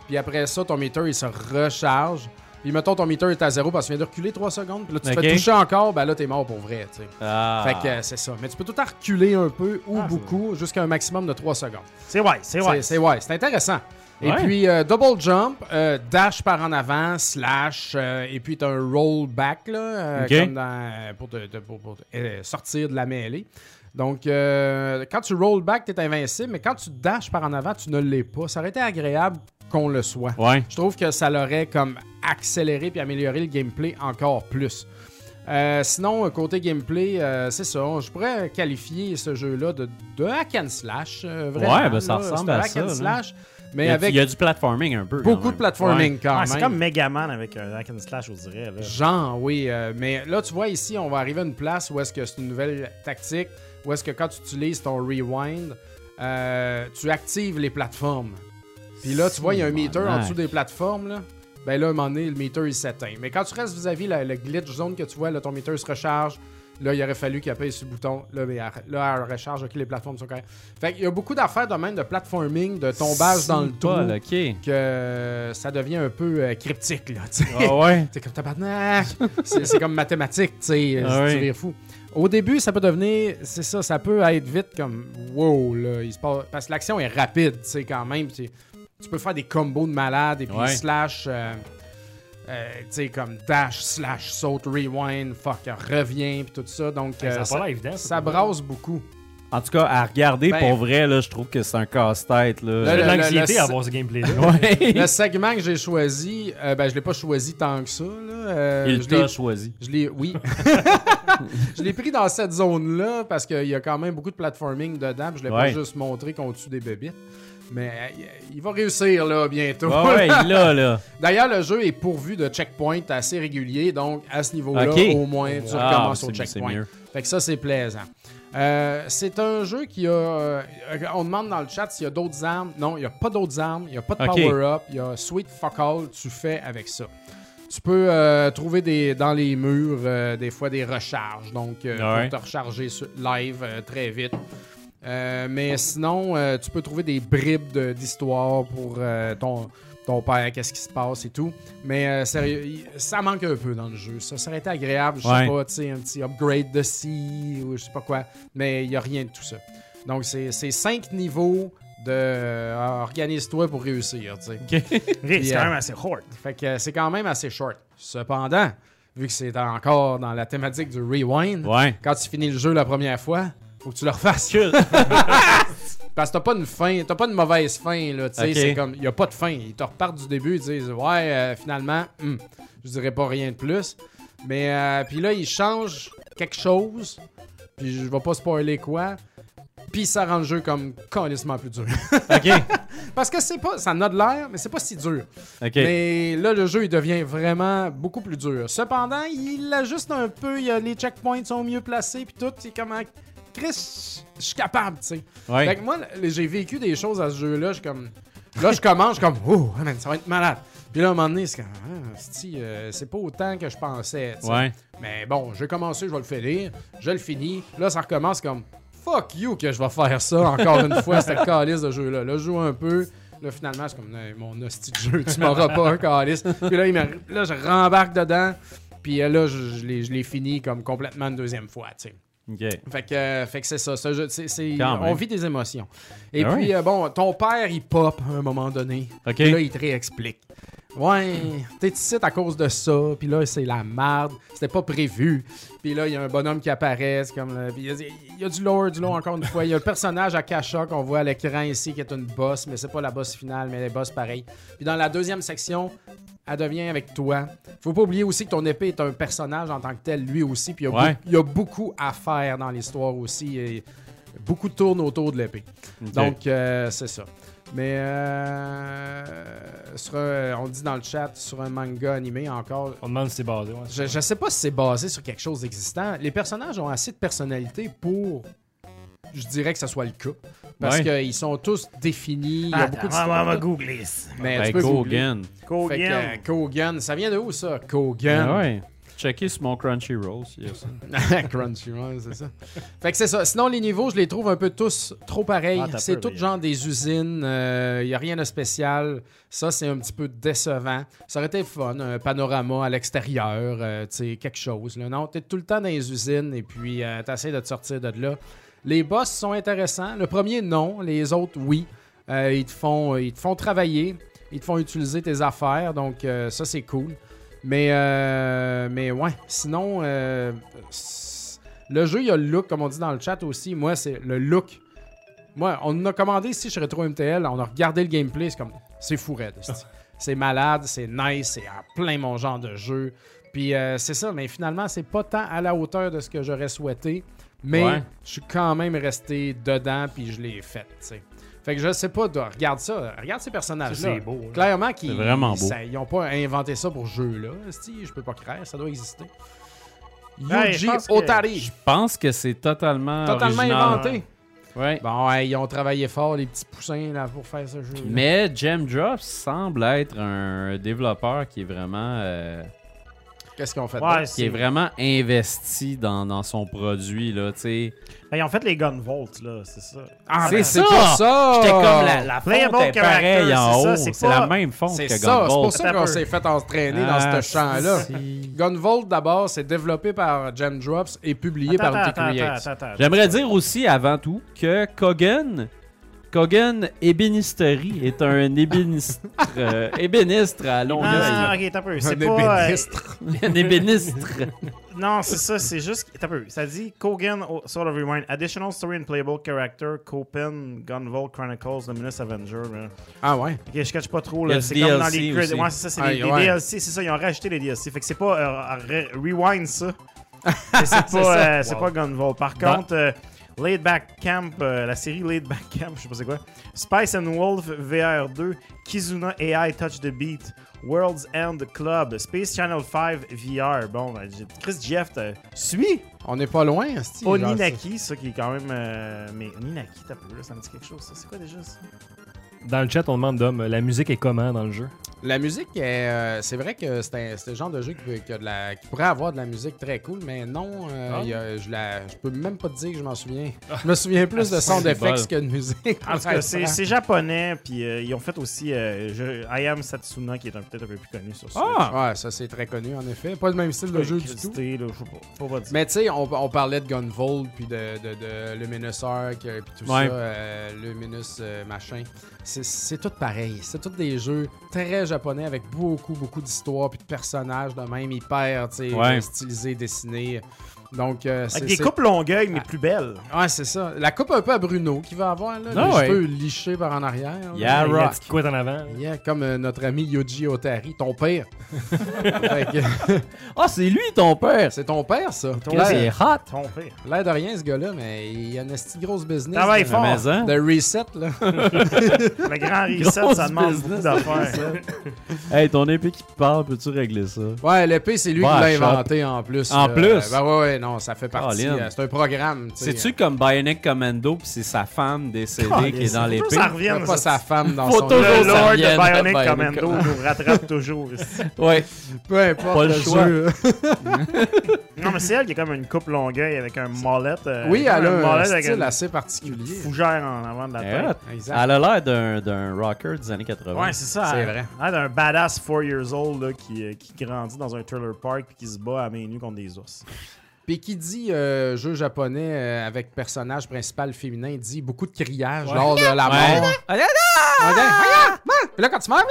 B: Puis après ça, ton meter, il se recharge. Puis mettons, ton meter est à zéro parce que tu viens de reculer 3 secondes. Puis là, tu te
D: Ok.
B: fais toucher encore. Ben là, t'es mort pour vrai, tu sais.
D: Ah.
B: Fait que euh, c'est ça. Mais tu peux tout le temps reculer un peu ou beaucoup jusqu'à un maximum de 3 secondes.
E: C'est ouais, c'est
B: C'est-
E: ouais.
B: C'est ouais, c'est intéressant. Et
D: Ouais.
B: puis, euh, double jump, euh, dash par en avant, slash, euh, et puis t'as un roll back là, euh,
D: Ok.
B: comme dans- pour, te, te- pour- pour te- euh, sortir de la mêlée. Donc, euh, quand tu roll back, t'es invincible, mais quand tu dashes par en avant, tu ne l'es pas. Ça aurait été agréable qu'on le soit.
D: Ouais.
B: Je trouve que ça l'aurait comme accéléré puis amélioré le gameplay encore plus. Euh, sinon, euh, côté gameplay, euh, c'est ça. Je pourrais qualifier ce jeu-là de, de hack and slash. euh, vraiment,
D: Ouais, ben, ça
B: là.
D: ressemble
B: C'est un
D: à
B: hack
D: ça,
B: and
D: là.
B: slash,
D: Il
B: mais
D: y, a,
B: avec
D: il y a du platforming un peu. quand
B: beaucoup
D: même.
B: de platforming
D: Ouais.
B: quand
E: Ouais,
B: même.
E: c'est comme Megaman avec un hack and slash, on dirait. Là.
B: Genre, oui. euh, mais là, tu vois, ici, on va arriver à une place où est-ce que c'est une nouvelle tactique, où est-ce que quand tu utilises ton rewind, euh, tu actives les plateformes. Puis là, tu vois, il y a un meter en dessous des plateformes, là. Ben là, à un moment donné, le meter, il s'éteint. Mais quand tu restes vis-à-vis la- le glitch zone que tu vois, là, ton meter se recharge. Là, il aurait fallu qu'il appuie sur le bouton. Là, mais elle- là, elle recharge. OK, les plateformes sont correctes. Fait qu'il y a beaucoup d'affaires de même de platforming, de tombage dans le trou,
D: Symbole, OK.
B: que ça devient un peu euh, cryptique, là, tu sais.
D: Ah ouais.
B: C'est comme tabarnak. c'est c'est comme mathématique, tu sais.
D: Ah
B: c'est-
D: oui.
B: Tu vires fou. Au début, ça peut devenir. C'est ça, ça peut être vite comme wow, là. Il se passe, parce que l'action est rapide, tu sais, quand même. Tu tu peux faire des combos de malade et puis
D: Ouais.
B: slash. euh, euh, tu sais, comme dash, slash, saute, rewind, fuck, reviens, puis tout ça. Donc,
F: Ça
B: euh,
F: a pas
B: ça,
F: l'air évident.
B: ça brasse beaucoup.
D: En tout cas, à regarder
B: Ben-
D: pour vrai, là, je trouve que c'est un casse-tête.
B: Là,
D: Là.
F: J'ai
B: le-
F: de
B: le-
F: l'anxiété
B: le-
F: à avoir ce gameplay-là.
B: Le segment que j'ai choisi, euh, ben, je l'ai pas choisi tant que ça. Là. Euh,
D: Il
B: je l'ai-
D: t'a choisi.
B: Je l'ai, oui. je l'ai pris dans cette zone-là parce qu'il y a quand même beaucoup de platforming dedans. puis Je l'ai
D: Ouais.
B: pas juste montré qu'on tue des bébites. Mais euh, il va réussir là bientôt.
D: Ouais, ouais, il l'a, là.
B: D'ailleurs, le jeu est pourvu de checkpoints assez réguliers. Donc, à ce niveau-là,
D: Ok.
B: au moins, tu
D: Ah,
B: recommences
D: c'est-
B: au
D: c'est
B: checkpoint.
D: mieux.
B: Fait que ça, c'est plaisant. Euh, c'est un jeu qui a. euh, on demande dans le chat s'il y a d'autres armes. Non, il n'y a pas d'autres armes. Il n'y a pas de
D: Ok.
B: power-up. Il y a sweet fuck all. Tu fais avec ça. Tu peux euh, trouver des, dans les murs euh, des fois des recharges. Donc, euh,
D: Ah Ouais.
B: pour te recharger sur- live euh, très vite. Euh, mais sinon, euh, tu peux trouver des bribes de- d'histoire pour euh, ton, ton père, qu'est-ce qui se passe et tout. Mais euh, sérieux, il- ça manque un peu dans le jeu. Ça, ça aurait été agréable, je sais
D: Ouais.
B: pas, tu sais, un petit upgrade de si ou je sais pas quoi. Mais il n'y a rien de tout ça. Donc, c'est c'est cinq niveaux de euh, organise-toi pour réussir, tu sais.
E: Rick, C'est
B: Yeah.
E: quand même assez hard.
B: Fait que euh, c'est quand même assez short. Cependant, vu que c'est encore dans la thématique du rewind,
D: Ouais.
B: quand tu finis le jeu la première fois, faut que tu le refasses. Parce que t'as pas une fin, t'as pas une mauvaise fin, là, tu sais,
D: Ok.
B: c'est comme, y a pas de fin. Ils te repartent du début, ils disent, ouais, euh, finalement, hmm, je dirais pas rien de plus. Mais, euh, puis là, ils changent quelque chose, puis je vais pas spoiler quoi, puis ça rend le jeu comme calissement plus dur.
D: OK.
B: Parce que c'est pas, ça en a de l'air, mais c'est pas si dur.
D: OK.
B: Mais là, le jeu, il devient vraiment beaucoup plus dur. Cependant, il ajuste un peu. il y a- les checkpoints sont mieux placés, puis tout. C'est comme... un- Chris, je suis capable, tu sais.
D: Ouais.
B: Fait que moi, le- j'ai vécu des choses à ce jeu-là. Je suis comme... Là, je commence, je suis comme... Oh, man, ça va être malade. Puis là, à un moment donné, c'est comme... Ah, c'ti, euh, c'est pas autant que je pensais, tu sais.
D: Ouais.
B: Mais bon, j'ai commencé, je vais le finir. Je le finis. Là, ça recommence comme fuck you que je vais faire ça encore une fois, cette calice de jeu-là. Là, je joue un peu. Là, finalement, c'est comme Hey, mon hostie de jeu, tu m'auras pas, calice. Puis là, il me- là, je rembarque dedans. Puis euh, là, je, je l'ai- je l'ai fini comme complètement une deuxième fois, tu sais.
D: OK.
B: Fait que, euh, fait que c'est ça. ce jeu, c'est- c'est-
D: Quand même.
B: on vit des émotions. Et
D: Ah
B: puis,
D: oui.
B: euh, bon, ton père, il pop à un moment donné.
D: OK.
B: Puis là, il te réexplique. Ouais, t'es ici à cause de ça. Puis là, c'est la merde. C'était pas prévu. Puis là, il y a un bonhomme qui apparaît. c'est comme, euh, puis il y a- il y, a du lore, du lore encore une fois. Il y a le personnage à Kasha qu'on voit à l'écran ici qui est une boss, mais c'est pas la boss finale, mais les boss pareil. Puis dans la deuxième section, elle devient avec toi. Faut pas oublier aussi que ton épée est un personnage en tant que tel, lui aussi. Puis il y a
D: Ouais.
B: beaucoup- il y a beaucoup à faire dans l'histoire aussi. Et beaucoup tourne autour de l'épée.
D: OK.
B: Donc, euh, c'est ça. Mais euh, sur un- on dit dans le chat, sur un manga animé encore,
F: On demande si c'est basé. ouais.
B: je, je sais pas si c'est basé sur quelque chose d'existant. Les personnages ont assez de personnalité pour, je dirais que ça soit le cas. Parce
D: Ouais.
B: qu'ils sont tous définis, il y a beaucoup de...
E: Attends, on va googler ça.
B: Mais
D: Ben,
B: tu peux
D: go
B: googler.
D: again.
B: Fait que, euh,
E: Kogan.
B: Kogan, ça vient de où ça?
D: Ah
B: Kogan.
D: ouais. Checker sur mon Crunchyroll s'il y a ça.
B: Crunchyroll, c'est ça. Fait que c'est ça. Sinon, les niveaux, je les trouve un peu tous trop pareils.
E: Ah, t'as
B: c'est
E: peur,
B: tout
E: là,
B: genre des usines. Il n'y a rien de spécial. Ça, c'est un petit peu décevant. Ça aurait été fun, un panorama à l'extérieur, euh, tu sais, quelque chose. Là. Non, t'es tout le temps dans les usines et puis euh, t'essaies de te sortir de là. Les boss sont intéressants. Le premier, non. Les autres, oui. Euh, ils, te font, ils te font travailler. Ils te font utiliser tes affaires. Donc, euh, ça, c'est cool. Mais, euh, mais ouais, sinon, euh, s- le jeu, il y a le look, comme on dit dans le chat aussi. Moi, c'est le look. Moi, on a commandé ici chez Retro MTL, on a regardé le gameplay, c'est comme, c'est fou raide, esti. C'est malade, c'est nice, c'est en plein mon genre de jeu. Puis euh, c'est ça, mais finalement, c'est pas tant à la hauteur de ce que j'aurais souhaité, mais
D: Ouais.
B: je suis quand même resté dedans, puis je l'ai fait, tu sais. Fait que je sais pas, toi, regarde ça, regarde ces personnages-là.
F: Ça, c'est beau, hein.
B: Clairement qu'ils
D: C'est vraiment beau.
B: ça- ils n'ont pas inventé ça pour ce jeu-là. esti, Je peux pas craire, ça doit exister.
E: Ouais,
B: Yuji
E: je pense que-
B: Otari,
D: Je pense que c'est totalement.
B: totalement
D: Ah, original.
B: inventé.
D: Ouais.
B: Bon, ouais, ils ont travaillé fort, les petits poussins, là, pour faire ce jeu.
D: Mais Gem Drops semble être un développeur qui est vraiment, euh,
B: Qu'est-ce qu'ils ont fait?
E: Ouais,
B: d'autre?
E: c'est-
D: qui est vraiment investi dans, dans son produit. Là, tu sais.
E: Ben, ils ont fait les Gunvolt, là, c'est ça.
B: Ah,
D: c'est
B: ben, c'est
D: ça!
B: pas ça!
D: J'étais comme la, la fonte
E: Playable
D: est pareille
E: character,
D: en
E: c'est ça,
D: haut.
E: c'est
D: C'est
E: pas-
D: la même fonte
B: C'est
D: que
B: ça, c'est pour
D: Gunvolt.
B: ça
E: Attends un
B: qu'on
E: peu.
B: s'est fait entraîner dans
D: Ah,
B: ce champ-là.
D: si.
B: Gunvolt, d'abord, c'est développé par Jam Drops et publié
E: Attends,
B: par
E: attends,
B: Unity
E: attends,
B: Creates.
E: attends, attends.
D: J'aimerais dire aussi, avant tout, que Kogan, Kogan Ébénisterie est un ébénistre, euh, ébénistre à
E: Non,
D: Longueuil.
B: Ah,
E: ok, t'as peu. C'est
B: Un
E: pas. euh,
B: ébéniste.
D: un ébénistre.
E: non, c'est ça, c'est juste. T'as peu. Ça dit Kogan, oh, Sword of Rewind, Additional Story and Playable Character, Copen, Gunvolt Chronicles, The Menace Avenger. là.
B: Ah ouais?
E: Ok, je catch pas trop,
D: Il y a
E: là.
D: du
E: C'est comme dans
D: DLC
E: les crédits.
D: aussi.
E: Ouais, c'est ça, c'est
B: Ah,
E: les, les
B: ouais.
E: DLC, c'est ça, ils ont rajouté les DLC. Fait que c'est pas euh, re- Rewind, ça. Mais c'est pas, euh, c'est pas Gunvolt. Par
D: Dans-
E: contre, euh, Laid Back Camp, euh, la série Laid Back Camp, je sais pas c'est quoi. Spice and Wolf VR2, Kizuna AI Touch the Beat, World's End Club, Space Channel 5 VR. Bon, ben, j'ai- Chris Jeff, t'as- suis
B: On n'est pas loin, esti, genre,
E: Oninaki, ça qui est quand même. euh, mais Oninaki, t'as peu, là, ça me dit quelque chose, ça. C'est quoi déjà ça?
F: Dans le chat, on demande Dom, la musique est comment dans le jeu
B: La musique, est, euh, c'est vrai que c'est un- c'est le genre de jeu qui, peut- qui a de la- qui pourrait avoir de la musique très cool, mais non, euh,
F: Ah.
B: il y a- je, la, je peux même pas te dire que je m'en souviens. Je me souviens plus de
D: Ah,
B: sound
D: c'est
B: effects
D: bol.
B: que de musique.
E: En tout cas, c'est c'est japonais, puis euh, ils ont fait aussi euh, je- I Am Satsuna, qui est un- peut-être un peu plus connu sur Switch.
B: Ouais, ça c'est très connu en effet. Pas Ah, le même style de jeu du tout.
E: Crédité, là, je sais pas, faut pas dire.
B: Mais tu sais, on, on parlait de Gunvolt, puis de, de, de Luminous Arc, euh, puis tout
D: Ouais.
B: ça, euh, Luminous euh, machin. C'est- C'est tout pareil. C'est tous des jeux très japonais avec beaucoup, beaucoup d'histoires, puis de personnages de même hyper, tu sais,
D: Ouais.
B: stylisés, dessinés. Donc, euh, c'est.
E: Avec des
B: c'est-
E: coupes longueuil, mais
B: Ah.
E: plus belles.
B: Ouais, c'est ça. La coupe un peu à Bruno qui va avoir, là.
D: Ah
B: le
D: ouais.
B: cheveu liché par en arrière. là.
D: Yeah,
F: Il y a
D: rock.
F: petit couette en avant.
B: Yeah, comme euh, notre ami Yoji Otari, ton père. Fait que,
D: Ah, c'est lui ton père.
B: c'est ton père, ça.
D: Là, C'est
B: L'air-
D: hot.
E: Ton père.
B: L'air de rien, ce gars-là, mais il a une esti grosse business.
E: Travaille
B: de-
E: fort.
D: Mais, hein?
B: De reset, là.
E: Le grand reset, ça
D: Grosse
E: demande beaucoup
D: business,
E: d'affaires.
D: Hey, ton épée qui parle, peux-tu régler ça?
B: Ouais, l'épée, c'est lui
D: Va à
B: qui l'a
D: shop.
B: inventé en plus.
D: Bah, En
B: là.
D: plus?
B: Ben ouais, ouais, non, ça fait partie.
D: Colin.
B: euh, c'est un programme. tu sais. euh,
D: C'est-tu comme Bionic Commando, puis c'est sa femme décédée qui est dans
E: Faut que
D: l'épée?
E: ça
B: Il y a
E: revienne.
B: pas
E: ça.
B: sa femme dans
D: Faut
B: son...
D: toujours- Ça
E: Le Lord
D: revienne,
E: de Bionic
D: Bionic
E: Commando nous rattrape toujours. ici.
D: Ouais.
B: Peu importe
D: Pas le
B: le,
D: choix. Euh,
B: jeu.
E: Non, mais c'est elle qui a comme une coupe longueuil avec un mollet. euh,
B: oui,
E: comme
B: elle a un
E: mollet
B: style
E: avec
B: assez particulier. Eh
E: une fougère en avant de la
D: Elle
E: tête.
B: Exact.
D: a l'air d'un, d'un rocker des années 80.
E: Ouais, c'est ça.
B: C'est
E: elle-
B: vrai.
E: Elle a un badass 4 years old là, qui, euh, qui grandit dans un trailer park puis qui se bat à main nue contre des ours.
B: Puis qui dit euh, jeu japonais euh, avec personnage principal féminin, dit beaucoup de criages lors de la mort.
D: Ouais.
B: On dit, Regarde! Ah! Puis là, quand tu meurs,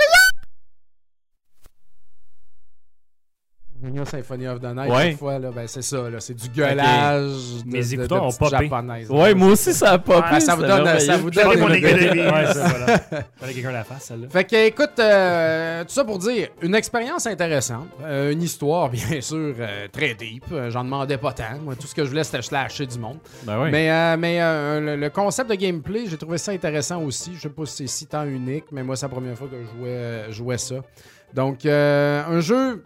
B: regarde! Symphony of the Night,
D: Ouais.
B: cette fois, là, ben, c'est ça, là, c'est du gueulage de,
F: Mes
B: de- de
F: écouteurs ont
B: petites
F: popé.
B: japonaises.
D: Ouais, moi aussi, ça a pas
E: Ouais,
B: Ben,
D: plu,
B: ça, vous donne,
D: merveilleux.
B: ça vous
E: J'avais
B: donne
E: mon
B: une
E: égo
B: idée.
E: de vie.
F: Ouais, ça, voilà. Fallait que quelqu'un la fasse, celle-là.
B: Fait que, écoute, euh, tout ça pour dire, une expérience intéressante, euh, une histoire, bien sûr, euh, très deep. Euh, J'en demandais pas tant. Moi, tout ce que je voulais, c'était slasher du monde.
D: Ben oui.
B: Mais, euh, mais euh, le, le concept de gameplay, j'ai trouvé ça intéressant aussi. Je sais pas si c'est si temps unique, mais moi, c'est la première fois que je jouais, euh, jouais ça. Donc, euh, un jeu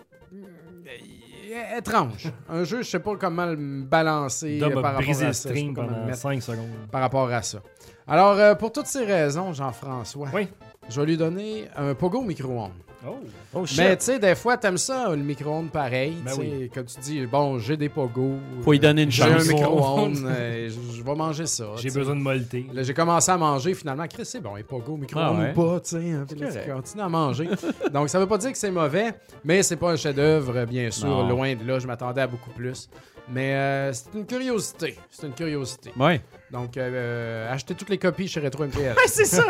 B: euh, étrange. un jeu, je sais pas comment le balancer
F: Dom
B: euh,
F: a
B: par rapport
F: brisé
B: à
F: le
B: ça. Je sais
F: stream
B: pas comment le
F: pendant
B: mettre
F: 5 secondes.
B: par rapport à ça. Alors, euh, pour toutes ces raisons, Jean-François,
F: Oui.
B: je vais lui donner un pogo micro-ondes.
F: Oh!
E: Oh shit.
B: Mais tu sais, des fois, t'aimes ça, le micro-ondes pareil.
F: Ben
B: tu sais,
F: oui.
B: Comme tu dis, bon, j'ai des pogos.
D: Faut y donner une
B: J'ai un
D: chance.
B: micro-ondes, euh, je je vais manger ça.
F: J'ai
B: tu sais.
F: besoin de molleter.
B: Là, j'ai commencé à manger finalement. Chris, c'est bon, il est pas go, micro-ondes
D: Ah ouais.
B: ou pas, tu sais. hein, puis là, tu
E: correct.
B: continues à manger. Donc, ça veut pas dire que c'est mauvais, mais c'est pas un chef-d'œuvre, bien sûr.
D: Non.
B: Loin de là, je m'attendais à beaucoup plus. Mais euh, c'est une curiosité. C'est une curiosité.
D: Ouais.
B: Donc, euh, achetez toutes les copies chez Retro MPL.
E: Ouais, c'est ça.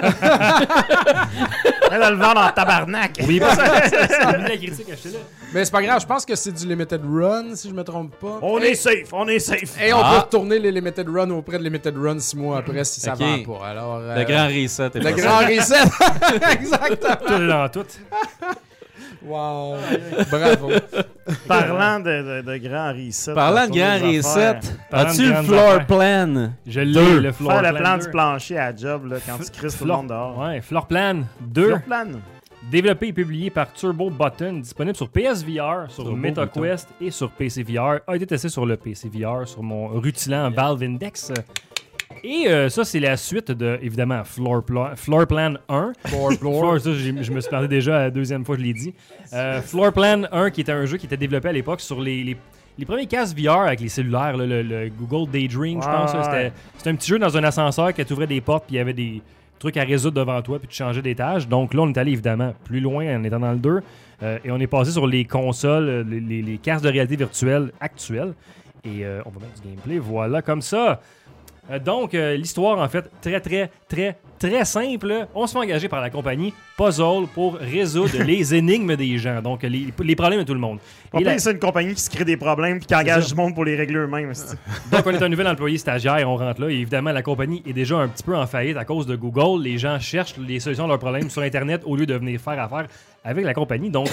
E: Elle a le vent dans tabarnak.
F: Oui, parce que la critique, achetez-le.
B: mais c'est pas grave, je pense que c'est du Limited Run, si je me trompe pas.
E: On est safe, on est safe.
B: Et on
D: Ah.
B: peut retourner les Limited Run auprès de Limited Run six mois après si ça
D: Ok.
B: vend pas. Alors, euh,
D: Le grand reset est
B: le
D: passé.
B: grand reset. Exactement.
F: Tout dans tout.
B: Wow. Bravo.
E: Parlant de, de, de grand reset.
D: Parlant de
E: tantôt,
D: grand
E: des
D: reset,
E: affaires.
F: Parlant de
D: as-tu le
F: grandes
D: floor
F: affaires.
D: plan?
F: Je
D: Deux.
F: l'ai, le floor
E: Faire
F: plan.
E: le plan
F: deux.
E: du plancher à job là, quand tu crises tout le
F: Floor-
E: monde dehors.
F: Ouais, floor plan 2.
E: Le plan.
F: Développé et publié par Turbo Button, disponible sur PSVR, sur
D: Turbo
F: MetaQuest et sur PCVR. A été testé sur le PCVR, sur mon rutilant Valve Index. Et euh, ça, c'est la suite de, évidemment, Floor, Pla- Floor Plan 1.
B: Floor, floor.
F: Floor, ça, j'ai- je me suis parlé déjà la deuxième fois, je l'ai dit. Euh, Floor Plan 1, qui était un jeu qui était développé à l'époque sur les, les, les premiers casques VR avec les cellulaires, là, le, le Google Daydream, je
E: Ouais,
F: pense. là,
E: ouais.
F: C'était c'était un petit jeu dans un ascenseur que tu ouvrais des portes, puis il y avait des trucs à résoudre devant toi, puis tu changeais d'étage. Donc là, on est allé évidemment plus loin en étant dans le 2, euh, et on est passé sur les consoles, euh, les, les, les casques de réalité virtuelle actuelles. Et euh, on va mettre du gameplay, voilà, comme ça. Euh, Donc, euh, l'histoire, en fait, très, très, très, très simple. On se fait engager par la compagnie Puzzle pour résoudre les énigmes des gens, donc euh, les, les problèmes de tout le monde.
E: On
F: Et la-
E: paye ça une compagnie qui se crée des problèmes puis qui engage du monde pour les régler eux-mêmes. c'est-
F: donc, on est un nouvel employé stagiaire, on rentre là. Et évidemment, la compagnie est déjà un petit peu en faillite à cause de Google. Les gens cherchent les solutions à leurs problèmes sur Internet au lieu de venir faire affaire avec la compagnie. Donc,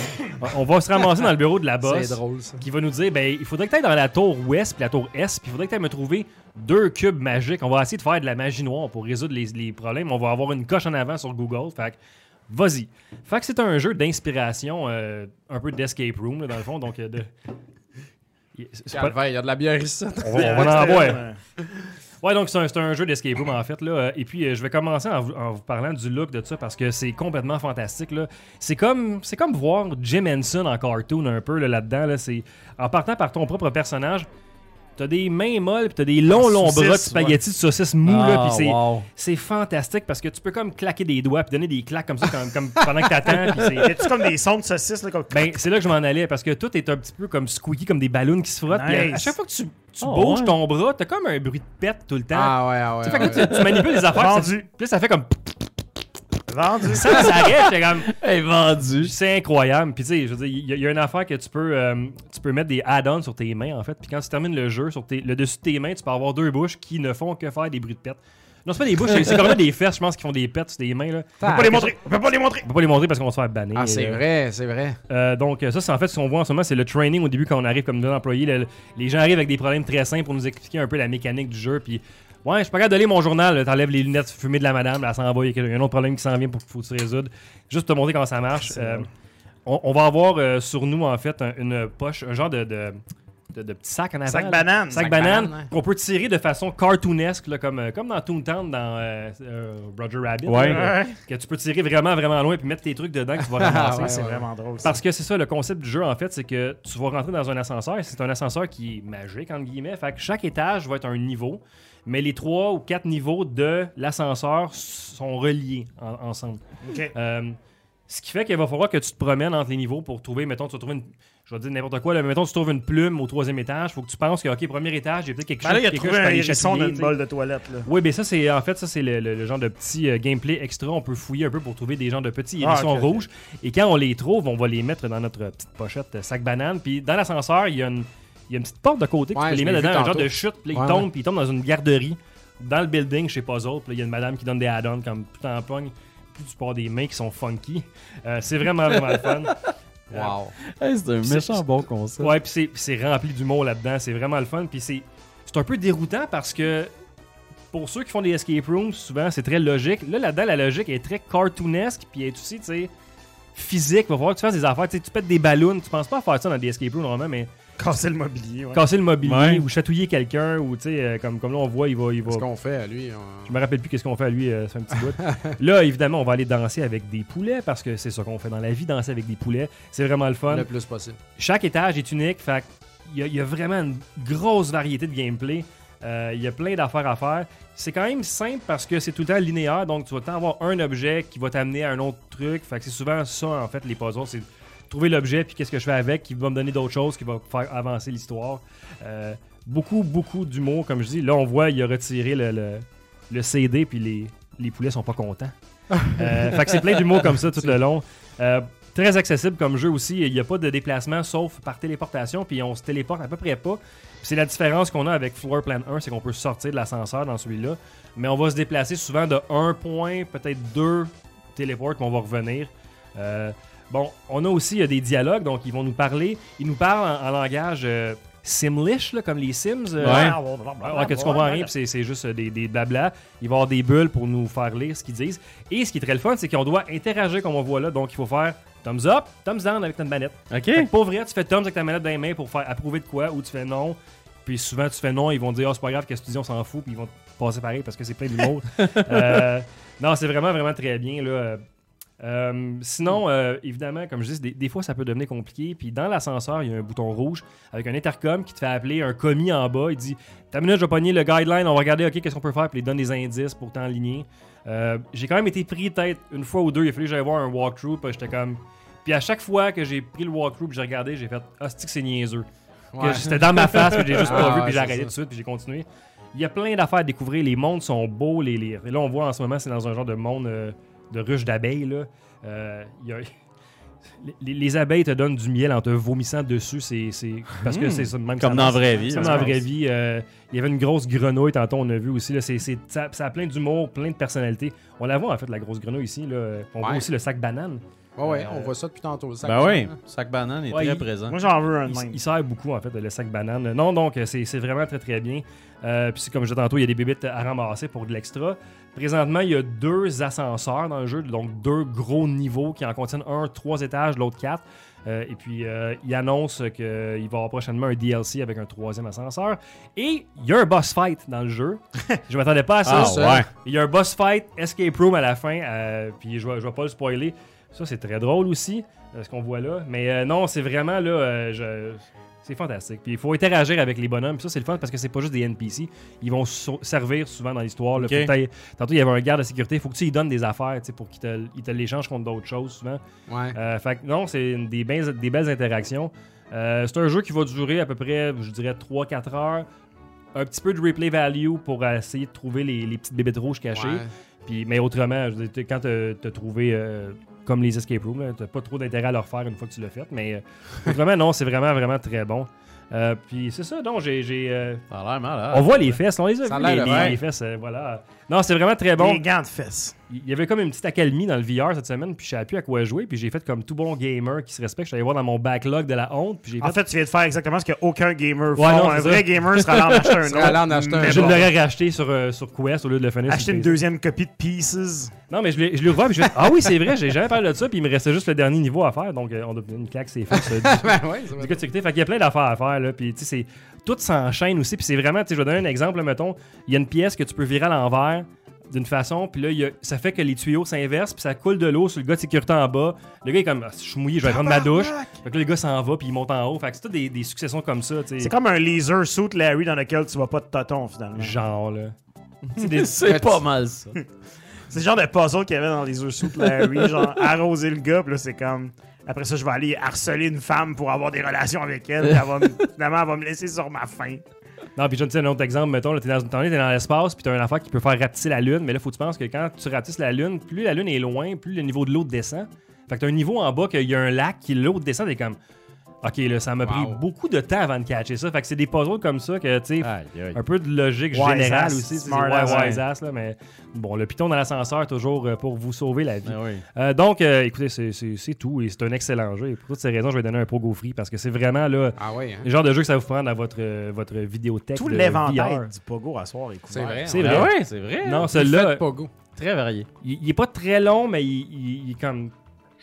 F: on va se ramasser dans le bureau de la boss.
B: C'est drôle, ça.
F: qui va nous dire ben il faudrait que tu dans la tour ouest puis la tour est puis il faudrait que tu me trouver deux cubes magiques on va essayer de faire de la magie noire pour résoudre les, les problèmes on va avoir une coche en avant sur Google fait que vas-y fait que c'est un jeu d'inspiration euh, un peu d'escape room là, dans le fond donc euh, de C'est pas-
B: Calvaire, il y a de la bière ici.
F: on va, on va en
E: C'était-
F: avoir Ouais, donc c'est un, c'est un jeu d'escape room en fait. Là. Euh, Et puis euh, je vais commencer en vous, en vous parlant du look de ça parce que c'est complètement fantastique. là. C'est comme, c'est comme voir Jim Henson en cartoon un peu là, là-dedans. Là, C'est en partant par ton propre personnage, t'as des mains molles, puis t'as des longs,
E: En
F: longs bras de
E: saucisse,
F: spaghettis de saucisse mou. là,
D: Ah,
F: puis c'est,
D: wow.
F: c'est fantastique parce que tu peux comme claquer des doigts puis donner des claques comme ça comme, comme pendant que t'attends. puis c'est-
E: Y'a-tu comme des sons de saucisses là, comme...
F: ben, c'est là que je m'en allais parce que tout est un petit peu comme squeaky, comme des ballons qui se frottent. puis à-
E: Nice.
F: à chaque fois que tu, tu
D: Oh,
F: bouges
D: ouais.
F: ton bras, t'as comme un bruit de pète tout le temps.
B: Ah ouais, ah ouais.
F: Tu sais, fait que là,
B: ouais.
F: tu, tu manipules les affaires. puis Ça,
E: Vendu.
F: puis là, ça fait comme.
E: vendu?
F: Ça, ça arrête. J'étais comme.
D: Hey, vendu.
F: C'est incroyable. Puis, tu sais, je veux dire, il y, a- il y a une affaire que tu peux, euh, tu peux mettre des add-ons sur tes mains, en fait. Puis, quand tu termines le jeu, sur tes- le dessus de tes mains, tu peux avoir deux bouches qui ne font que faire des bruits de pète. Non, c'est pas des bouches, c'est- c'est quand même des fesses, je pense, qui font des pètes sur tes mains. Là.
E: On peut pas les montrer, on peut pas les montrer.
F: On peut pas les montrer parce qu'on va se faire bannir.
B: Ah, c'est
F: Euh,
B: vrai, c'est vrai.
F: euh, donc, euh, ça, c'est en fait ce qu'on voit en ce moment, c'est le training au début quand on arrive comme nouvel employé. Le- le- les gens arrivent avec des problèmes très simples pour nous expliquer un peu la mécanique du jeu. Puis, ouais, je suis pas capable de lire mon journal. là. T'enlèves les lunettes fumées de la madame, là, elle s'en va. Il y a quel- un autre problème qui s'en vient pour qu'il faut que tu résoudre. Juste pour te montrer comment ça marche. Euh, on, on va avoir euh, sur nous, en fait, un- une poche, un genre de. de de, de petit sac en avant.
E: Sac
F: là.
E: banane.
F: Sac,
B: Sac
F: banane,
B: banane, ouais.
F: qu'on peut tirer de façon cartoonesque, là, comme, euh, comme dans Toontown, dans euh, euh, Roger Rabbit.
D: Ouais.
F: là, que tu peux tirer vraiment, vraiment loin puis mettre tes trucs dedans que tu vas
B: Ah,
F: ramasser.
B: ouais,
E: c'est
B: ouais.
E: vraiment drôle. ça.
F: Parce que c'est ça, le concept du jeu, en fait, c'est que tu vas rentrer dans un ascenseur. C'est un ascenseur qui est magique, entre guillemets. Fait que chaque étage va être un niveau, mais les trois ou quatre niveaux de l'ascenseur sont reliés en- ensemble.
E: Ok.
F: Euh, ce qui fait qu'il va falloir que tu te promènes entre les niveaux pour trouver, mettons, tu vas trouver une. Je vais dire n'importe quoi, là, mais mettons, tu trouves une plume au troisième étage. Faut que tu penses que, OK, premier étage, il y a peut-être quelque
E: Ben
F: chose.
E: là, il a
F: quelque
E: trouvé
F: chose, je
E: un
F: peux aller
E: hérisson
F: chatouiller,
E: d'une
F: tu sais.
E: bolle de toilette. Là.
F: Oui, mais ça, c'est en fait, ça, c'est le, le- le genre de petit euh, gameplay extra. On peut fouiller un peu pour trouver des genres de petits
E: Ah,
F: hérissons
E: ok, ok.
F: rouges. Et quand on les trouve, on va les mettre dans notre petite pochette euh, sac banane. Puis dans l'ascenseur, il y a une. il y a une petite porte de côté que
B: Ouais,
F: tu peux les
B: je
F: mettre
B: l'ai vu
F: dedans, un genre
B: tantôt.
F: de chute, puis là,
B: Ouais,
F: ils tombent,
B: ouais.
F: puis ils tombent dans une garderie, dans le building chez Puzzle, puis là, il y a une madame qui donne des add-ons, comme tout en pogne, plus tu pars des mains qui sont funky. Euh, c'est vraiment, vraiment le fun.
B: Wow.
D: Hey, c'est un
F: c'est-
D: méchant bon concept.
F: Ouais, puis c'est- puis c'est rempli d'humour là-dedans. C'est vraiment le fun. Puis c'est c'est un peu déroutant parce que pour ceux qui font des escape rooms, souvent, c'est très logique. Là, là-dedans, la logique est très cartoonesque. Puis elle est aussi, tu sais, physique. Va falloir que tu fasses des affaires. Tu sais, tu pètes des ballons. Tu penses pas à faire ça dans des escape rooms normalement, mais
E: Casser le mobilier, ouais.
F: Casser le mobilier
D: Ouais.
F: ou chatouiller quelqu'un ou tu sais, euh, comme, comme là on voit, il va. Il va
B: Ce qu'on fait à lui, on-
F: je me rappelle plus qu'est-ce qu'on fait à lui, euh, c'est un petit bout. Là, évidemment, on va aller danser avec des poulets parce que c'est ça qu'on fait dans la vie, danser avec des poulets. C'est vraiment le fun.
B: le plus possible.
F: Chaque étage est unique, fait qu'il y, a- il y a vraiment une grosse variété de gameplay. Euh, Il y a plein d'affaires à faire. C'est quand même simple parce que c'est tout le temps linéaire, donc tu vas tout le temps avoir un objet qui va t'amener à un autre truc. Fait que c'est souvent ça, en fait, les puzzles. C'est trouver l'objet, puis qu'est-ce que je fais avec, qui va me donner d'autres choses, qui va faire avancer l'histoire. Euh, beaucoup, beaucoup d'humour, comme je dis. Là, on voit, il a retiré le, le- le CD, puis les, les poulets sont pas contents. Euh, fait que c'est plein d'humour comme ça tout le long. Euh, très accessible comme jeu aussi. Il n'y a pas de déplacement sauf par téléportation, puis on se téléporte à peu près pas. Puis C'est la différence qu'on a avec Floor Plan 1, c'est qu'on peut sortir de l'ascenseur dans celui-là, mais on va se déplacer souvent de un point, peut-être deux téléports, qu'on va revenir. Euh, bon, on a aussi il y a des dialogues, donc ils vont nous parler. Ils nous parlent en, en langage euh, simlish, là, comme les Sims. euh,
D: Ouais.
E: Ah,
F: Ouais, ouais, que tu comprends rien, puis c'est- c'est juste euh, des, des blabla. Il va y avoir des bulles pour nous faire lire ce qu'ils disent. Et ce qui est très le fun, c'est qu'on doit interagir comme on voit là. Donc, il faut faire thumbs up, thumbs down avec notre manette.
D: OK.
F: Fait que pour vrai, tu fais thumbs avec ta manette dans les mains pour faire approuver de quoi ou tu fais non. Puis souvent, tu fais non, ils vont te dire, oh, c'est pas grave, qu'est-ce que tu dis, on s'en fout, puis ils vont te passer pareil parce que c'est plein d'humour. euh, non, c'est vraiment, vraiment très bien. Là. Euh, sinon, euh, évidemment, comme je dis, des, des fois, ça peut devenir compliqué. Puis dans l'ascenseur, il y a un bouton rouge avec un intercom qui te fait appeler un commis en bas. Il dit Ta minute, je vais pogner le guideline, on va regarder, OK, qu'est-ce qu'on peut faire. Puis il donne des indices pour t'enligner. Euh, j'ai quand même été pris tête une fois ou deux. Il a fallu que j'aille voir un walkthrough. Puis j'étais comme. Puis à chaque fois que j'ai pris le walkthrough, puis j'ai regardé, j'ai fait Ah, c'est que c'est niaiseux. Que
B: Ouais.
F: C'était dans ma face, que j'ai juste pas
B: Ah,
F: vu,
B: ouais,
F: puis j'ai
B: c'est
F: arrêté
B: ça.
F: tout de suite, puis j'ai continué. Il y a plein d'affaires à découvrir. Les mondes sont beaux. Les, les- Là, on voit en ce moment, c'est dans un genre de monde euh, de ruche d'abeilles. là. Euh, il y a- les, les abeilles te donnent du miel en te vomissant dessus. C'est, c'est- Parce que
D: Hmm.
F: c'est ça de même que
D: Comme
F: ça
D: dans la
F: marche.
D: vraie vie. hein,
F: Comme
D: je
F: dans la
D: pense.
F: vraie vie, euh, il y avait une grosse grenouille, tantôt on a vu aussi. Là, c'est, c'est- ça, ça a plein d'humour, plein de personnalité. On la voit en fait, la grosse grenouille ici. Là. On voit
B: Ouais.
F: aussi le sac banane.
B: Ouais, ouais, on voit ça hein. depuis tantôt. le sac
D: Ben
B: de
D: oui,
B: chips,
D: sac banane est
F: Ouais,
D: très
F: il-
D: présent.
E: Moi, j'en veux un de
F: Il,
E: même.
F: il sert beaucoup, en fait, le sac banane. Non, donc, euh, c'est c'est vraiment très, très bien. Euh, Puis, c'est comme je disais tantôt, il y a des bébites à ramasser pour de l'extra. Présentement, il y a deux ascenseurs dans le jeu, donc deux gros niveaux qui en contiennent un, trois étages, l'autre quatre. Euh, et puis, euh, il annonce qu'il va y avoir prochainement un DLC avec un troisième ascenseur. Et il y a un boss fight dans le jeu. je m'attendais pas à ça.
D: Ah
B: ça.
D: ouais.
F: Il y a un boss fight, escape room à la fin, euh, puis je vais, je vais pas le spoiler. Ça, c'est très drôle aussi, euh, ce qu'on voit là. Mais euh, non, c'est vraiment là. euh, je- C'est fantastique. Puis il faut interagir avec les bonhommes. Puis ça, c'est le fun parce que c'est pas juste des NPC. Ils vont so- servir souvent dans l'histoire. là.
D: Ok.
F: Faut que t'ailles- Tantôt, il y avait un garde de sécurité. Il faut que tu lui donnes des affaires tu sais, pour qu'il te, il te l'échange contre d'autres choses souvent.
B: Ouais.
F: Euh, fait que non, c'est une des, belles- des belles interactions. Euh, c'est un jeu qui va durer à peu près, je dirais, 3-4 heures. Un petit peu de replay value pour euh, essayer de trouver les, les petites bébêtes rouges cachées.
B: Ouais.
F: Puis, mais autrement, je veux dire, t'es- quand t'as t'as trouvé euh, comme les escape rooms, là, t'as pas trop d'intérêt à le refaire une fois que tu l'as fait. Mais euh, autrement, non, c'est vraiment, vraiment très bon. Euh, puis c'est ça, donc j'ai. j'ai, euh,
D: Ça a l'air malade.
F: on voit les fesses, on les a
B: Ça a
F: vues,
B: l'air
F: les,
B: de
F: les-
B: vrai.
F: les fesses, euh, voilà. Non, c'est vraiment très
E: Bon.
F: bon.
E: Les gants de fesses.
F: Il y avait comme une petite accalmie dans le VR cette semaine, puis je savais plus à quoi jouer, puis j'ai fait comme tout bon gamer qui se respecte, je suis allé voir dans mon backlog de la honte, puis j'ai
E: En
F: fait...
E: fait, tu viens de faire exactement ce qu'aucun gamer fait.
F: Ouais, non,
E: un
F: c'est
E: vrai
F: ça.
E: gamer serait allé en acheter un
B: Serait allé
E: autre.
B: en acheter un
E: mais
F: Je
E: bon.
F: l'aurais racheté sur, euh, sur Quest au lieu de le finir sur
E: Acheter une
F: PC.
E: deuxième copie de Pieces.
F: Non, mais je l'ai je l'ai ouvert, puis je fait « Ah oui, c'est vrai, j'ai jamais parlé de ça, puis il me restait juste le dernier niveau à faire, donc euh, on a donné une claque, c'est fait.
B: Ben ouais, ça va
F: du code de sécurité. Fait qu'il y a plein d'affaires à faire, là. Puis, tu sais, c'est- tout s'enchaîne aussi. Puis, c'est vraiment, tu sais, je vais donner un exemple, là, mettons, il y a une pièce que tu peux virer à l'envers d'une façon, puis là, il y a- ça fait que les tuyaux s'inversent, puis ça coule de l'eau sur le gars de sécurité en bas. Le gars est comme, Ah, je suis mouillé, je vais prendre ma douche. Fait que là, le gars s'en va, puis il monte en haut. Fait que c'est tout des, des successions comme ça, tu sais.
E: C'est comme un laser suit Larry dans lequel tu vois pas de tonton finalement.
F: Genre, là.
E: C'est des- c'est
D: C'est pas mal ça.
E: le genre de puzzle qu'il y avait dans les suit Larry, genre arroser le gars, puis là c'est comme après ça je vais aller harceler une femme pour avoir des relations avec elle, puis elle va me- finalement elle va me laisser sur ma faim.
F: Non, puis je te dis un autre exemple, mettons, là, t'es dans, t'en es, t'es dans l'espace, puis t'as une affaire qui peut faire rapetisser la Lune, mais là, faut que tu penses que quand tu rapetisses la Lune, plus la Lune est loin, plus le niveau de l'eau descend. Fait que t'as un niveau en bas qu'il y a un lac, qui l'eau descend, t'es comme. Ok, là, ça m'a pris
B: Wow.
F: beaucoup de temps avant de catcher ça. Fait que c'est des puzzles comme ça que, tu sais,
D: Aïe, aïe.
F: un peu de logique
E: Wise
F: générale
E: ass,
F: aussi. c'est
E: smart
F: ouais,
E: ass,
F: wise ass, là, mais bon, le piton dans l'ascenseur, toujours euh, pour vous sauver la vie.
D: Ah oui.
F: Euh, donc, euh, écoutez, c'est- c'est c'est tout et c'est un excellent jeu. Et pour toutes ces raisons, je vais donner un pro free parce que c'est vraiment là,
B: Ah ouais, hein.
F: le genre de jeu que ça va vous prendre à votre, euh, votre vidéothèque.
E: Tout
F: de
E: l'éventail
F: VR.
E: du pogo à soir est couvert.
B: C'est vrai.
F: C'est
B: on
F: vrai.
B: a-
D: Ah ouais, c'est vrai.
F: Non,
B: Faites
F: celui-là,
B: pas go.
D: Très varié.
F: il, il est pas très long, mais il, il- il est comme.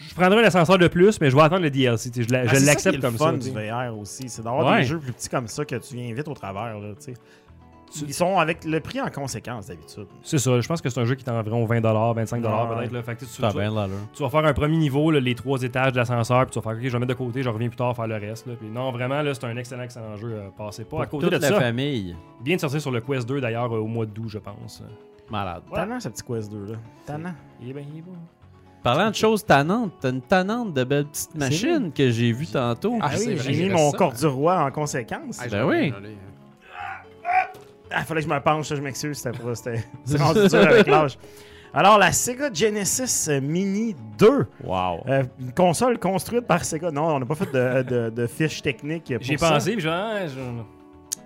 F: Je prendrai l'ascenseur de plus, mais je vais attendre le DLC. tu sais, Je la-
E: Ah, c'est
F: je
E: ça
F: l'accepte
E: qui est
F: comme ça.
E: le
F: tu sais.
E: fun du VR aussi, c'est d'avoir
F: Ouais.
E: des jeux plus petits comme ça que tu viens vite au travers. Là, tu sais. Ils sont avec le prix en conséquence d'habitude.
F: C'est ça. Je pense que c'est un jeu qui est environ 20$, 25$
E: Ah, Ouais.
F: peut-être. là. Fait que tu sais, tu-
D: Ça a
F: tu-
D: bien de l'allure.
F: tu vas faire un premier niveau, là, les trois étages de l'ascenseur, puis tu vas faire, OK, je vais le mettre de côté, je reviens plus tard faire le reste. là. Puis non, vraiment, là, c'est un excellent, excellent jeu. euh, passez pas à
D: Pour
F: côté de
D: toute la
F: ça.
D: famille.
F: Bien de sortir sur le Quest 2, d'ailleurs, euh, au mois d'août, je pense.
D: Malade.
E: Tannant, ce petit Quest 2. là. Tannant.
F: Il est bien, il est bon.
D: Parlant de choses tannantes, t'as une tannante de belles petites machines que j'ai vues tantôt.
B: Ah, c'est
E: oui,
B: vrai,
E: j'ai
B: il
E: mis
B: reste
E: mon
B: ça.
E: corps du roi en conséquence.
B: Ah,
E: Il
B: j'aurais
D: oui.
B: donné.
E: fallait que je me penche, ça, je m'excuse, c'était pour- c'était- c'est rendu dur avec l'âge. Alors, la Sega Genesis Mini 2,
D: Wow.
E: euh, une console construite par Sega. Non, on n'a pas fait de, de, de fiche technique. pour
F: J'ai
E: ça.
F: pensé, puis je- ah, je-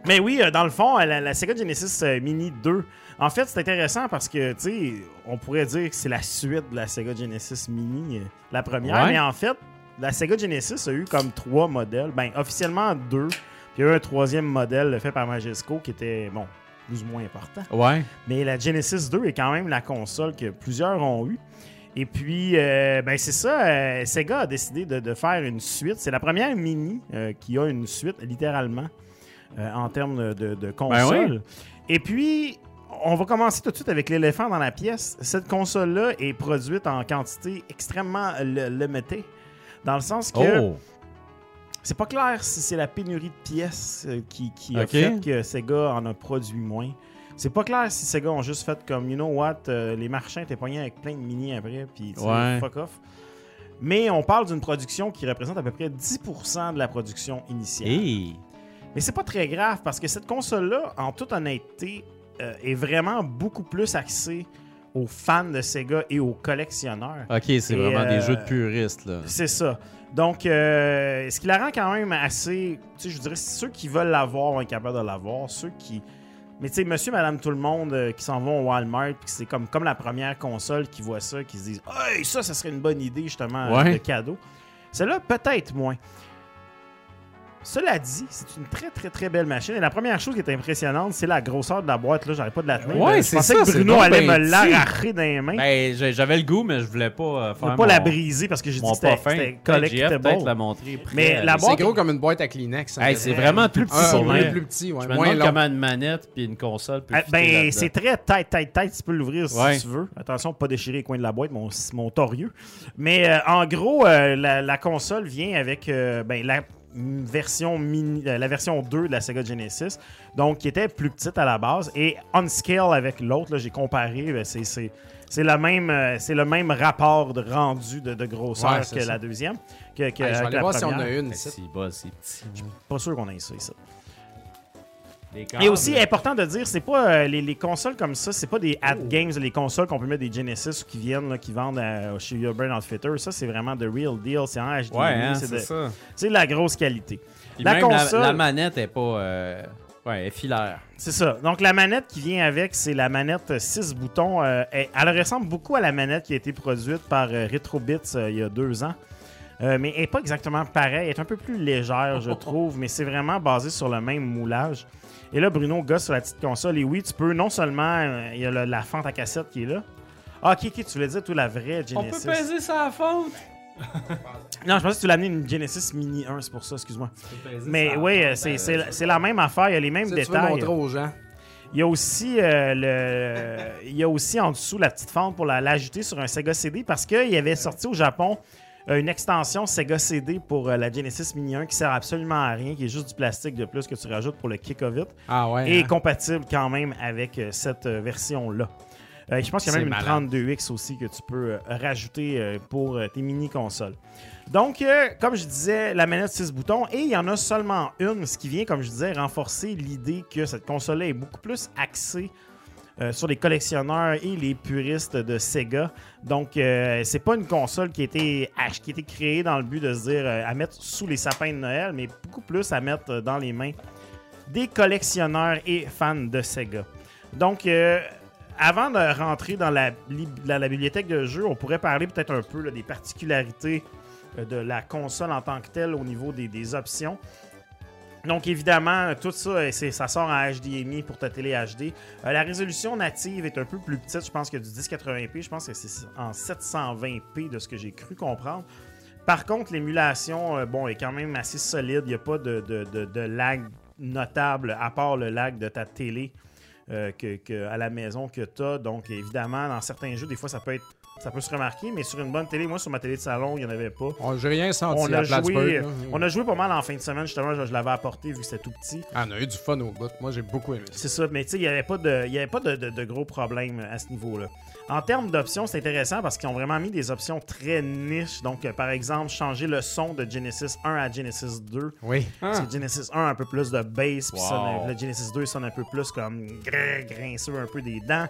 E: Mais oui, euh, dans le fond, euh, la, la Sega Genesis euh, Mini 2, en fait, c'est intéressant parce que, tu sais, on pourrait dire que c'est la suite de la Sega Genesis Mini, euh, la première,
D: Ouais.
E: mais en fait, la Sega Genesis a eu comme trois modèles, ben officiellement deux, puis il y a eu un troisième modèle fait par Majesco qui était, bon, plus ou moins important.
D: Ouais.
E: Mais la Genesis 2 est quand même la console que plusieurs ont eue. Et puis, euh, ben c'est ça, euh, Sega a décidé de, de faire une suite. C'est la première mini euh, qui a une suite, littéralement, euh, en termes de, de console. Et puis, on va commencer tout de suite avec l'éléphant dans la pièce. Cette console-là est produite en quantité extrêmement le- limitée. Dans le sens que
D: Oh.
E: c'est pas clair si c'est la pénurie de pièces euh, qui, qui a
D: Ok.
E: fait que Sega en a produit moins. C'est pas clair si Sega ont juste fait comme, you know what, euh, les marchands étaient pognés avec plein de mini après, puis tu sais,
D: Ouais.
E: fuck off. Mais on parle d'une production qui représente à peu près 10% de la production initiale.
D: Hey.
E: Mais c'est pas très grave parce que cette console-là, en toute honnêteté, euh, est vraiment beaucoup plus axée aux fans de Sega et aux collectionneurs.
D: Ok, c'est
E: Et,
D: vraiment des
E: euh,
D: jeux de puristes, là.
E: C'est ça. Donc, euh, ce qui la rend quand même assez. Tu sais, je dirais, ceux qui veulent l'avoir vont être capables de l'avoir. Ceux qui. Mais tu sais, monsieur, madame, tout le monde euh, qui s'en vont au Walmart, puis que c'est comme, comme la première console qui voit ça, qui se disent Hey, ça, ça serait une bonne idée, justement, euh,
D: Ouais.
E: de cadeau. Celle-là, peut-être moins. Cela dit, c'est une très, très, très belle machine. Et la première chose qui est impressionnante, c'est la grosseur de la boîte. Là, j'arrive pas de la tenir.
D: Ouais,
E: là. je
D: c'est
E: pensais
D: ça,
E: que
D: c'est
E: Bruno
D: donc
E: allait
D: ben
E: me
D: petit.
E: l'arracher dans les mains.
D: Ben, j'ai- j'avais le goût, mais je voulais pas euh,
E: Je
D: faire.
E: ne pas la
D: mon-
E: briser parce que j'ai dit
D: Mon
E: que
D: pas
E: c'était
D: fin.
E: c'était
D: Peut-être JF,
E: collectible.
D: peut-être la montrer. après.
E: Mais la
B: C'est
E: boîte-
B: gros comme une boîte à Kleenex.
D: Hey, c'est vraiment tout
B: Ah,
D: petit pour
B: oui,
D: vrai.
B: plus petit, ouais,
D: Je me
B: moins
D: demande
B: long.
D: comment une manette puis une console peut
E: Ah,
D: fitter
E: ben,
D: là-dedans.
E: c'est très tight, tight, tight. Tu peux l'ouvrir si
D: Ouais.
E: tu veux. Attention, pas déchirer les coins de la boîte, mon, mon torieux. Mais euh, en gros, euh, la, la console vient avec euh, ben, la mm, version mini, euh, la version 2 de la Sega Genesis, donc qui était plus petite à la base et on scale avec l'autre. là, J'ai comparé, ben, c'est c'est- c'est la même, euh, c'est le même rapport de rendu de, de grosseur
B: Ouais,
E: que
B: c'est ça.
E: la deuxième. Que, que-
B: Hey, je
E: que
B: vais aller
E: la
B: voir si on
E: première.
B: a une.
D: Ben,
B: ici.
D: C'est bas, c'est petit.
E: Pas sûr qu'on ait ça ici.
D: Des
E: Et
D: câbles.
E: aussi, important de dire, c'est pas euh, les, les consoles comme ça, c'est pas des
D: Oh.
E: ad games, les consoles qu'on peut mettre des Genesis ou qui viennent, là, qui vendent euh, chez Urban Outfitter. Ça, c'est vraiment the real deal. C'est en HDMI,
D: Ouais, hein,
E: c'est
D: c'est
E: de-
D: ça.
E: c'est de la grosse qualité.
D: Puis
E: la
D: même la-
E: console-
D: la manette est pas. euh, Ouais, elle est filaire.
E: C'est ça. Donc, la manette qui vient avec, c'est la manette 6 boutons. Euh, elle, elle ressemble beaucoup à la manette qui a été produite par euh, RetroBits euh, il y a deux ans. Euh, mais elle n'est pas exactement pareille. Elle est un peu plus légère, je trouve, mais c'est vraiment basé sur le même moulage. Et là, Bruno gosse sur la petite console. Et oui, tu peux non seulement. euh, Il y a le- la fente à cassette qui est là. Ah, ok, ok, tu voulais dire, toi, la vraie Genesis.
D: sa fonte.
E: Non, je pensais que tu l'as amené une Genesis Mini 1, c'est pour ça, excuse-moi. Mais oui, euh, c'est c'est la- c'est la même affaire, il y a les mêmes
B: Ça, Tu veux
E: détails.
B: montrer aux gens.
E: Il y a aussi euh, le, il y a aussi en dessous la petite fente pour la- l'ajouter sur un Sega CD parce qu'il y avait sorti au Japon euh, une extension Sega CD pour euh, la Genesis Mini 1 qui sert absolument à rien, qui est juste du plastique de plus que tu rajoutes pour le kick of it
B: Ah ouais.
E: et
B: hein.
E: compatible quand même avec euh, cette euh, version-là. Euh, je pense qu'il y a
B: C'est
E: même une
B: malade.
E: 32X aussi que tu peux euh, rajouter euh, pour euh, tes mini-consoles. Donc, euh, comme je disais, la manette 6 boutons, et il y en a seulement une, ce qui vient, comme je disais, renforcer l'idée que cette console-là est beaucoup plus axée euh, sur les collectionneurs et les puristes de Sega. Donc, euh, c'est pas une console qui a, été, ach- qui a été créée dans le but de se dire euh, à mettre sous les sapins de Noël, mais beaucoup plus à mettre euh, dans les mains des collectionneurs et fans de Sega. Donc, euh, avant de rentrer dans la, li- dans la bibliothèque de jeux, on pourrait parler peut-être un peu là, des particularités euh, de la console en tant que telle au niveau des, des options. Donc, évidemment, tout ça, euh, c'est- ça sort en HDMI pour ta télé HD. Euh, la résolution native est un peu plus petite, je pense que du 1080p, je pense que c'est en 720p de ce que j'ai cru comprendre. Par contre, l'émulation, euh, bon, est quand même assez solide. Il n'y a pas de, de- de- de lag notable, à part le lag de ta télé euh, que, que- à la maison que tu as. Donc, évidemment, dans certains jeux, des fois, ça peut être ça peut se remarquer, mais sur une bonne télé, moi, sur ma télé de salon, il n'y en avait pas.
B: On- J'ai rien senti
E: On
B: à
E: a,
B: Plattsburgh.
E: joué,
B: là.
E: on a joué pas mal en fin de semaine, justement. Je, je l'avais apporté vu que c'était tout petit.
B: Ah, on a eu du fun au bout. Moi, j'ai beaucoup aimé ça.
E: C'est ça, mais tu sais, il n'y avait pas, de, il y avait pas de, de- de gros problèmes à ce niveau-là. En termes d'options, c'est intéressant parce qu'ils ont vraiment mis des options très niches. Donc, euh, par exemple, changer le son de Genesis 1 à Genesis 2.
B: Oui.
E: Parce que Genesis 1 a un peu plus de bass, puis
D: Wow.
E: sonne- le Genesis 2 sonne un peu plus comme grin- grinceux un peu des dents.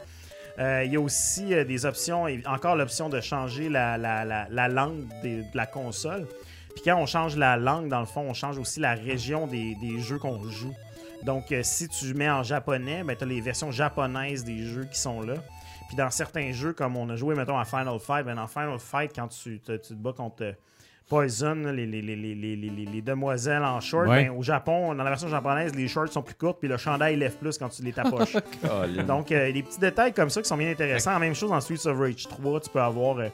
E: Euh, Il y a aussi euh, des options, et encore l'option de changer la, la- la- la langue des- de la console. Puis quand on change la langue, dans le fond, on change aussi la région des, des jeux qu'on joue. Donc euh, si tu mets en japonais, ben, tu as les versions japonaises des jeux qui sont là. Puis dans certains jeux, comme on a joué, mettons, à Final Fight, ben dans Final Fight, quand tu te, tu te bats contre euh, Poison, là, les, les, les, les, les, les- les demoiselles en short,
D: Ouais.
E: ben, au Japon, dans la version japonaise, les shorts sont plus courtes, puis le chandail lève plus quand tu les tapoches. Donc, euh, des petits détails comme ça qui sont bien intéressants. Même chose dans Streets of Rage 3, tu peux avoir euh,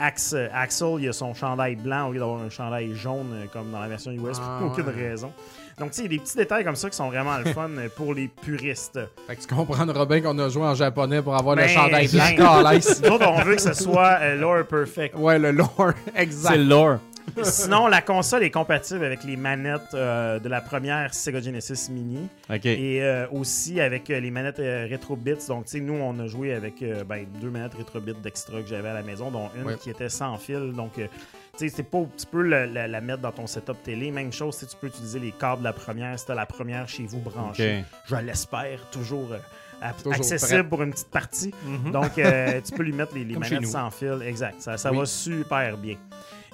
E: Ax- euh, Axel, il a son chandail blanc au lieu d'avoir un chandail jaune euh, comme dans la version US,
B: Ah,
E: pour aucune
B: ouais.
E: raison. Donc, tu sais, il y a des petits détails comme ça qui sont vraiment le fun euh, pour les puristes.
B: Fait que tu comprendras bien qu'on a joué en japonais pour avoir Oh, le
E: Ben,
B: chandail
E: ben.
B: blanc. Calisse.
E: Nous autres, on veut que ce soit euh, lore perfect.
B: ouais, le lore.
D: C'est
B: exact.
D: le lore.
E: Sinon, la console est compatible avec les manettes euh, de la première Sega Genesis Mini
D: OK.
E: et euh, aussi avec euh, les manettes euh, RetroBits. Donc, tu sais, nous, on a joué avec euh, ben, deux manettes RetroBits d'extra que j'avais à la maison, dont une
B: Ouais.
E: qui était sans fil. Donc, euh, tu sais, c'est pas- tu peux le- la, la mettre dans ton setup télé. Même chose, si tu peux utiliser les câbles de la première, si t'as la première chez vous branchée.
D: OK.
E: Je l'espère, toujours, euh, a-
B: Toujours
E: accessible
B: prête.
E: pour une petite partie. Donc, euh, tu peux lui mettre les,
F: Mhm.
E: les
F: Comme chez
E: manettes
F: nous.
E: sans fil. Exact. Ça, ça va super bien.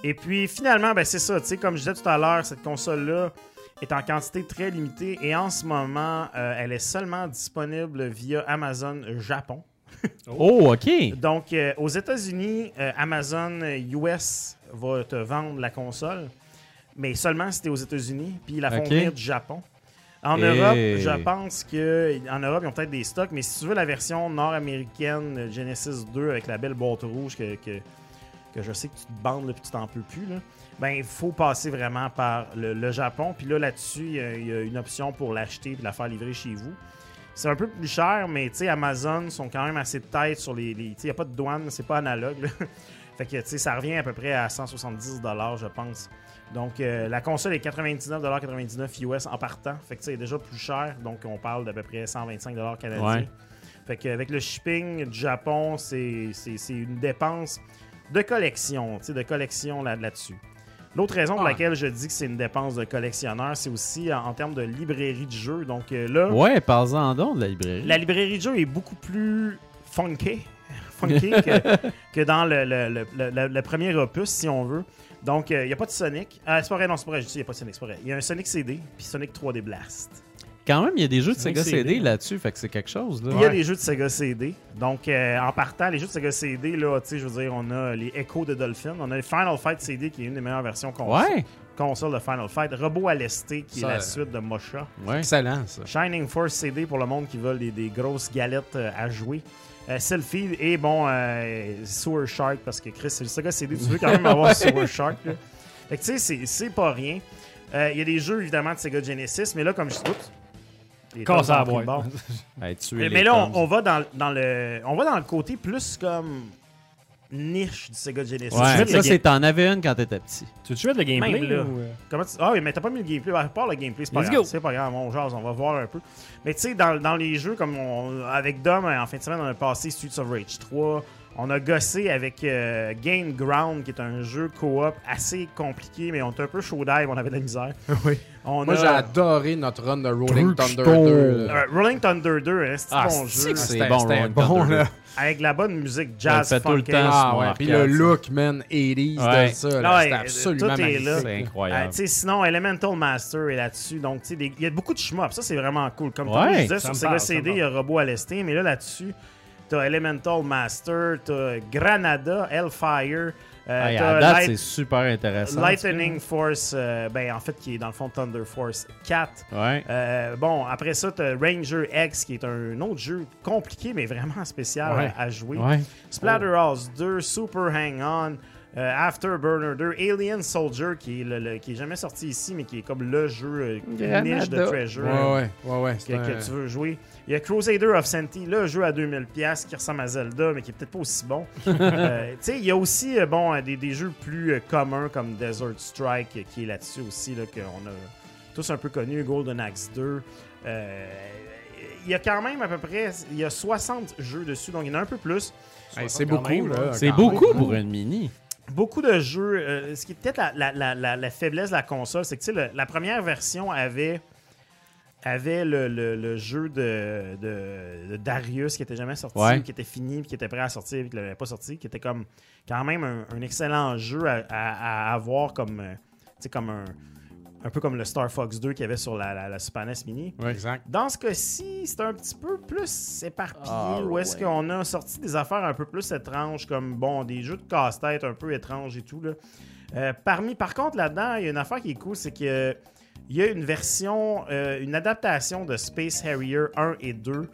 E: Et puis, finalement, ben, c'est ça. Tu sais, comme je disais tout à l'heure, cette console-là est en quantité très limitée et en ce moment, euh, elle est seulement disponible via Amazon Japon.
D: Oh, OK.
E: Donc, euh, aux États-Unis, euh, Amazon US va te vendre la console, mais seulement si tu es aux États-Unis, puis ils la font
D: Ok.
E: venir du Japon. En
D: Et-
E: Europe, je pense que en Europe, ils ont peut-être des stocks, mais si tu veux la version nord-américaine euh, Genesis 2 avec la belle boîte rouge que, que, que je sais que tu te bandes là, puis tu t'en peux plus, là, ben il faut passer vraiment par le, le Japon. Puis là, là-dessus, il y a- il y, a une option pour l'acheter puis la faire livrer chez vous. C'est un peu plus cher, mais tu sais, Amazon sont quand même assez de tête sur les. les- tu sais, il n'y a pas de douane, c'est pas analogue. là. fait que, tu sais, ça revient à peu près à 170 je pense. Donc, euh, la console est 99,99 US en partant. Fait que, tu sais, elle est déjà plus cher. Donc, on parle d'à peu près 125 canadiens.
D: Ouais.
E: Fait qu'avec le shipping du Japon, c'est c'est- c'est une dépense de collection, tu sais, de collection là- là-dessus. L'autre raison pour
B: Ah.
E: laquelle je dis que c'est une dépense de collectionneur, c'est aussi en, en termes de librairie de jeu. Donc, euh, là,
D: Ouais, parle-en donc de la librairie.
E: la librairie de jeu est beaucoup plus funky, funky que, que dans le, le- le- le- le- le premier opus, si on veut. Donc, il n'y a pas de Sonic. Ah, c'est pas vrai, non, c'est pas vrai, je dis, il n'y a pas de Sonic, c'est pas vrai. Il y a un Sonic CD, puis Sonic 3D Blast.
D: Quand même, il y a des jeux de
F: C'est vrai
D: Sega
F: que c'est
D: CD
F: bien.
D: là-dessus, fait que c'est quelque chose. Là.
E: Puis Il y a des jeux de Sega CD. Donc, euh, en partant, les jeux de Sega CD, là, tu sais, je veux dire, on a les Echo de Dolphin, on a le Final Fight CD, qui est une des meilleures versions qu'on
D: Ouais.
E: console de Final Fight. Robot Alesté, qui
B: Ça,
E: est la
B: euh,
E: suite de Mocha.
D: Ouais.
B: Excellent, ça.
E: Shining Force CD pour le monde qui veut des, des grosses galettes euh, à jouer. Euh, Selfie et bon, euh, Sewer Shark, parce que Chris, c'est le Sega CD, tu veux quand même avoir Sewer Shark. là. Fait que tu sais, c'est- c'est pas rien. Euh, Il y a des jeux évidemment de Sega Genesis, mais là, comme je dis, oups, les
F: Casse
E: tomes
F: à
E: ont pris
F: boire.
E: le bord.
D: Hey, tuer
E: Mais,
D: les
E: mais là, on,
D: Toms.
E: on va dans, dans le, on va dans le côté plus comme niche du Sega Genesis. Tu
D: Ouais.
E: mets
D: Ça,
E: le
D: c'est t'en avais une quand t'étais petit.
F: Tu veux-tu mettre le gameplay?
E: Même là.
F: ou, euh,
E: Comment tu- Ah oui, mais t'as pas mis le gameplay. À part le gameplay, c'est pas
F: Let's
E: grave.
F: go.
E: C'est pas grave, on jase, on va voir un peu. Mais tu sais, dans, dans les jeux, comme on- avec Dom, euh, en fin de semaine, on a passé Streets of Rage 3. On a gossé avec euh, Game Ground, qui est un jeu co-op assez compliqué, mais on était un peu chaud dive, on avait de la misère.
B: Oui.
E: On
B: Moi,
E: a,
B: j'ai adoré notre run de Rolling Thunder
D: Truc-ton.
B: 2. là.
E: euh, Rolling Thunder 2, hein, c'est
D: Ah,
E: un bon jeu.
D: c'est que c'est
B: C'était-
D: bon,
B: c'était
D: Rolling
B: bon,
D: Thunder.
B: là.
E: Avec la bonne musique
D: On le
E: jazz,
D: fait tout le
E: funky.
D: temps.
B: Ah
D: sur
B: ouais,
D: mon
B: puis le
D: arcade, ça.
B: look, man, 80s
D: Ouais.
B: de ça,
E: Ouais,
B: là, c'était
E: euh,
B: absolument
E: tout est là.
B: magnifique.
D: C'est
E: Euh,
D: incroyable.
E: tu sais, sinon, Elemental Master est là-dessus. Donc, tu sais, des- il y a beaucoup de schmups. Ça, c'est vraiment cool. Comme tantôt,
D: Ouais,
E: je disais,
F: ça
E: sur
F: me
E: Sega
F: parle, ça me
E: CD, il y a Robot à l'Esté, mais là, là-dessus, t'as Elemental Master, t'as Granada, Hellfire, Euh,
D: Hey,
E: t'as
D: Ah, à date,
E: Light-
D: c'est super intéressant.
E: Lightning Force, euh, ben en fait, qui est dans le fond Thunder Force 4.
D: Ouais.
E: Euh, bon, après ça, tu Ranger X, qui est un autre jeu compliqué, mais vraiment spécial
D: Ouais.
E: à, à jouer.
D: Ouais.
E: Splatterhouse 2, Super Hang On, euh, Afterburner 2, Alien Soldier, qui est, le- le- qui est jamais sorti ici, mais qui est comme le jeu euh, niche de
D: Grenada.
E: Treasure
B: Ouais, ouais, ouais. ouais,
E: que,
B: c'est
E: que
B: un-
E: tu veux jouer. Il y a Crusader of Senti, le jeu à 2000$ qui ressemble à Zelda, mais qui est peut-être pas aussi bon. Euh, tu sais, il y a aussi euh, bon, euh, des, des jeux plus euh, communs comme Desert Strike euh, qui est là-dessus aussi, là, qu'on a tous un peu connu, Golden Axe 2. Euh, il y a quand même à peu près il y a 60 jeux dessus, donc il y en a un peu plus.
B: Hey, c'est
F: quand
B: beaucoup,
F: même,
E: hein.
B: là.
D: C'est
B: quand
D: beaucoup
B: même.
D: pour une mini.
E: Beaucoup de jeux. euh, ce qui est peut-être la, la- la- la- la faiblesse de la console, c'est que tu sais, le- la première version avait, avait le, le- le jeu de, de- de Darius qui était jamais sorti,
D: Ouais.
E: qui était fini, puis qui était prêt à sortir, puis qui l'avait pas sorti, qui était comme quand même un, un excellent jeu à, à- à avoir comme, euh, tu sais, comme un, un peu comme le Star Fox 2 qu'il y avait sur la, la- la Super NES Mini.
B: Ouais, exact.
E: Dans ce cas-ci, c'est un petit peu plus éparpillé.
D: Ah,
E: où est-ce
D: ouais.
E: qu'on a sorti des affaires un peu plus étranges, comme bon, des jeux de casse-tête un peu étranges et tout. Là. Euh, parmi, par contre, là-dedans, il y a une affaire qui est cool, c'est que euh, il y a une version, euh, une adaptation de Space Harrier 1 et 2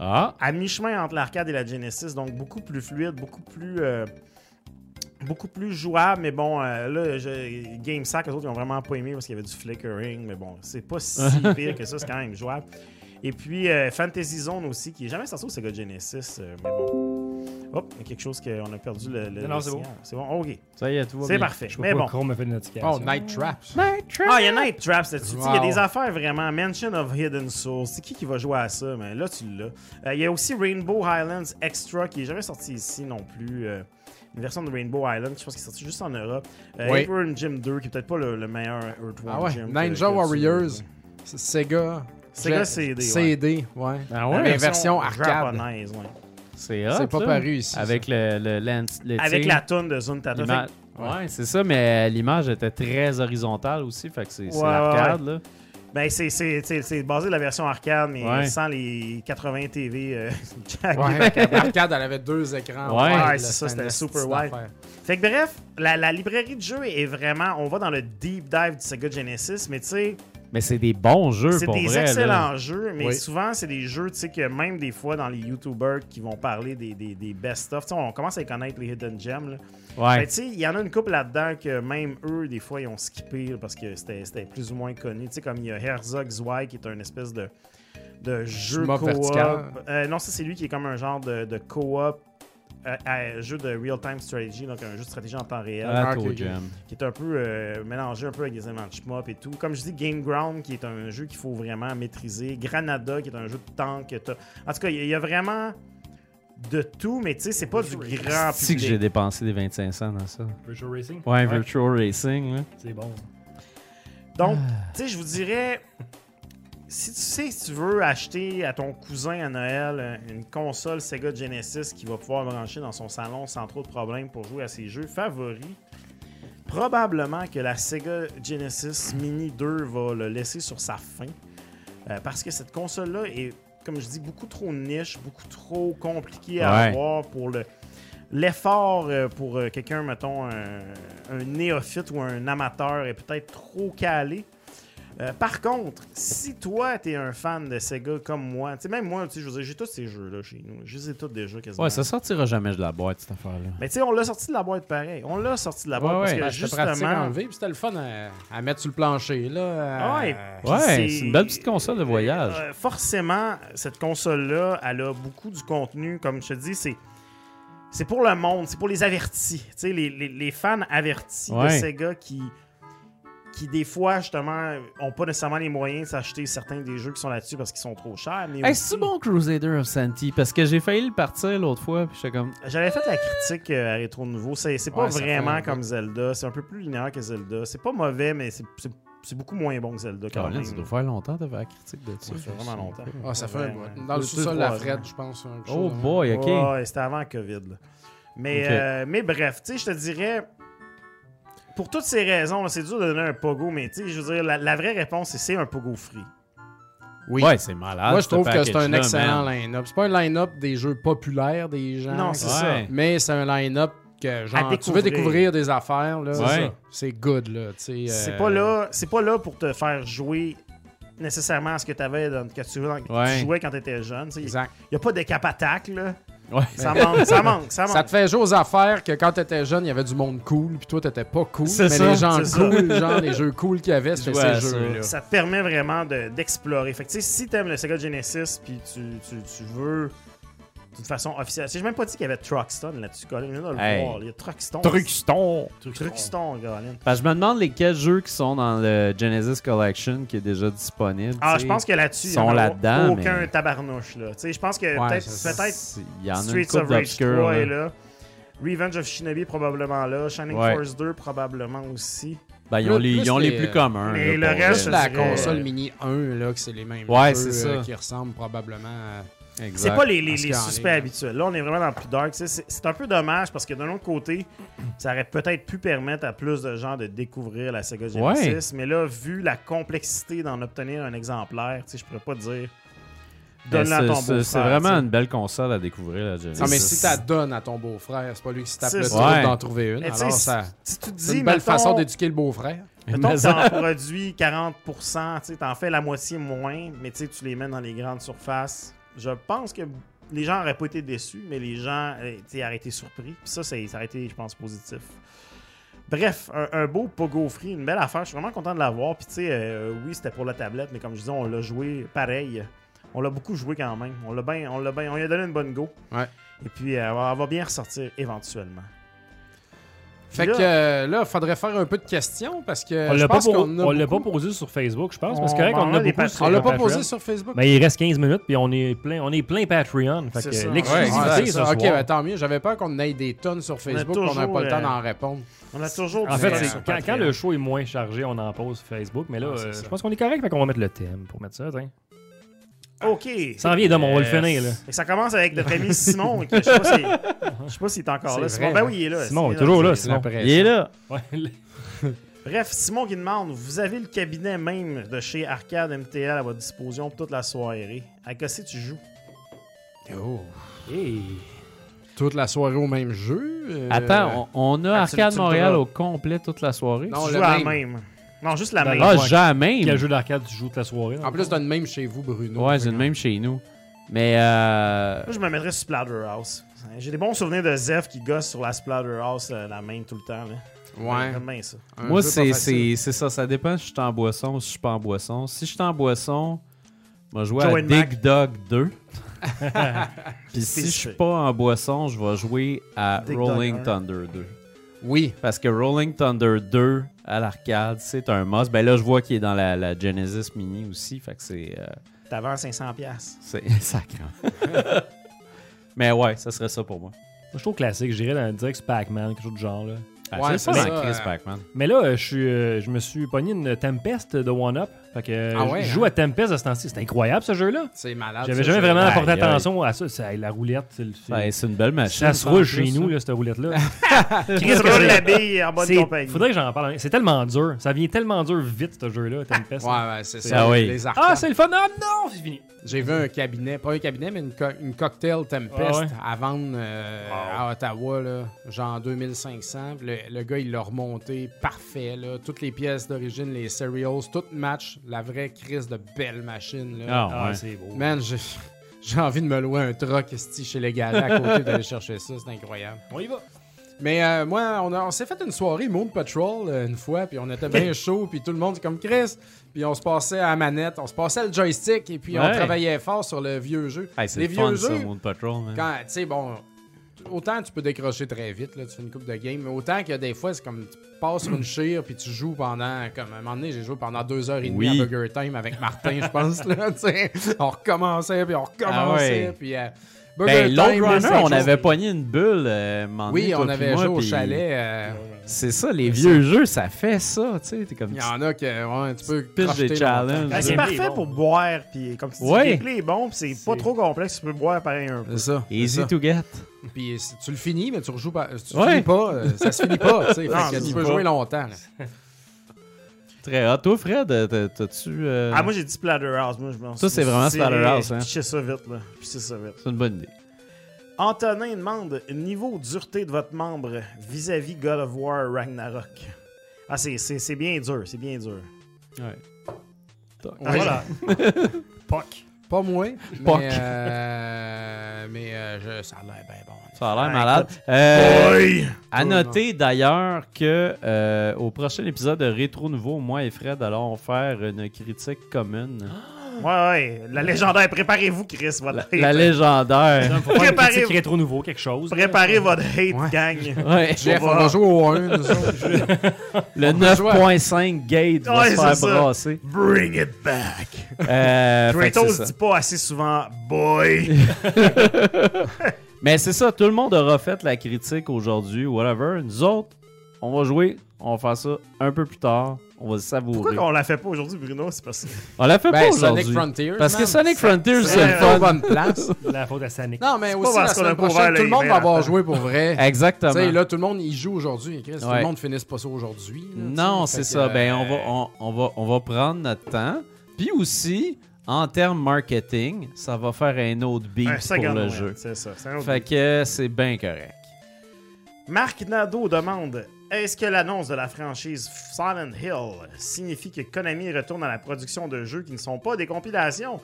D: Ah,
E: à mi-chemin entre l'arcade et la Genesis, donc beaucoup plus fluide, beaucoup plus. euh, Beaucoup plus jouable, mais bon, euh, là, je, GameSack, les autres, ils ont vraiment pas aimé parce qu'il y avait du flickering, mais bon, c'est pas si pire que ça, c'est quand même jouable. Et puis, euh, Fantasy Zone aussi, qui est jamais sorti au Sega Genesis, euh, mais bon. Hop, il y a quelque chose qu'on a perdu le. le-
F: Non,
E: le
F: c'est bon.
E: signal. C'est bon, ok.
D: ça y est, tout va
E: C'est
D: bien.
E: parfait.
F: Je sais
E: Mais
F: pas
E: bon.
F: pourquoi Chrome a fait une notification.
B: Oh, Night Trap. ça.
E: Ah, il y a Night Traps là-dessus. Tu sais, Il y a
B: Wow.
E: des affaires vraiment. Mansion of Hidden Souls. C'est qui qui va jouer à ça? Mais là, tu l'as. Euh, Il y a aussi Rainbow Highlands Extra qui est jamais sorti ici non plus. euh, une version de Rainbow Island, je pense qu'il est sorti juste en Europe. Euh,
B: Oui.
E: Earthworm Jim 2, qui est peut-être pas le, le meilleur Earthworm
B: Ah ouais,
E: Jim. que- que
B: Ninja
E: tu-
B: Warriors, S- Sega.
E: Sega
B: Jet-
E: CD, ouais.
B: CD, ouais.
D: Ah
E: La
D: ouais,
B: Mais version arcade.
E: japonaise, ouais.
D: c'est hot,
B: C'est pas
D: ça.
B: paru ici,
D: Avec le, le, lens- le
E: Avec
D: tir,
E: la tonne de Zone Tata.
D: l'ima-
E: Fait
D: Ouais, c'est ça, mais l'image était très horizontale aussi, fait que c'est c'est
E: Ouais, ouais,
D: l'arcade, là.
E: que, Ben, c'est- c'est c'est- c'est basé de la version arcade, mais
D: Ouais.
E: sans les 80 TV. euh, jack-
B: Ouais, l'arcade, elle avait deux écrans.
D: Ouais.
B: wild,
D: Ouais,
B: là,
E: c'est ça,
B: une
E: c'était super
B: petite
E: wide.
B: affaire.
E: Fait que bref, la, la librairie de jeux est vraiment. On va dans le deep dive du Sega Genesis, mais tu sais,
D: Mais c'est des bons jeux,
E: c'est
D: pour
E: des
D: vrai, là.
E: excellents jeux, mais
B: Oui.
E: souvent, c'est des jeux, tu sais, que même des fois dans les YouTubers qui vont parler des, des, des best-of, tu sais, on commence à connaître les Hidden Gems. Là. Mais
D: Ouais.
E: Ben, tu sais, il y en a une couple là-dedans que même eux, des fois, ils ont skippé là, parce que c'était c'était plus ou moins connu. Tu sais, comme il y a Herzog Zwei qui est un espèce de, de jeu
B: Shmup
E: coop.
B: vertical.
E: Euh, non, ça, c'est lui qui est comme un genre de, de coop. euh, euh, jeu de real-time strategy, donc un jeu de stratégie en temps réel
D: Ah,
B: Ok,
D: toi,
B: ok.
D: Jim.
E: qui est un peu euh, mélangé un peu avec des éléments de shmup et tout. Comme je dis, Game Ground, qui est un jeu qu'il faut vraiment maîtriser. Granada, qui est un jeu de tank. que t'as- En tout cas, il y a- il y, a vraiment de tout, mais tu sais, c'est pas du grand
D: Tu que j'ai
E: public.
D: dépensé des 25 cents dans ça.
F: Virtual Racing,
D: Ouais, Virtual Racing, là.
F: c'est bon.
E: Donc, tu sais, je vous dirais, si tu sais, si tu veux acheter à ton cousin à Noël euh, une console Sega Genesis qui va pouvoir brancher dans son salon sans trop de problèmes pour jouer à ses jeux favoris, probablement que la Sega Genesis Mini 2 va le laisser sur sa fin. Euh, parce que cette console-là est, comme je dis, beaucoup trop niche, beaucoup trop compliquée à
D: Ouais.
E: avoir pour le. L'effort euh, pour euh, quelqu'un, mettons, un, un néophyte ou un amateur est peut-être trop calé. Euh, par contre, si toi, t'es un fan de Sega comme moi, tu sais, même moi, tu sais, je veux dire, j'ai tous ces jeux-là chez nous. Je les ai tous déjà quasiment.
D: Ouais, ça sortira jamais de la boîte, cette affaire-là.
E: Mais tu sais, on l'a sorti de la boîte pareil. On l'a sorti de la boîte
D: Ouais,
E: parce
D: ouais,
E: que
B: Ben, C'était pratique à
E: justement.
B: enlever, puis c'était le fun à, à mettre sur le plancher, là. à-
E: Ouais, puis
D: Ouais, c'est une belle petite console de voyage.
E: Euh, forcément, cette console-là, elle a beaucoup du contenu. Comme je te dis, c'est. C'est pour le monde, c'est pour les avertis. Tu sais, les, les- les fans avertis
D: Ouais.
E: de Sega qui, qui, des fois, justement, ont pas nécessairement les moyens de s'acheter certains des jeux qui sont là-dessus parce qu'ils sont trop chers. Mais
D: Hey,
E: aussi-
D: c'est bon Crusader of Santi parce que j'ai failli le partir l'autre fois puis j'étais comme
E: J'avais fait la critique euh, à Rétro Nouveau. C'est c'est pas
B: Ouais, ça fait un
E: vraiment
B: bout.
E: comme Zelda. C'est un peu plus linéaire que Zelda. C'est pas mauvais, mais c'est- c'est c'est beaucoup moins bon que Zelda quand
D: Caroline,
E: même.
D: ça doit faire longtemps de faire la critique de ça.
E: Ah, Ça fait vraiment longtemps.
B: Ah, ça fait un bout.
E: Ouais.
B: Dans le
E: Deux, trois
B: sous-sol, la Fred,
E: ans.
B: je pense. quelque
D: Oh
B: chose, hein.
D: boy, ok.
E: Ouais, c'était avant COVID. là. Mais,
D: Ok.
E: euh, mais bref, tu sais, je te dirais, pour toutes ces raisons, là, c'est dur de donner un pogo, mais tu sais, je veux dire, la, la vraie réponse, c'est c'est un pogo free.
B: Oui.
D: Ouais, c'est malade.
B: Moi, je
D: ce
B: trouve que c'est
D: package-là,
B: un excellent
D: man.
B: line-up. C'est pas un line-up des jeux populaires des gens.
E: Non, c'est
D: Ouais.
E: ça.
B: Mais c'est un line-up que genre,
E: À
B: tu veux
E: découvrir.
B: découvrir des affaires, là,
D: Ouais.
B: c'est ça. c'est good. Là, tu sais, euh,
E: C'est pas là, c'est pas là pour te faire jouer nécessairement à ce que t'avais dans- que tu, dans- que tu
D: Ouais.
E: jouais quand t'étais jeune. Il n'y
B: Exact.
E: a pas de cap attaque, là.
D: Ouais.
E: Ça manque, ça manque, ça manque.
B: Ça te fait jouer aux affaires que quand t'étais jeune, il y avait du monde cool, puis toi, t'étais pas cool.
D: C'est
B: Mais
D: ça,
B: les gens
E: c'est
B: cool, genre les jeux cool qu'il y avait, c'était
D: Jouais à
B: ces
D: ça.
B: jeux-là.
E: Ça te permet vraiment de- d'explorer. fait que, tu sais, si t'aimes le Sega Genesis, puis tu, tu, tu veux d'une façon officielle. Je sais même pas dit qu'il y avait Truxton là-dessus, Colin. Je viens de le
D: Hey.
E: voir. Il y a Truxton.
D: Truxton!
E: Truxton, Colin.
D: Parce que je me demande lesquels jeux qui sont dans le Genesis Collection qui est déjà disponible.
E: Ah,
D: tu
E: je
D: sais.
E: pense que là-dessus, il y
D: sont
E: en a
D: là-dedans,
E: aucun
D: mais-
E: tabarnouche. Là. Tu sais, Je pense que
B: Ouais,
E: peut-être
B: c'est-
E: peut-être
D: Il y en a une
E: Streets of
D: couple
E: Rage 3
D: d'obscurs.
E: est
D: là.
E: là. Revenge of Shinobi probablement là. Shining
D: Ouais.
E: Force 2 probablement aussi.
D: Ben, ils ont, les,
B: Plus
D: ils ont les
B: les-
D: plus communs.
E: Mais
D: là,
E: le
D: pour
E: reste,
D: vrai.
B: la
E: je dirais-
B: console mini 1, là, que c'est les mêmes
D: euh, Ouais,
B: jeux
D: c'est
B: euh,
D: ça.
B: qui ressemblent probablement à...
D: Exact.
E: C'est pas les, les,
B: Parce
E: les
B: qu'il y en
E: suspects
B: est, là.
E: habituels. Là, on est vraiment dans le plus dark. tu sais, C'est c'est un peu dommage parce que d'un autre côté, ça aurait peut-être pu permettre à plus de gens de découvrir la Sega Genesis.
D: Ouais.
E: Mais là, vu la complexité d'en obtenir un exemplaire, tu sais, je pourrais pas dire
D: Mais
E: donne-la à
D: Ben, c'est-
E: ton
D: c'est-
E: beau
D: C'est vraiment une belle console à découvrir, la Genesis.
B: Non, Ah, mais si t'as donnes à ton beau-frère, c'est pas lui qui se tape
E: C'est
B: le
E: ça.
B: tour
D: Ouais.
B: d'en trouver une.
E: Mais tu sais,
B: Alors, ça...
E: Si tu te dis,
B: C'est une belle
E: mettons,
B: façon d'éduquer le beau-frère.
E: Mettons que t'en produis 40%, tu sais, t'en fais la moitié moins, mais tu sais, tu les mets dans les grandes surfaces. Je pense que les gens n'auraient pas été déçus, mais les gens euh, tu sais, auraient été surpris. Puis ça, c'est- ça a été, je pense, positif. Bref, un, un beau Pogo Free, une belle affaire. Je suis vraiment content de l'avoir. Puis tu sais, euh, oui, c'était pour la tablette, mais comme je disais, on l'a joué pareil. On l'a beaucoup joué quand même. On l'a bien, on l'a bien, on lui a donné une bonne go.
B: Ouais.
E: Et puis, euh, elle va- elle va bien ressortir éventuellement.
B: Fait
E: Là-
B: que euh, là, faudrait faire un peu de questions parce que
F: On
B: je
F: l'a pas,
B: pense
F: pour-
B: qu'on a
F: on l'a pas
B: beaucoup-
F: posé sur Facebook, je pense.
E: On
F: Parce que correct, on
E: en
F: en a
E: a des
F: beaucoup sur
E: Patreons.
B: On l'a
F: le
B: pas
F: Patreon.
B: posé sur Facebook.
F: Mais il reste 15 minutes, puis on est plein, on est plein Patreon. Fait
E: C'est
F: que
E: ça.
F: l'exclusivité
B: Ouais, c'est
F: ce
B: ça.
F: soir.
B: ok, ben, tant mieux. J'avais peur qu'on ait des tonnes sur
E: a
B: Facebook, qu'on n'a
E: toujours,
B: pas le temps
E: euh,
B: d'en répondre.
E: On a toujours
F: en
E: du
F: fait,
E: fun
F: c'est-
E: sur
F: quand, quand
E: Patreon.
F: le show est moins chargé, on en pose sur Facebook. Mais là,
B: Ah, c'est
F: euh,
B: ça.
F: je pense qu'on est correct, fait qu'on va mettre le thème pour mettre ça. tiens.
E: OK.
F: Ça en vient, Dom, on va le
E: Yes.
F: finir. Là.
E: Fait que ça commence avec notre ami Simon, que je sais pas si- je sais pas s'il est encore là.
B: C'est
E: Simon,
B: vrai,
E: ben oui, il est là.
F: hein. Simon
E: Il
F: est toujours
E: dans-
F: là,
B: C'est
F: Simon.
B: l'impression.
D: Il est là.
F: Ouais,
E: Bref, Simon qui demande, vous avez le cabinet même de chez Arcade MTL à votre disposition pour toute la soirée. À quoi c'est que tu joues?
B: Oh. Toute la soirée au même jeu. euh,
D: Attends, on, on a
E: Absolute
D: Arcade
E: Ultra.
D: Montréal au complet toute la soirée.
B: Non,
E: tu
B: le
E: joues à la
B: même.
E: même. Non, juste la
F: Ben,
E: même.
D: ah,
F: ouais.
D: jamais!
F: Quel jeu d'arcade tu joues toute la soirée? dans
B: En
F: le
B: plus,
F: fond?
B: t'as une même chez vous, Bruno.
D: Ouais, j'ai le même chez nous. Mais euh,
E: Moi, je me mettrais sur Splatterhouse. J'ai des bons souvenirs de Zef qui gosse sur la Splatterhouse, euh, la main tout le temps. Là.
B: Ouais.
E: J'aime bien ça.
B: un
D: moi,
B: jeu pas
D: c'est
B: facile.
D: c'est- c'est ça. Ça dépend si je suis en boisson ou si je suis pas en boisson. Si je suis en boisson, je vais jouer
E: Joe
D: à
E: and
D: Dig
E: Mac.
D: Dog 2. Puis si je suis
E: Spécifique.
D: pas en boisson, je vais jouer à
E: Dig Dug
D: Rolling
E: 1.
D: Thunder 2.
B: Oui.
D: Parce que Rolling Thunder 2 à l'arcade, c'est un must. Ben là, je vois qu'il est dans la, la Genesis Mini aussi. Fait que c'est. euh,
E: T'avais 500$. piastres.
D: c'est sacrant. Mais ouais, ça serait ça pour moi.
F: Moi, je trouve classique, j'irais dans le direct Pac-Man, quelque chose du genre. Là.
D: Ah,
B: Ouais,
D: c'est
B: c'est
D: ça,
B: ça,
D: Chris
B: euh,
D: Pac-Man.
F: Mais là, euh, je, suis, euh, je me suis pogné une Tempest de One Up. Fait que euh,
B: Ah ouais,
F: je joue
B: hein?
F: à Tempest à ce temps-ci. C'est incroyable ce jeu-là.
B: C'est malade.
F: J'avais
B: ça,
F: jamais
B: je-
F: vraiment
D: Aïe,
F: porté
D: aïe.
F: attention à ça. C'est la roulette. c'est le- c'est-
D: Ouais, Ben, c'est une belle machine.
F: ça se
D: en
F: roule
D: plus, hein.
F: chez nous,
D: ça.
F: là, cette roulette-là.
E: Chris roule la bille en bonne
F: C'est-
E: compagnie.
F: Faudrait que j'en parle. C'est tellement dur. Ça vient tellement dur vite, ce jeu-là, Tempest.
B: Ouais, ouais, c'est ça.
D: Ah oui.
B: Les
F: Ah,
B: arcades.
F: c'est le fun! Ah non! C'est fini.
B: J'ai vu un cabinet, pas un cabinet, mais une, co- une cocktail Tempest
F: Ah ouais.
B: à vendre euh, à Ottawa, là, genre 2500. Puis Le, le gars, il l'a remonté parfait. Là, toutes les pièces d'origine, les serials, tout match. La vraie crise de belle machine. Là.
D: Ah, ouais.
F: c'est beau.
B: Man, j'ai j'ai envie de me louer un truck esti, chez les galets à côté d'aller chercher ça. C'est incroyable.
F: On y va.
B: Mais euh, moi, on, a- on s'est fait une soirée Moon Patrol euh, une fois, puis on était bien chaud, puis tout le monde comme Chris, puis on se passait à la manette, on se passait le joystick, et puis on
D: Ouais.
B: travaillait fort sur le vieux jeu.
D: Hey, c'est
B: Les
D: le fun,
B: vieux
D: ça,
B: jeux,
D: Moon Patrol. man.
B: quand, tu sais, bon, autant tu peux décrocher très vite, là, tu fais une coupe de game, mais autant que des fois, c'est comme tu passes sur une chire, puis tu joues pendant, comme à un moment donné, j'ai joué pendant deux heures et demie
D: Oui.
B: à Burger Time avec Martin, je pense, là, tu sais. On recommençait, puis on recommençait,
D: Ah ouais.
B: puis... euh,
D: Ben,
B: Burger
D: Lone
B: Time, là, c'est
D: Runner,
B: quelque
D: on
B: chose-
D: avait pogné une bulle. euh, un moment donné,
B: Oui,
D: toi
B: on
D: puis
B: avait
D: moi,
B: joué au
D: puis
B: chalet... euh,
D: C'est ça, les vieux jeux, ça fait ça. Tu sais, t'es comme.
B: Il y en a que ouais, tu peux
D: des
B: crocheter longtemps.
D: challenges.
E: Ben, c'est
F: Le gameplay
E: parfait
F: est bon.
E: pour boire, puis comme tu dis,
D: Ouais.
E: le gameplay est bon, puis c'est pas trop complexe, tu peux boire pareil un peu.
B: C'est ça. c'est
D: Easy
B: ça.
D: to get.
B: Puis euh, si tu le finis, mais tu rejoues pas. Si tu
D: Ouais.
B: finis pas, euh, ça se finit pas. tu sais.
E: Non,
B: Fait que
E: ça
B: tu
E: se
B: peux
E: finit
B: jouer
E: pas.
B: longtemps. là.
D: Très hot. Toi, Fred, euh, t'as- t'as-tu. euh,
E: Ah, moi j'ai dit Splatterhouse. Moi, je m'en
D: Ça,
E: suis
D: c'est vraiment
E: serré,
D: Splatterhouse, hein.
E: Piché ça vite, là. Piché ça vite.
D: C'est une bonne idée.
E: Antonin demande niveau dureté de votre membre vis-à-vis God of War Ragnarok. Ah, c'est- c'est c'est bien dur, c'est bien dur.
D: Ouais.
F: Voilà. Poc.
B: Pas moi,
D: Poc.
B: mais, euh, mais euh, je- ça a l'air bien bon.
D: Ça a l'air
E: Ouais,
D: malade. Euh,
E: Boy!
D: À
B: Oh,
D: noter d'ailleurs que euh, au prochain épisode de Rétro Nouveau, moi et Fred allons faire une critique commune.
B: Ah,
E: Ouais, ouais, la légendaire, préparez-vous, Chris,
D: La,
E: voilà.
D: la légendaire.
F: Faut faire une
E: Préparez-
F: petite rétro nouveau, quelque chose.
E: Préparez votre hate,
B: Ouais.
E: gang.
D: Ouais.
B: Jeff, on va jouer au 1, nous autres.
D: Le
B: va jouer à-
D: 9.5 Gate va
E: Ouais,
D: se faire
E: c'est ça.
D: brasser.
E: Bring it back.
D: Euh, fait que c'est
E: Kratos
D: ça.
E: dit pas assez souvent boy.
D: Mais c'est ça, tout le monde aura fait la critique aujourd'hui, whatever. Nous autres, on va jouer, on va faire ça un peu plus tard. On va le savourer.
E: Pourquoi on la fait pas aujourd'hui, Bruno? C'est parce que.
D: On l'a fait pas
B: Ben, Sonic
D: aujourd'hui.
B: Frontiers.
D: Parce que
B: man.
D: Sonic Frontiers,
E: c'est
D: c'est le
E: vrai,
B: pas
D: fun.
B: aux bonnes places.
F: La faute à Sanic.
B: Non, mais aussi
E: parce qu'on
B: la
E: a
B: semaine
E: pas ouvert
B: prochaine, tout
E: les
B: le monde
E: mails
B: va
E: à
B: avoir
E: temps.
B: joué pour vrai. Tu sais,
D: Exactement.
B: là, tout le monde, il joue aujourd'hui. Chris. Tout
D: Ouais.
B: le monde finisse pas ça aujourd'hui. là, tu sais.
D: Non,
B: Fait
D: c'est
B: que,
D: ça. Ben, on va,
B: euh,
D: on, on va, on va prendre notre temps. Puis aussi, en termes marketing, ça va faire un autre beat
E: Un
D: pour
E: second
D: le
E: win,
D: jeu.
E: C'est ça. c'est un autre
D: Fait que c'est bien correct.
E: Marc Nadeau demande Est-ce que l'annonce de la franchise Silent Hill signifie que Konami retourne à la production de jeux qui ne sont pas des compilations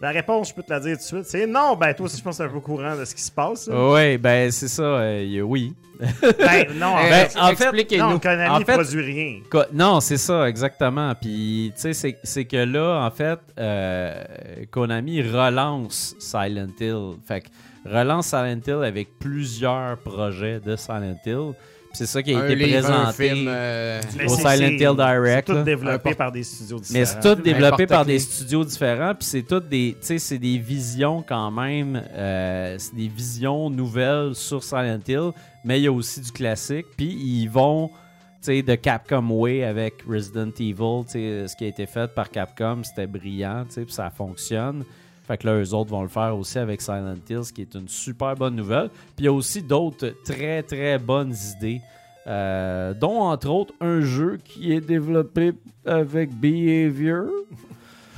E: La réponse, je peux te la dire tout de suite, c'est non. Ben, toi aussi, je pense que tu es un peu au courant de ce qui se passe. là.
D: Oui, ben c'est ça. euh, y a- oui.
E: Ben, non, en
D: Ben,
E: fait,
D: en fait,
E: non,
D: expliquez-nous.
E: Konami
D: En fait,
E: produit rien.
D: Co- Non, c'est ça, exactement. Puis, tu sais, c'est- c'est que là, en fait, euh, Konami relance Silent Hill. Fait que relance Silent Hill avec plusieurs projets de Silent Hill. Puis c'est ça qui a
B: un
D: été
B: livre, un
D: présenté.
B: film, euh,
E: Mais
D: au
E: c'est-
D: Silent
E: c'est-
D: Hill Direct,
E: C'est
D: là.
E: tout développé
B: Importe.
E: par des studios différents.
D: Mais c'est tout développé
B: N'importe
D: par
B: qui.
D: des studios différents, puis c'est toutes des, tu sais, c'est des visions quand même, euh, c'est des visions nouvelles sur Silent Hill, mais il y a aussi du classique, puis ils vont, tu sais, de Capcom Way avec Resident Evil, tu sais, ce qui a été fait par Capcom, c'était brillant, tu sais, puis ça fonctionne. Fait que là, eux autres vont le faire aussi avec Silent Hill, ce qui est une super bonne nouvelle. Puis il y a aussi d'autres très, très bonnes idées. Euh, dont entre autres un jeu qui est développé avec Behavior.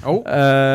B: Oh.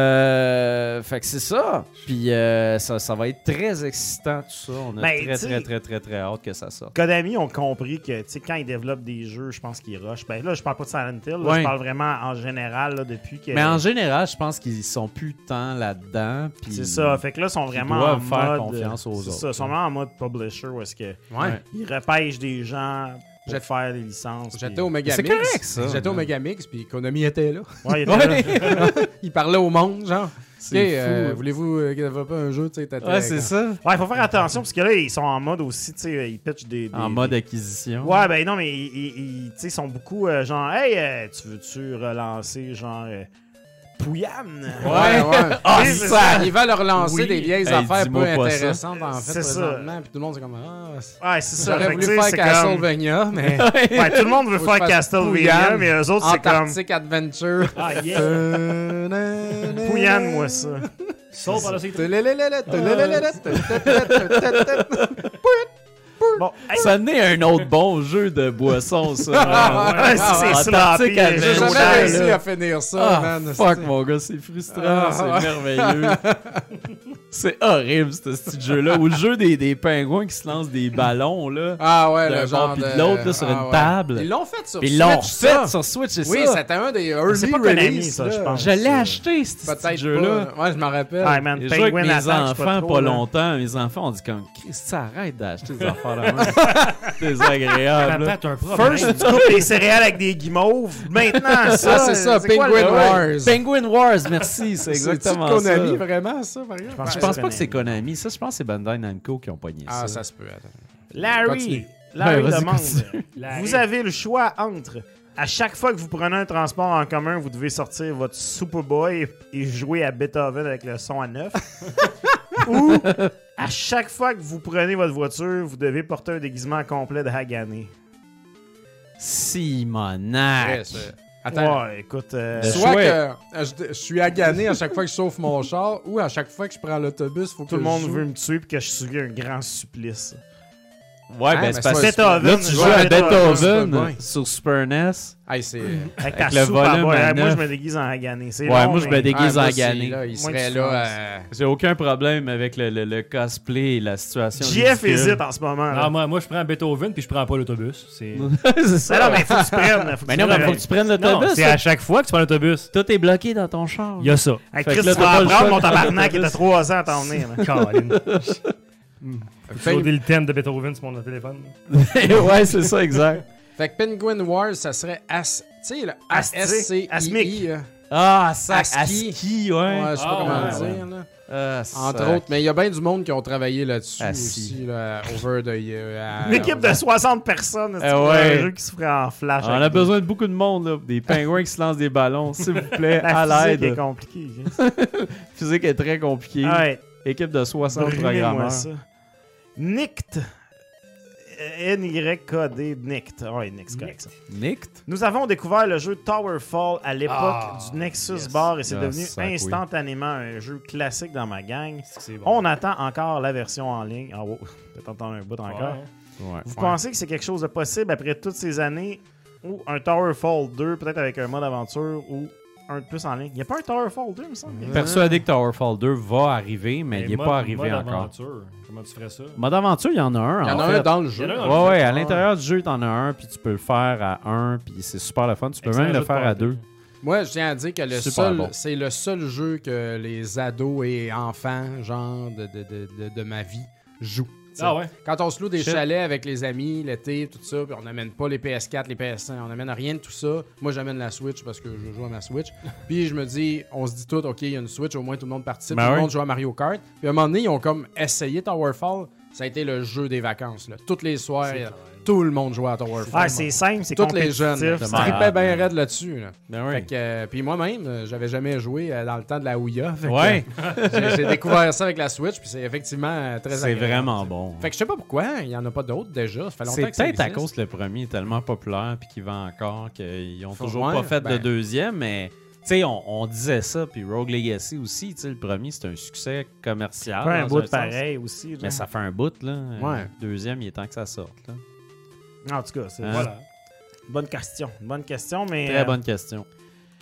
D: Euh, fait que c'est ça. Puis euh, ça, ça va être très excitant tout ça. On a
E: Ben,
D: très,
E: tu
D: très
E: sais-
D: très très très hâte que ça sorte.
E: Konami ont compris que tu sais, quand ils développent des jeux, je pense qu'ils rushent. Ben là, je parle pas de Silent Hill, là,
D: Ouais.
E: je parle vraiment en général là, depuis que.
D: Mais en général, je pense qu'ils sont plus tant là-dedans. puis- euh,
E: C'est ça. Fait que là, ils sont vraiment
D: doivent
E: en
D: faire
E: mode,
D: confiance aux
E: c'est
D: autres,
E: ça, ils sont
D: ouais.
E: vraiment en mode publisher où est-ce que
B: Ouais.
E: ils repêchent des gens pour
B: J'étais-
E: faire des licences.
B: J'étais
E: puis-
B: au Megamix.
D: C'est correct, ça.
B: J'étais au Megamix, puis Konami était là.
E: Ouais, ils étaient là.
D: Ouais,
B: il parlait au monde, genre.
D: C'est
B: Ok, euh,
D: fou.
B: Voulez-vous euh, développer un jeu, tu sais, t'as-
D: Ouais, c'est ça.
E: Ouais, faut faire attention parce que là, ils sont en mode aussi, tu sais, ils pitchent des. des-
D: En mode
E: des-
D: acquisition.
E: Ouais, ben non, mais ils, ils- ils- tu sais, ils sont beaucoup euh, genre, hey, euh, tu veux-tu relancer genre euh, Pouyanne?
B: Ouais, ouais.
E: Ah,
B: Oui,
E: c'est
B: c'est
E: ça.
B: ça. Il va leur lancer
D: Oui.
B: des vieilles
D: Hey,
B: affaires peu
D: dis-moi pas ça.
B: intéressantes, en fait,
E: C'est ça.
B: présentement. Puis tout le monde, c'est comme, ah, c'est-
E: Ouais, c'est ça.
B: j'aurais
E: Fait que,
B: voulu
E: tu sais,
B: faire
E: c'est
B: Castlevania, mais
E: Comme... Ouais, tout le monde veut
B: Faut que je
E: faire
B: fasse
E: Castlevania,
B: Pouyanne,
E: mais eux autres, c'est comme.
B: Antarctic Adventure.
E: Ah, yeah.
B: Pouyanne,
E: Pouyanne, moi, ça.
F: Sauf par la suite.
E: Bon, hey,
D: Ça n'est un autre bon jeu de boisson, ça.
E: Ah, ouais, c'est- c'est
D: Antarctic
E: sloppy,
D: Adventure.
E: j'ai
B: J'ai
E: jamais
B: jamais réussi à finir ça,
D: Ah,
B: man.
D: fuck mon gars, c'est frustrant,
B: Ah,
D: c'est
B: ouais.
D: merveilleux. c'est horrible ce petit jeu-là. Ou le jeu des, des pingouins qui se lancent des ballons là.
B: Ah ouais,
D: D'un
B: le
D: bord
B: genre ah
D: puis de l'autre, là, sur une table.
B: Ils l'ont fait sur
D: Puis ils l'ont
B: Switch,
D: fait
E: Ah,
B: ça.
D: sur Switch, c'est
B: Oui,
D: ça.
B: c'était un des early
E: c'est pas Konami,
B: release,
E: ça, je
B: là.
E: pense.
D: Je l'ai
E: ça.
D: acheté ce petit
B: Peut-être
D: jeu-là.
B: pas. Ouais, je m'en rappelle.
E: Ah, man,
D: J'ai joué avec
E: Penguin
D: mes
E: Attack, je suis
D: enfants pas,
E: pas, trop, là.
D: longtemps. Mes enfants ont dit comme Christ, arrête d'acheter des affaires là Désagréable. là.
F: Papa, t'as un problème.
E: First, tu coupes les céréales avec des guimauves. Maintenant, ça.
B: Ah, c'est ça,
E: quoi
B: Penguin
E: le-
B: Wars.
D: Penguin Wars, merci, c'est exactement
B: C'est-tu de Konami,
D: ça.
B: vraiment, ça, par exemple?
E: pense
D: Je pense pas que c'est Konami, ça je pense que c'est Bandai Namco qui ont pogné
B: Ah,
D: ça.
B: ça se peut, attends.
E: Larry,
B: Continue.
E: Larry
D: Ouais, vas-y,
E: demande
D: continue.
F: Larry.
E: Vous avez le choix entre. À chaque fois que vous prenez un transport en commun, vous devez sortir votre Superboy et jouer à Beethoven avec le son à neuf. Ou à chaque fois que vous prenez votre voiture, vous devez porter un déguisement complet de Hagané.
B: Ouais,
D: Simonac.
B: Ah, c'est- Attends.
E: Ouais, écoute. euh,
D: Le
B: Soit
D: choix.
B: que euh, je, je suis agané à chaque fois que je chauffe mon char ou à chaque fois que je prends l'autobus, faut que
E: Tout le
B: je
E: monde
B: joue.
E: veut me tuer puis que je suis un grand supplice.
D: Ouais,
B: Ah,
D: ben c'est
B: mais c'est
D: parce
B: pas-
D: que
E: Cet oven,
D: là, tu
E: je
D: joues
E: vois
D: à
E: Beethoven,
B: pas
D: Beethoven
B: bien.
D: sur Super NES.
B: Hey, c'est.
E: Avec ta
D: Avec le
E: soupe à
D: volume
E: boire.
D: à
E: Hey, Moi, je
D: neuf.
E: me déguise en hagané. c'est
D: Ouais,
E: bon,
D: moi, je
E: mais-
D: me déguise en
B: ah, moi,
D: gané.
B: si, là, il
E: Moins
B: serait
E: de
B: là. euh,
D: J'ai aucun problème avec le, le- le cosplay et la situation.
E: JF
D: ridicule.
E: hésite en ce moment.
F: Ah,
E: là.
F: moi, moi, je prends Beethoven puis je prends pas l'autobus. C'est...
D: c'est ça.
E: Mais non, mais faut que tu prennes. Faut que
D: Mais
E: tu
D: non, mais
E: prennes.
D: faut que tu prennes
F: non,
D: l'autobus.
F: c'est à chaque fois que tu prends l'autobus.
D: Tout est bloqué dans ton char.
F: Il y a ça.
D: Fait
E: Hey,
D: que
E: Ah, Chris, tu
D: là, t'as
E: vas
D: pas le
E: apprendre
D: choix Ah,
E: mon
D: de-
E: tabarnak qui était 3 ans à t'emmener. là.
F: Caroline. J'ai
B: fait-
F: rodé le thème de Beethoven sur mon téléphone.
D: ouais, c'est ça, exact.
B: Fait que Penguin Wars, ça serait as. Tu sais, le
E: Asti,
B: ASCII.
E: asmique.
B: euh,
D: Ah, ça, à
B: Aski.
D: ski, ouais.
B: Ouais, je sais pas
F: Ah,
B: comment
D: ouais.
B: le dire, là.
D: Ah,
B: Entre
D: sac.
B: autres, mais il y a bien du monde qui ont travaillé là-dessus
F: Ah,
D: Asti.
B: aussi, là, over the. euh, à-
E: Une équipe de 60 personnes. c'est
D: Eh
E: un
D: ouais.
E: jeu qui se ferait en flash.
D: On a
E: avec
D: besoin de beaucoup de monde, là. Des pingouins qui se lancent des ballons, s'il vous plaît, à
E: La physique est
D: l'aide.
E: compliquée.
D: physique est très compliquée.
E: Ouais,
D: Équipe de 60
E: brûlez-moi
D: programmeurs.
E: ça. Euh, Nict. N-Y-K-D. Nict. Ah Ouais, Nict, c'est correct ça.
D: Nicked?
E: Nous avons découvert le jeu Towerfall à l'époque
F: Ah,
E: du Nexus
F: yes.
E: Bar et c'est
D: Ah,
E: devenu
D: sac, oui.
E: instantanément un jeu classique dans ma gang.
F: C'est bon.
E: On attend encore la version en ligne. Ah, wow, peut-être entendre un bout encore.
F: Ouais.
D: Ouais.
E: Vous pensez que c'est quelque chose de possible après toutes ces années ou un Towerfall 2, peut-être avec un mode aventure ou un de plus en ligne? Il n'y a pas un Towerfall 2, il me
F: Mm.
E: semble.
D: Persuadé que Towerfall 2 va arriver, mais il n'est
F: Ben, mode-
D: pas arrivé
F: mode
D: encore.
F: aventure. Comment tu ferais ça?
D: Mode aventure, il y en a un.
B: Il y en a
D: fait.
B: un dans le jeu.
F: Il y en a un
D: Ouais, ouais, à
E: Ah.
D: l'intérieur du jeu, t'en as un, puis tu peux le faire à un, puis c'est super le fun. Tu peux
F: Excellent
D: même
F: jeu
D: le
F: de
D: faire à
F: party.
D: deux.
B: Moi, je tiens à dire que le
D: Super
B: seul,
D: bon.
B: c'est le seul jeu que les ados et enfants, genre, de, de, de, de, de ma vie, jouent. T'sais,
F: Ah ouais?
B: Quand on se loue des
D: Shit.
B: chalets avec les amis, l'été, tout ça, puis on n'amène pas les PS4, les PS5, on n'amène rien de tout ça. Moi, j'amène la Switch parce que je joue à ma Switch. Puis je me dis, on se dit tout, OK, il y a une Switch, au moins tout le monde participe,
D: Ben
B: tout le
D: oui.
B: monde joue à Mario Kart. Puis à un moment donné, ils ont comme essayé Towerfall. Ça a été le jeu des vacances. Là. Toutes les soirs, tout le monde jouait à Towerfall.
E: Ah, c'est simple, c'est
B: Toutes les
E: compétitif.
B: jeunes. Je
E: c'est-
D: malade.
B: tripais bien raide là-dessus. Là.
D: Ben oui.
B: Fait que, euh, puis moi-même, euh, j'avais jamais joué euh, dans le temps de la Ouya. Fait que,
D: Ouais.
B: euh, j'ai- j'ai découvert ça avec la Switch, puis c'est effectivement euh, très
D: C'est
B: agréable.
D: vraiment bon.
B: Fait que je sais pas pourquoi, il y en a pas d'autres déjà. Ça fait longtemps
D: C'est
B: que ça
D: peut-être à
B: existe.
D: cause que le premier est tellement populaire, puis qu'il vend encore, qu'ils ont
B: Faut-
D: toujours
B: ouais,
D: pas fait de
B: ben-
D: deuxième, mais. Tu sais, on, on disait ça, puis Rogue Legacy aussi, tu sais, le premier, c'est un succès commercial.
E: Pas un
D: dans
E: bout de
D: sens.
E: pareil aussi. genre.
D: Mais ah, ça fait un bout, là.
B: Ouais.
D: Le Deuxième, il est temps que ça sorte, là.
E: En tout cas, c'est
D: Hein?
E: voilà. bonne question. Bonne question, mais.
D: Très bonne question.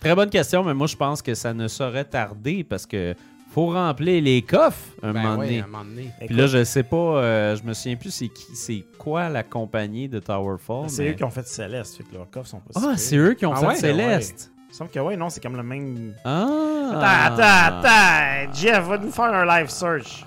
D: Très bonne question, mais moi, je pense que ça ne saurait tarder parce que faut remplir les coffres un
B: Ben
D: moment
B: ouais,
D: donné.
B: à un moment donné.
E: euh,
D: Puis là, je sais pas, euh, je me souviens plus c'est qui, c'est quoi la compagnie de Towerfall.
E: C'est
D: Oh, mais-
E: eux qui ont fait Céleste, fait que leurs coffres sont pas
D: Ah, c'est eux qui ont
B: Ah
D: fait
B: ouais?
D: Céleste.
E: Il me semble que ouais, non, c'est comme le même.
D: Ah.
E: Attends, attends, attends! Jeff, va nous faire un live search.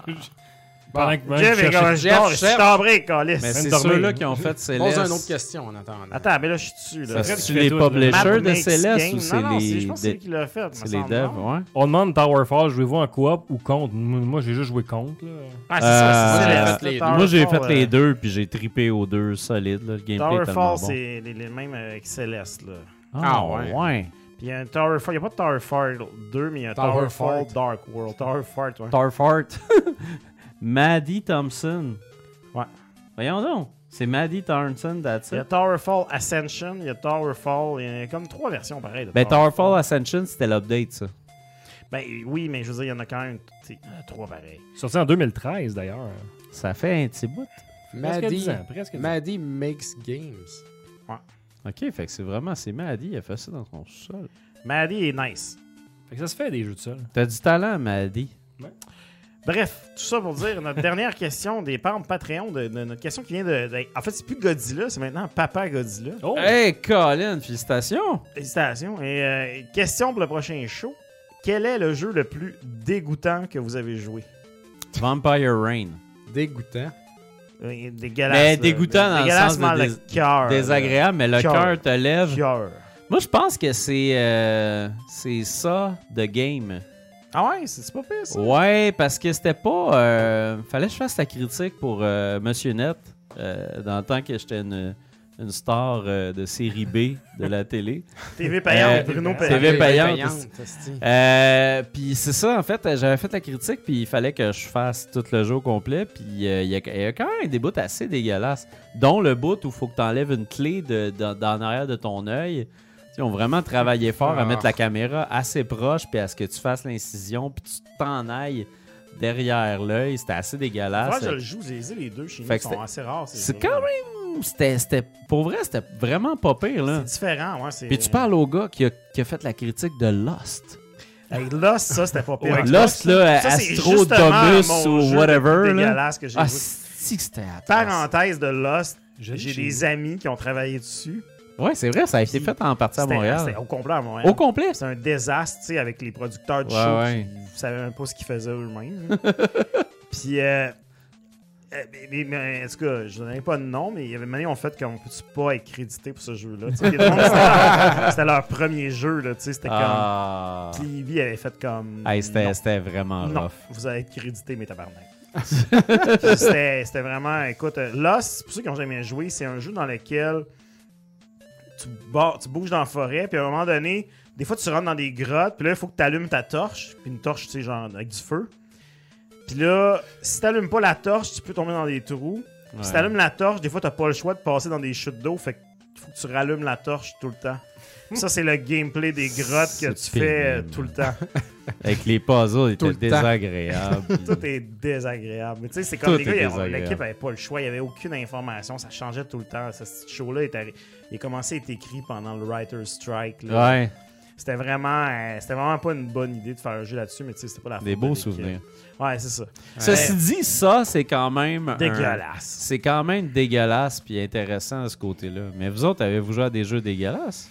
F: Pendant que- pendant que
E: Jeff
F: tu
E: est comme un
F: cherchais-
B: Jeff,
E: je suis
B: Jeff.
E: timbré, câlisse.
D: Mais c'est
F: Même dormir.
D: ceux-là qui ont fait Céleste.
B: Pose une autre question en attendant.
E: Attends, mais là, je suis dessus.
D: Ça,
E: Là.
F: Fred qui
D: C'est
F: fait
D: les
F: tout, là.
D: publishers de
E: Mad Max
D: Céleste
E: Game.
D: ou
E: Non, non,
D: c'est
E: Je pense que c'est lui
D: les.
E: qui l'a fait.
D: C'est les devs, ouais.
F: On demande Towerfall, jouez-vous en coop ou contre? M- Moi, j'ai juste joué contre. Là.
E: Ah, c'est ça,
D: Euh,
E: c'est
D: moi, j'ai
E: Céleste.
B: fait les-
E: Towerfall,
D: Moi, j'ai fait les
E: euh,
D: deux, puis j'ai trippé aux deux solides. là. Le gameplay est tellement
E: Towerfall,
D: bon.
E: c'est les, les mêmes euh, avec Céleste. Là.
D: Ah,
B: Ah ouais.
D: ouais.
E: Puis il y a un Towerfall, il n'y a pas de Towerfall 2, mais il y a un
B: Towerfall.
E: Towerfall Dark World. Towerfall, ouais.
D: Tarfart. Maddie Thompson.
E: Ouais.
D: Voyons donc. C'est Maddie Thompson, that's
E: Il y a
D: it.
E: Towerfall Ascension, il y a Towerfall, il y a comme trois versions pareilles. de
D: Ben, Towerfall Ascension, c'était l'update, ça.
E: Ben oui, mais je veux dire, il y en a quand même tu sais, euh, trois pareilles.
F: Sorti en 2013, d'ailleurs.
D: Ça fait un petit bout.
F: Presque
B: Maddie,
F: 10 ans, presque 10 ans.
B: Maddie Makes Games.
D: OK, fait que c'est vraiment... C'est Maddie, il a fait ça dans son sol.
E: Maddie est nice.
F: Fait que ça se fait des jeux de sol.
D: T'as du talent, Maddie.
E: Bref, tout ça pour dire notre dernière question des membres Patreon, de, de- notre question qui vient de, de- En fait, c'est plus Godzilla, c'est maintenant Papa Godzilla.
F: Oh!
D: Hey, Colin, félicitations!
E: Félicitations. Et euh, question pour le prochain show. Quel est le jeu le plus dégoûtant que vous avez joué?
D: Vampire Rain.
B: Dégoûtant.
E: Euh, Dégueulasse.
D: Mais
E: là.
D: Ben, dégoûtant dans le
E: Dégueulasse,
D: sens de
E: mal le
D: dés-
E: cœur.
D: Désagréable, mais le
E: Cœur.
D: cœur te
E: là.
D: lève.
E: Cœur.
D: Moi, je pense que c'est... euh, c'est ça, The Game.
E: Ah ouais, c'est c'est pas pire ça.
D: Ouais, parce que c'était pas. euh, fallait que je fasse la critique pour euh, Monsieur Net euh, dans le temps que j'étais une, une star euh, de série B de la télé.
E: TV payante,
D: Euh,
E: Bruno
F: TV
E: payant.
D: TV payante.
B: hostie.
D: Euh, puis c'est ça, en fait, euh, j'avais fait la critique, puis il fallait que je fasse tout le jeu au complet, puis euh, il y, a- il y a quand même des bouts assez dégueulasses, dont le bout où il faut que tu enlèves une clé de, dans, dans l'arrière de ton œil. Ils ont vraiment travaillé fort à
B: Ah.
D: mettre la caméra assez proche, puis à ce que tu fasses l'incision, puis tu t'en ailles derrière l'œil. C'était assez dégueulasse.
E: Moi, je le joue, je les ai les deux chez nous.
D: Ah, Fait
E: Ils
D: que
E: sont
D: c'était-
E: assez rares. ces
D: C'est
E: jeux-là.
D: quand même. C'était, c'était- pour vrai, c'était vraiment pas pire, là.
E: C'est différent, ouais. c'est-
D: hein. Puis tu parles au gars qui a, qui a fait la critique de Lost.
E: Hey, Lost, ça, c'était pas pire.
D: Ouais, Lost, là,
E: Ça, c'est
D: Astro
E: justement
D: Domus
E: mon
D: ou
E: jeu le
D: whatever,
E: plus
D: là.
E: dégueulasse que j'ai
D: Ah,
E: joué.
D: si que c'était atroce.
E: Parenthèse de Lost,
F: Joli
E: j'ai
F: chez
E: des amis qui ont travaillé dessus.
D: Ouais, c'est vrai, ça a été fait en partie à
E: C'était-
D: Montréal.
E: C'était au complet à Montréal.
D: Au complet.
E: C'est un désastre, tu sais, avec les producteurs du
D: Ouais,
E: show
D: ouais.
E: qui ne savaient même pas ce qu'ils faisaient eux-mêmes. hein. Puis, euh, euh, mais, mais- mais, en tout cas, je n'avais pas de nom, mais il y avait une manière, en fait, qu'on ne peut pas être crédité pour ce jeu-là. tu sais. Puis le monde, C'était leur, c'était leur premier jeu, là, tu sais, c'était
D: Ah.
E: comme... Puis lui avait fait comme...
D: Hey, c'était,
E: non.
D: c'était vraiment
E: Non,
D: rough.
E: vous allez être crédité, mes tabarnak. Puis c'était c'était vraiment, écoute, euh, Lost, pour ceux qui ont jamais joué, c'est un jeu dans lequel tu, bo- tu bouges dans la forêt, puis à un moment donné, des fois tu rentres dans des grottes, puis là, il faut que tu allumes ta torche, puis une torche, tu sais, genre avec du feu. Puis là, si tu pas la torche, tu peux tomber dans des trous. Puis Si tu allumes la torche, des fois, tu pas le choix de passer dans des chutes d'eau, fait que faut que tu rallumes la torche tout le temps. Puis Ça, c'est le gameplay des grottes
D: C'est
E: que tu fais euh,
D: pénible.
E: tout le temps.
D: Avec les puzzles, il
B: Tout
D: était
B: le temps.
D: désagréable.
E: Tout est désagréable. Mais tu sais, c'est comme
D: Tout
E: les
D: est
E: gars, ils ont-
D: désagréable.
E: l'équipe avait pas le choix, il n'y avait aucune information, ça changeait tout le temps. Ce petit show-là, est arri- il a commencé à être écrit pendant le writer's strike. là.
D: ouais,
E: C'était vraiment, euh, c'était vraiment pas une bonne idée de faire un jeu là-dessus, mais tu sais, c'était pas la faute
D: des
E: de
D: beaux
E: l'équipe.
D: souvenirs.
E: Ouais, c'est ça.
D: Ceci dit, ça, c'est quand même. un-
E: Dégueulasse.
D: C'est quand même dégueulasse puis intéressant de ce côté-là. Mais vous autres, avez-vous joué à des jeux dégueulasses?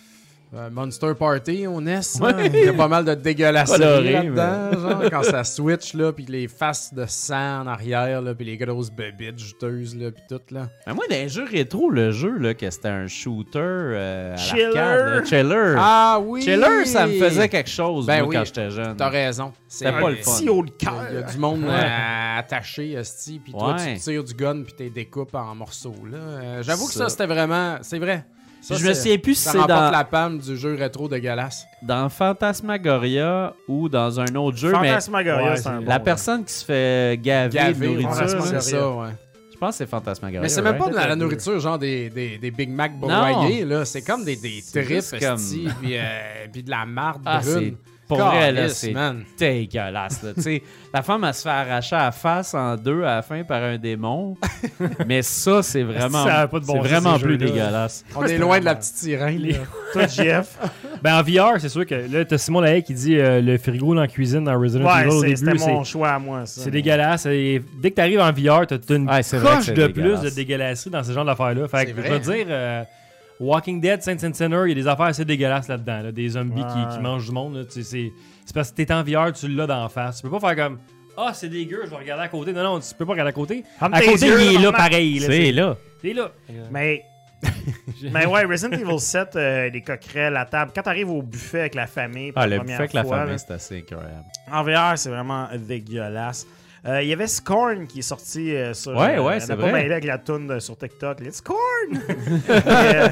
B: Euh, Monster Party, on est. hein.
D: Ouais.
B: Il y a pas mal de dégueulasseries
D: Coloré,
B: là-dedans. genre, quand ça switch, là, puis les faces de sang en arrière, là, puis les grosses bébites juteuses, là, puis tout, là.
D: Ben, moi, dans les jeux rétro, le jeu, là, que c'était un shooter euh, à
E: Chiller.
D: l'arcade, là, Chiller.
B: Ah oui!
D: Chiller, ça me faisait quelque chose,
B: Ben
D: moi,
B: oui.
D: quand j'étais jeune.
B: T'as raison. C'est
D: C'était pas le fun.
E: Si haut de
B: Il y a- il y a
E: cœur.
B: du monde euh, attaché, esti, puis toi,
D: Ouais.
B: tu tires du gun, puis t'es découpes en morceaux, là. Euh, J'avoue que ça,
D: Ça.
B: c'était vraiment... C'est vrai. Ça,
D: Je me
B: c'est-
D: souviens plus si
B: Ça
D: c'est
B: remporte
D: dans,
B: la palme du jeu rétro dégueulasse.
D: dans Fantasmagoria ou dans un autre jeu, mais
E: Fantasmagoria,
F: Ouais,
E: c'est un
F: c'est-
E: bon.
D: la personne qui se fait gaver, de
B: Gavé,
D: nourriture,
E: Fantasmagoria.
B: c'est ça, ouais.
D: je pense que c'est Fantasmagoria.
B: Mais c'est même pas
D: right?
B: de la, la nourriture, genre des, des, des Big Mac
D: Non.
B: broyés, là. C'est comme des, des
D: C'est
B: tripes,
D: juste comme-
B: esti, puis, euh, puis de la marde
D: Ah, c'est
B: brune.
D: pour vrai, là,
B: Calisse,
D: c'est
B: man.
D: dégueulasse. Là. Tu sais, la femme, elle se fait arracher la face en deux à la fin par un démon. mais ça, c'est vraiment,
F: Ça a pas de bon
D: c'est
F: sens,
D: vraiment
F: ces
D: plus
F: jeux-là.
D: dégueulasse.
B: On est loin de la petite sirène, là.
E: Toi, Jeff.
F: Oh! Ben, en VR, c'est sûr que là, t'as Simon Lahaye qui dit euh, le frigo dans la cuisine dans Resident
E: Ouais,
F: Evil au
E: c'est- c'était
F: début.
E: mon
F: C'est,
E: choix à moi, ça.
F: c'est dégueulasse. Et dès que t'arrives en VR, t'as, t'as une
D: Ouais, c'est vrai que
F: coche
D: c'est
F: de plus
D: dégueulasse.
F: de dégueulasserie dans ce genre d'affaires-là. Fait
B: C'est
F: que je
B: vrai, hein.
F: veux dire, euh, Walking Dead, Saints and Sinner, il y a des affaires assez dégueulasses là-dedans. là. Des zombies
E: Ouais.
F: qui, qui mangent du monde. là. Tu sais, c'est, c'est parce que t'es en VR, tu l'as d'en face. Tu peux pas faire comme Ah, c'est dégueu, je vais regarder à côté. Non, non, tu peux pas regarder à côté.
E: Ferme
F: à
E: tes
F: côté,
E: yeux,
F: il est là
E: maman.
F: pareil. là,
D: C'est
F: c'est-
D: là.
F: c'est là.
E: Mais. mais ouais, Resident Evil 7, euh, les coquerelles, la table. Quand t'arrives au buffet avec la famille, pour
D: Ah,
E: la
D: le
E: première
D: fait que la
E: fois, là,
D: famille, c'est assez incroyable.
E: En VR, c'est vraiment dégueulasse. Euh, Il y avait Scorn qui est sorti euh, sur.
D: Ouais, ouais,
E: on
D: c'est
E: n'a pas
D: vrai.
E: mêlé avec la toune de- sur TikTok. It's Scorn! Euh,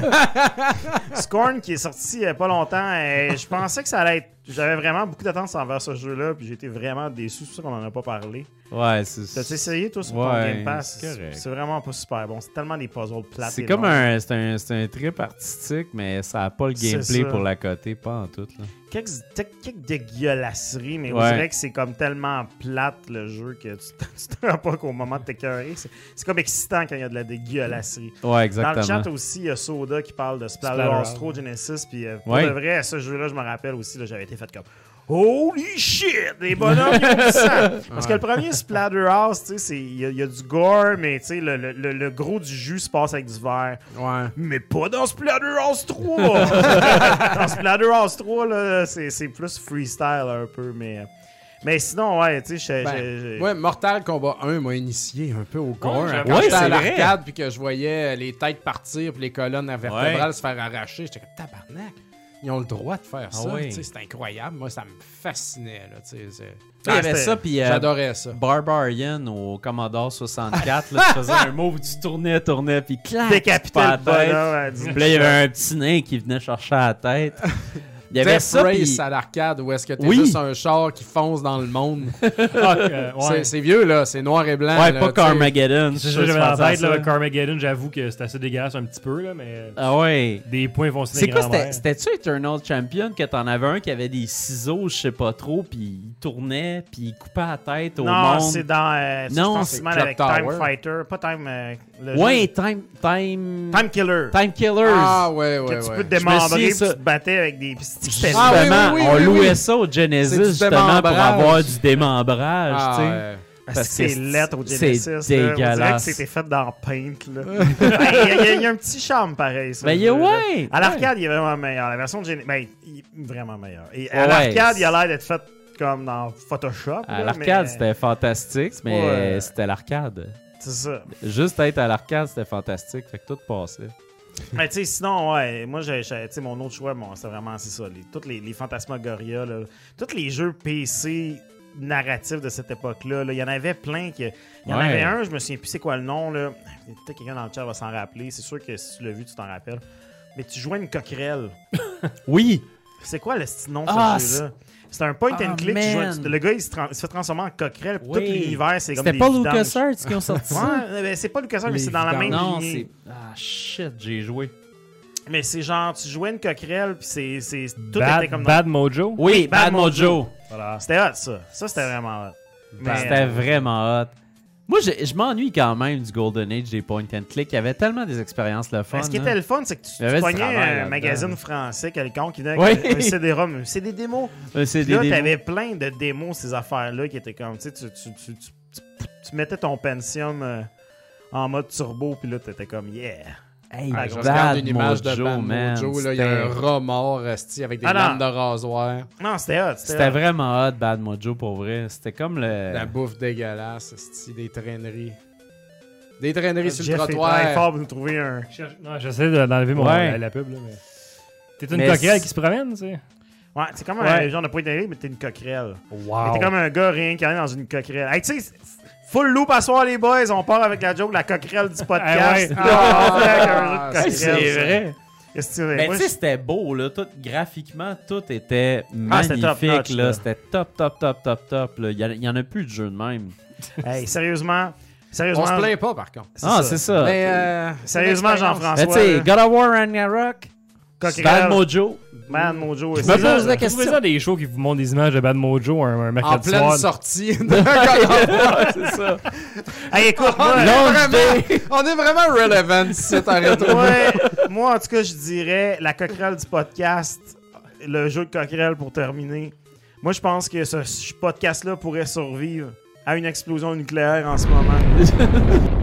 E: Scorn qui est sorti euh, pas longtemps. euh, je pensais que ça allait être. J'avais vraiment beaucoup d'attentes envers ce jeu-là, puis j'étais vraiment déçu. C'est pour ça qu'on en a pas parlé.
D: Ouais, c'est.
E: T'as-tu essayé, toi, sur ton
D: Ouais,
E: Game Pass?
D: c'est correct.
E: C'est vraiment pas super bon. C'est tellement des puzzles plates.
D: C'est
E: et
D: comme
E: longs.
D: un, c'est un, c'est un trip artistique, mais ça n'a pas le
E: C'est
D: gameplay
E: ça.
D: pour la côté, pas en tout. Là.
E: Quelques, te- quelques dégueulasseries, mais on
D: Ouais.
E: dirait que c'est comme tellement plate le jeu que tu te- tu te rends pas qu'au moment de t'écœurer. C'est c'est comme excitant quand il y a de la dégueulasserie.
D: Ouais,
E: Dans le
D: exactement.
E: chat aussi, il y a Soda qui parle de
F: Splatterhouse.
E: Splatterhouse, Astro Genesis. Puis euh, pour
D: Ouais.
E: de vrai, ce jeu-là, je me rappelle aussi, là, j'avais été fait comme Holy shit! Les bonhommes, ils ont du sang! Parce que le premier Splatterhouse, tu sais, c'est- il y, a- il y a du gore, mais tu sais, le, le- le- le gros du jus se passe avec du verre.
B: Ouais.
E: Mais pas dans Splatterhouse 3! dans Splatterhouse 3, là, c'est c'est plus freestyle un peu, mais. Mais sinon, ouais, tu sais, je- je-
B: Ben,
E: je-
B: ouais, Mortal Kombat 1 m'a initié un peu au gore.
F: Ouais,
B: hein.
F: j'avoue.
B: Quand
D: Ouais,
B: j'étais
D: c'est
B: à
D: vrai.
B: l'arcade puis que je voyais les têtes partir puis les colonnes vertébrales se faire arracher, j'étais comme tabarnak. Ils ont le droit de faire ça.
D: Ah ouais.
B: tu sais, C'est incroyable. Moi, ça me fascinait. là, tu sais, c'est-
D: Il y avait
E: Ah,
D: ça, puis euh,
B: J'adorais ça.
D: Barbarian au Commodore 64, là, tu faisais un move, tu tournais, tournais, puis clac!
E: décapiter
D: tu te pars la
E: le
D: tête.
E: bonhomme euh, à dix
D: Puis là, il y avait un petit nain qui venait chercher la tête. Il y avait
B: Death
D: ça,
B: Race
D: puis...
B: à l'arcade où est-ce que t'es
D: Oui.
B: juste un char qui fonce dans le monde.
F: Ah, euh, ouais.
B: C'est- C'est vieux, là. C'est noir et blanc.
D: Ouais,
B: là,
D: pas
B: tu sais.
D: Carmageddon.
F: C'est
D: je
F: ça que j'avais en
D: pensais à
F: tête, là,
D: ça.
F: Carmageddon, j'avoue que c'est assez dégueulasse un petit peu, là, mais
D: Ah ouais.
F: des points vont se
D: C'est quoi,
F: c'était
D: c'était- c'était-tu Eternal Champion que t'en avais un qui avait des ciseaux, je sais pas trop, puis il tournait, puis il coupait la tête au
E: non,
D: monde.
E: c'est dans. euh,
D: Non,
E: je pense
D: c'est
E: mal
B: Clock
E: avec
B: Tower.
E: Time Fighter. Pas Time. euh, le
D: Ouais,
E: jeu.
D: Time... Time...
E: Time Killer.
D: Time Killers.
B: Ah, ouais,
E: que
B: ouais,
E: tu
B: ouais.
E: peux te démembrer,
D: souviens
E: puis
D: ça.
E: tu te battais avec des petits pellets.
D: Justement,
B: Ah oui, oui, oui,
D: on
B: oui,
D: louait
B: oui.
D: ça au Genesis
B: C'est du
D: justement pour
B: démembrage.
D: avoir du démembrage,
B: Ah,
D: tu sais.
B: ouais.
D: parce
E: c'est
D: que
E: c'est lettre au
D: c'est
E: Genesis. là. On dirait
D: dégueulasse.
E: que c'était fait dans Paint. là. Ben, Il y a- il y, a- il y a un petit charme pareil. Ça,
D: Ben,
E: le
D: il y a-
E: jeu, là.
D: ouais,
E: À l'arcade, il est vraiment meilleur. La version de Genesis. Ben, il est vraiment meilleur. Et à
D: Ouais.
E: l'arcade, il a l'air d'être fait comme dans Photoshop.
D: À
E: là,
D: l'arcade,
E: mais-
D: c'était fantastique, mais
E: pas, euh,
D: c'était l'arcade.
E: C'est ça.
D: Juste être à l'arcade, c'était fantastique. Fait que tout passait.
E: Mais tu sais, sinon, ouais, moi, j'ai, j'ai- tu sais, mon autre choix, bon, c'est vraiment, c'est ça, les, toutes les, les Fantasmagoria, là, tous les jeux PC narratifs de cette époque-là, là, il y en avait plein. que- il y en
D: Ouais.
E: avait un, je me souviens plus c'est quoi le nom, là. peut-être quelqu'un dans le chat va s'en rappeler, c'est sûr que si tu l'as vu, tu t'en rappelles. Mais tu jouais une coquerelle.
D: Oui!
E: C'est quoi le petit nom de
D: Ah,
E: ce jeu-là? C'est un point and
D: Ah,
E: click. tu jouais-
D: man.
E: le gars, il se, tran- il se fait transformer en coquerelle. puis
D: Oui.
E: Tout l'univers, c'est comme
D: C'était
E: des
D: pas
E: vidanges.
D: LucasArts qui ont sorti ça?
E: Ouais, ben, c'est pas LucasArts, mais
B: Les
E: c'est dans la même
B: vidanges.
D: Non,
E: lignée.
D: c'est. Ah, shit, j'ai joué.
E: Mais c'est genre, tu jouais une coquerelle, puis c'est. c'est- Tout était
F: Bad,
E: comme dans-
F: Bad Mojo.
D: Oui, Bad,
E: Bad
D: Mojo.
F: Voilà.
E: C'était hot, ça. Ça, c'était vraiment hot. Mais,
D: C'était
E: euh,
D: vraiment hot. Moi, je, je m'ennuie quand même du Golden Age des point and click. Il y avait tellement des expériences le fun.
E: Ce qui
D: là.
E: était le fun, c'est que tu, tu
D: hein. Il y avait du
E: pognais
D: travail
E: un
D: là-dedans.
E: magazine français, quelqu'un qui venait
D: Oui.
E: avec un CD-ROM, c'est des démos.
D: Euh, c'est
E: Puis
D: des-
E: là,
D: des-
E: t'avais plein de démos, ces affaires-là, qui étaient comme, tu sais, tu, tu, tu, tu, tu- tu mettais ton Pentium euh, en mode turbo, puis là, t'étais comme, yeah.
D: Hey,
B: Ah,
D: Bad
B: je regarde une image de
D: Mojo,
B: Bad
D: man.
B: Mojo, là, il y a un
D: C'était- Euh.
B: rat mort esti, avec des
E: Ah, non.
B: lames de rasoir,
E: Non, c'était hot.
D: C'était
E: hot.
D: vraiment hot, Bad Mojo, pour vrai. C'était comme le.
B: la bouffe dégueulasse, esti, des traîneries. Des traîneries sur le
E: Jeff est très
B: trottoir.
E: fort pour nous trouver un.
F: Je cherche- non, J'essaie de- d'enlever mon
D: Ouais.
F: la, la pub, là, mais. T'es une
D: Mais
F: coquerelle
D: c'est-
F: qui se promène, tu sais.
E: Ouais, c'est comme
D: Ouais.
E: un genre de point d'aller, mais t'es une coquerelle. Mais
F: Wow.
E: T'es comme un gars réincarné dans une coquerelle. Hey, tu sais, full loop à soir, les boys. On part avec la joke, la coquerelle du podcast.
F: Eh ouais.
E: Ah, ouais, avec un jeu de
B: Hey,
E: coquerelle,
D: c'est
E: ça.
D: vrai.
E: Qu'est-ce que tu veux?
B: Ben,
D: Mais
E: Moi,
D: tu sais, c'était beau, là. Tout, graphiquement, tout était
E: Ah, c'était
D: magnifique,
E: top notch,
D: là.
E: là.
D: C'était top, top, top, top, top. là. Il y, a- il y en a plus de jeu de même.
E: je- Hey, sérieusement. Sérieusement.
B: On se plaint pas, par contre.
D: Ah, c'est ça.
B: Mais, euh, c'est
E: Sérieusement,
B: une expérience.
D: Mais Ben, tu
E: Jean-François.
D: sais,
E: là,
D: God of War Ragnarok, Bad
E: Coquerelle.
D: Mojo.
E: Man Mojo.
D: Je me pose la
F: Vous trouvez
D: question.
F: ça des shows qui vous montrent des images de Bad Mojo un, un
B: En
F: mercredi
B: pleine
F: soir?
B: sortie. de- Quand-
D: c'est ça.
E: Hey, écoute, moi.
B: on,
D: Launch
B: est
D: day.
B: vraiment, on est vraiment relevant ici, en rétro.
E: Ouais, moi, en tout cas, je dirais la coquerelle du podcast, le jeu de coquerelle pour terminer. Moi, je pense que ce ce podcast-là pourrait survivre à une explosion nucléaire en ce moment.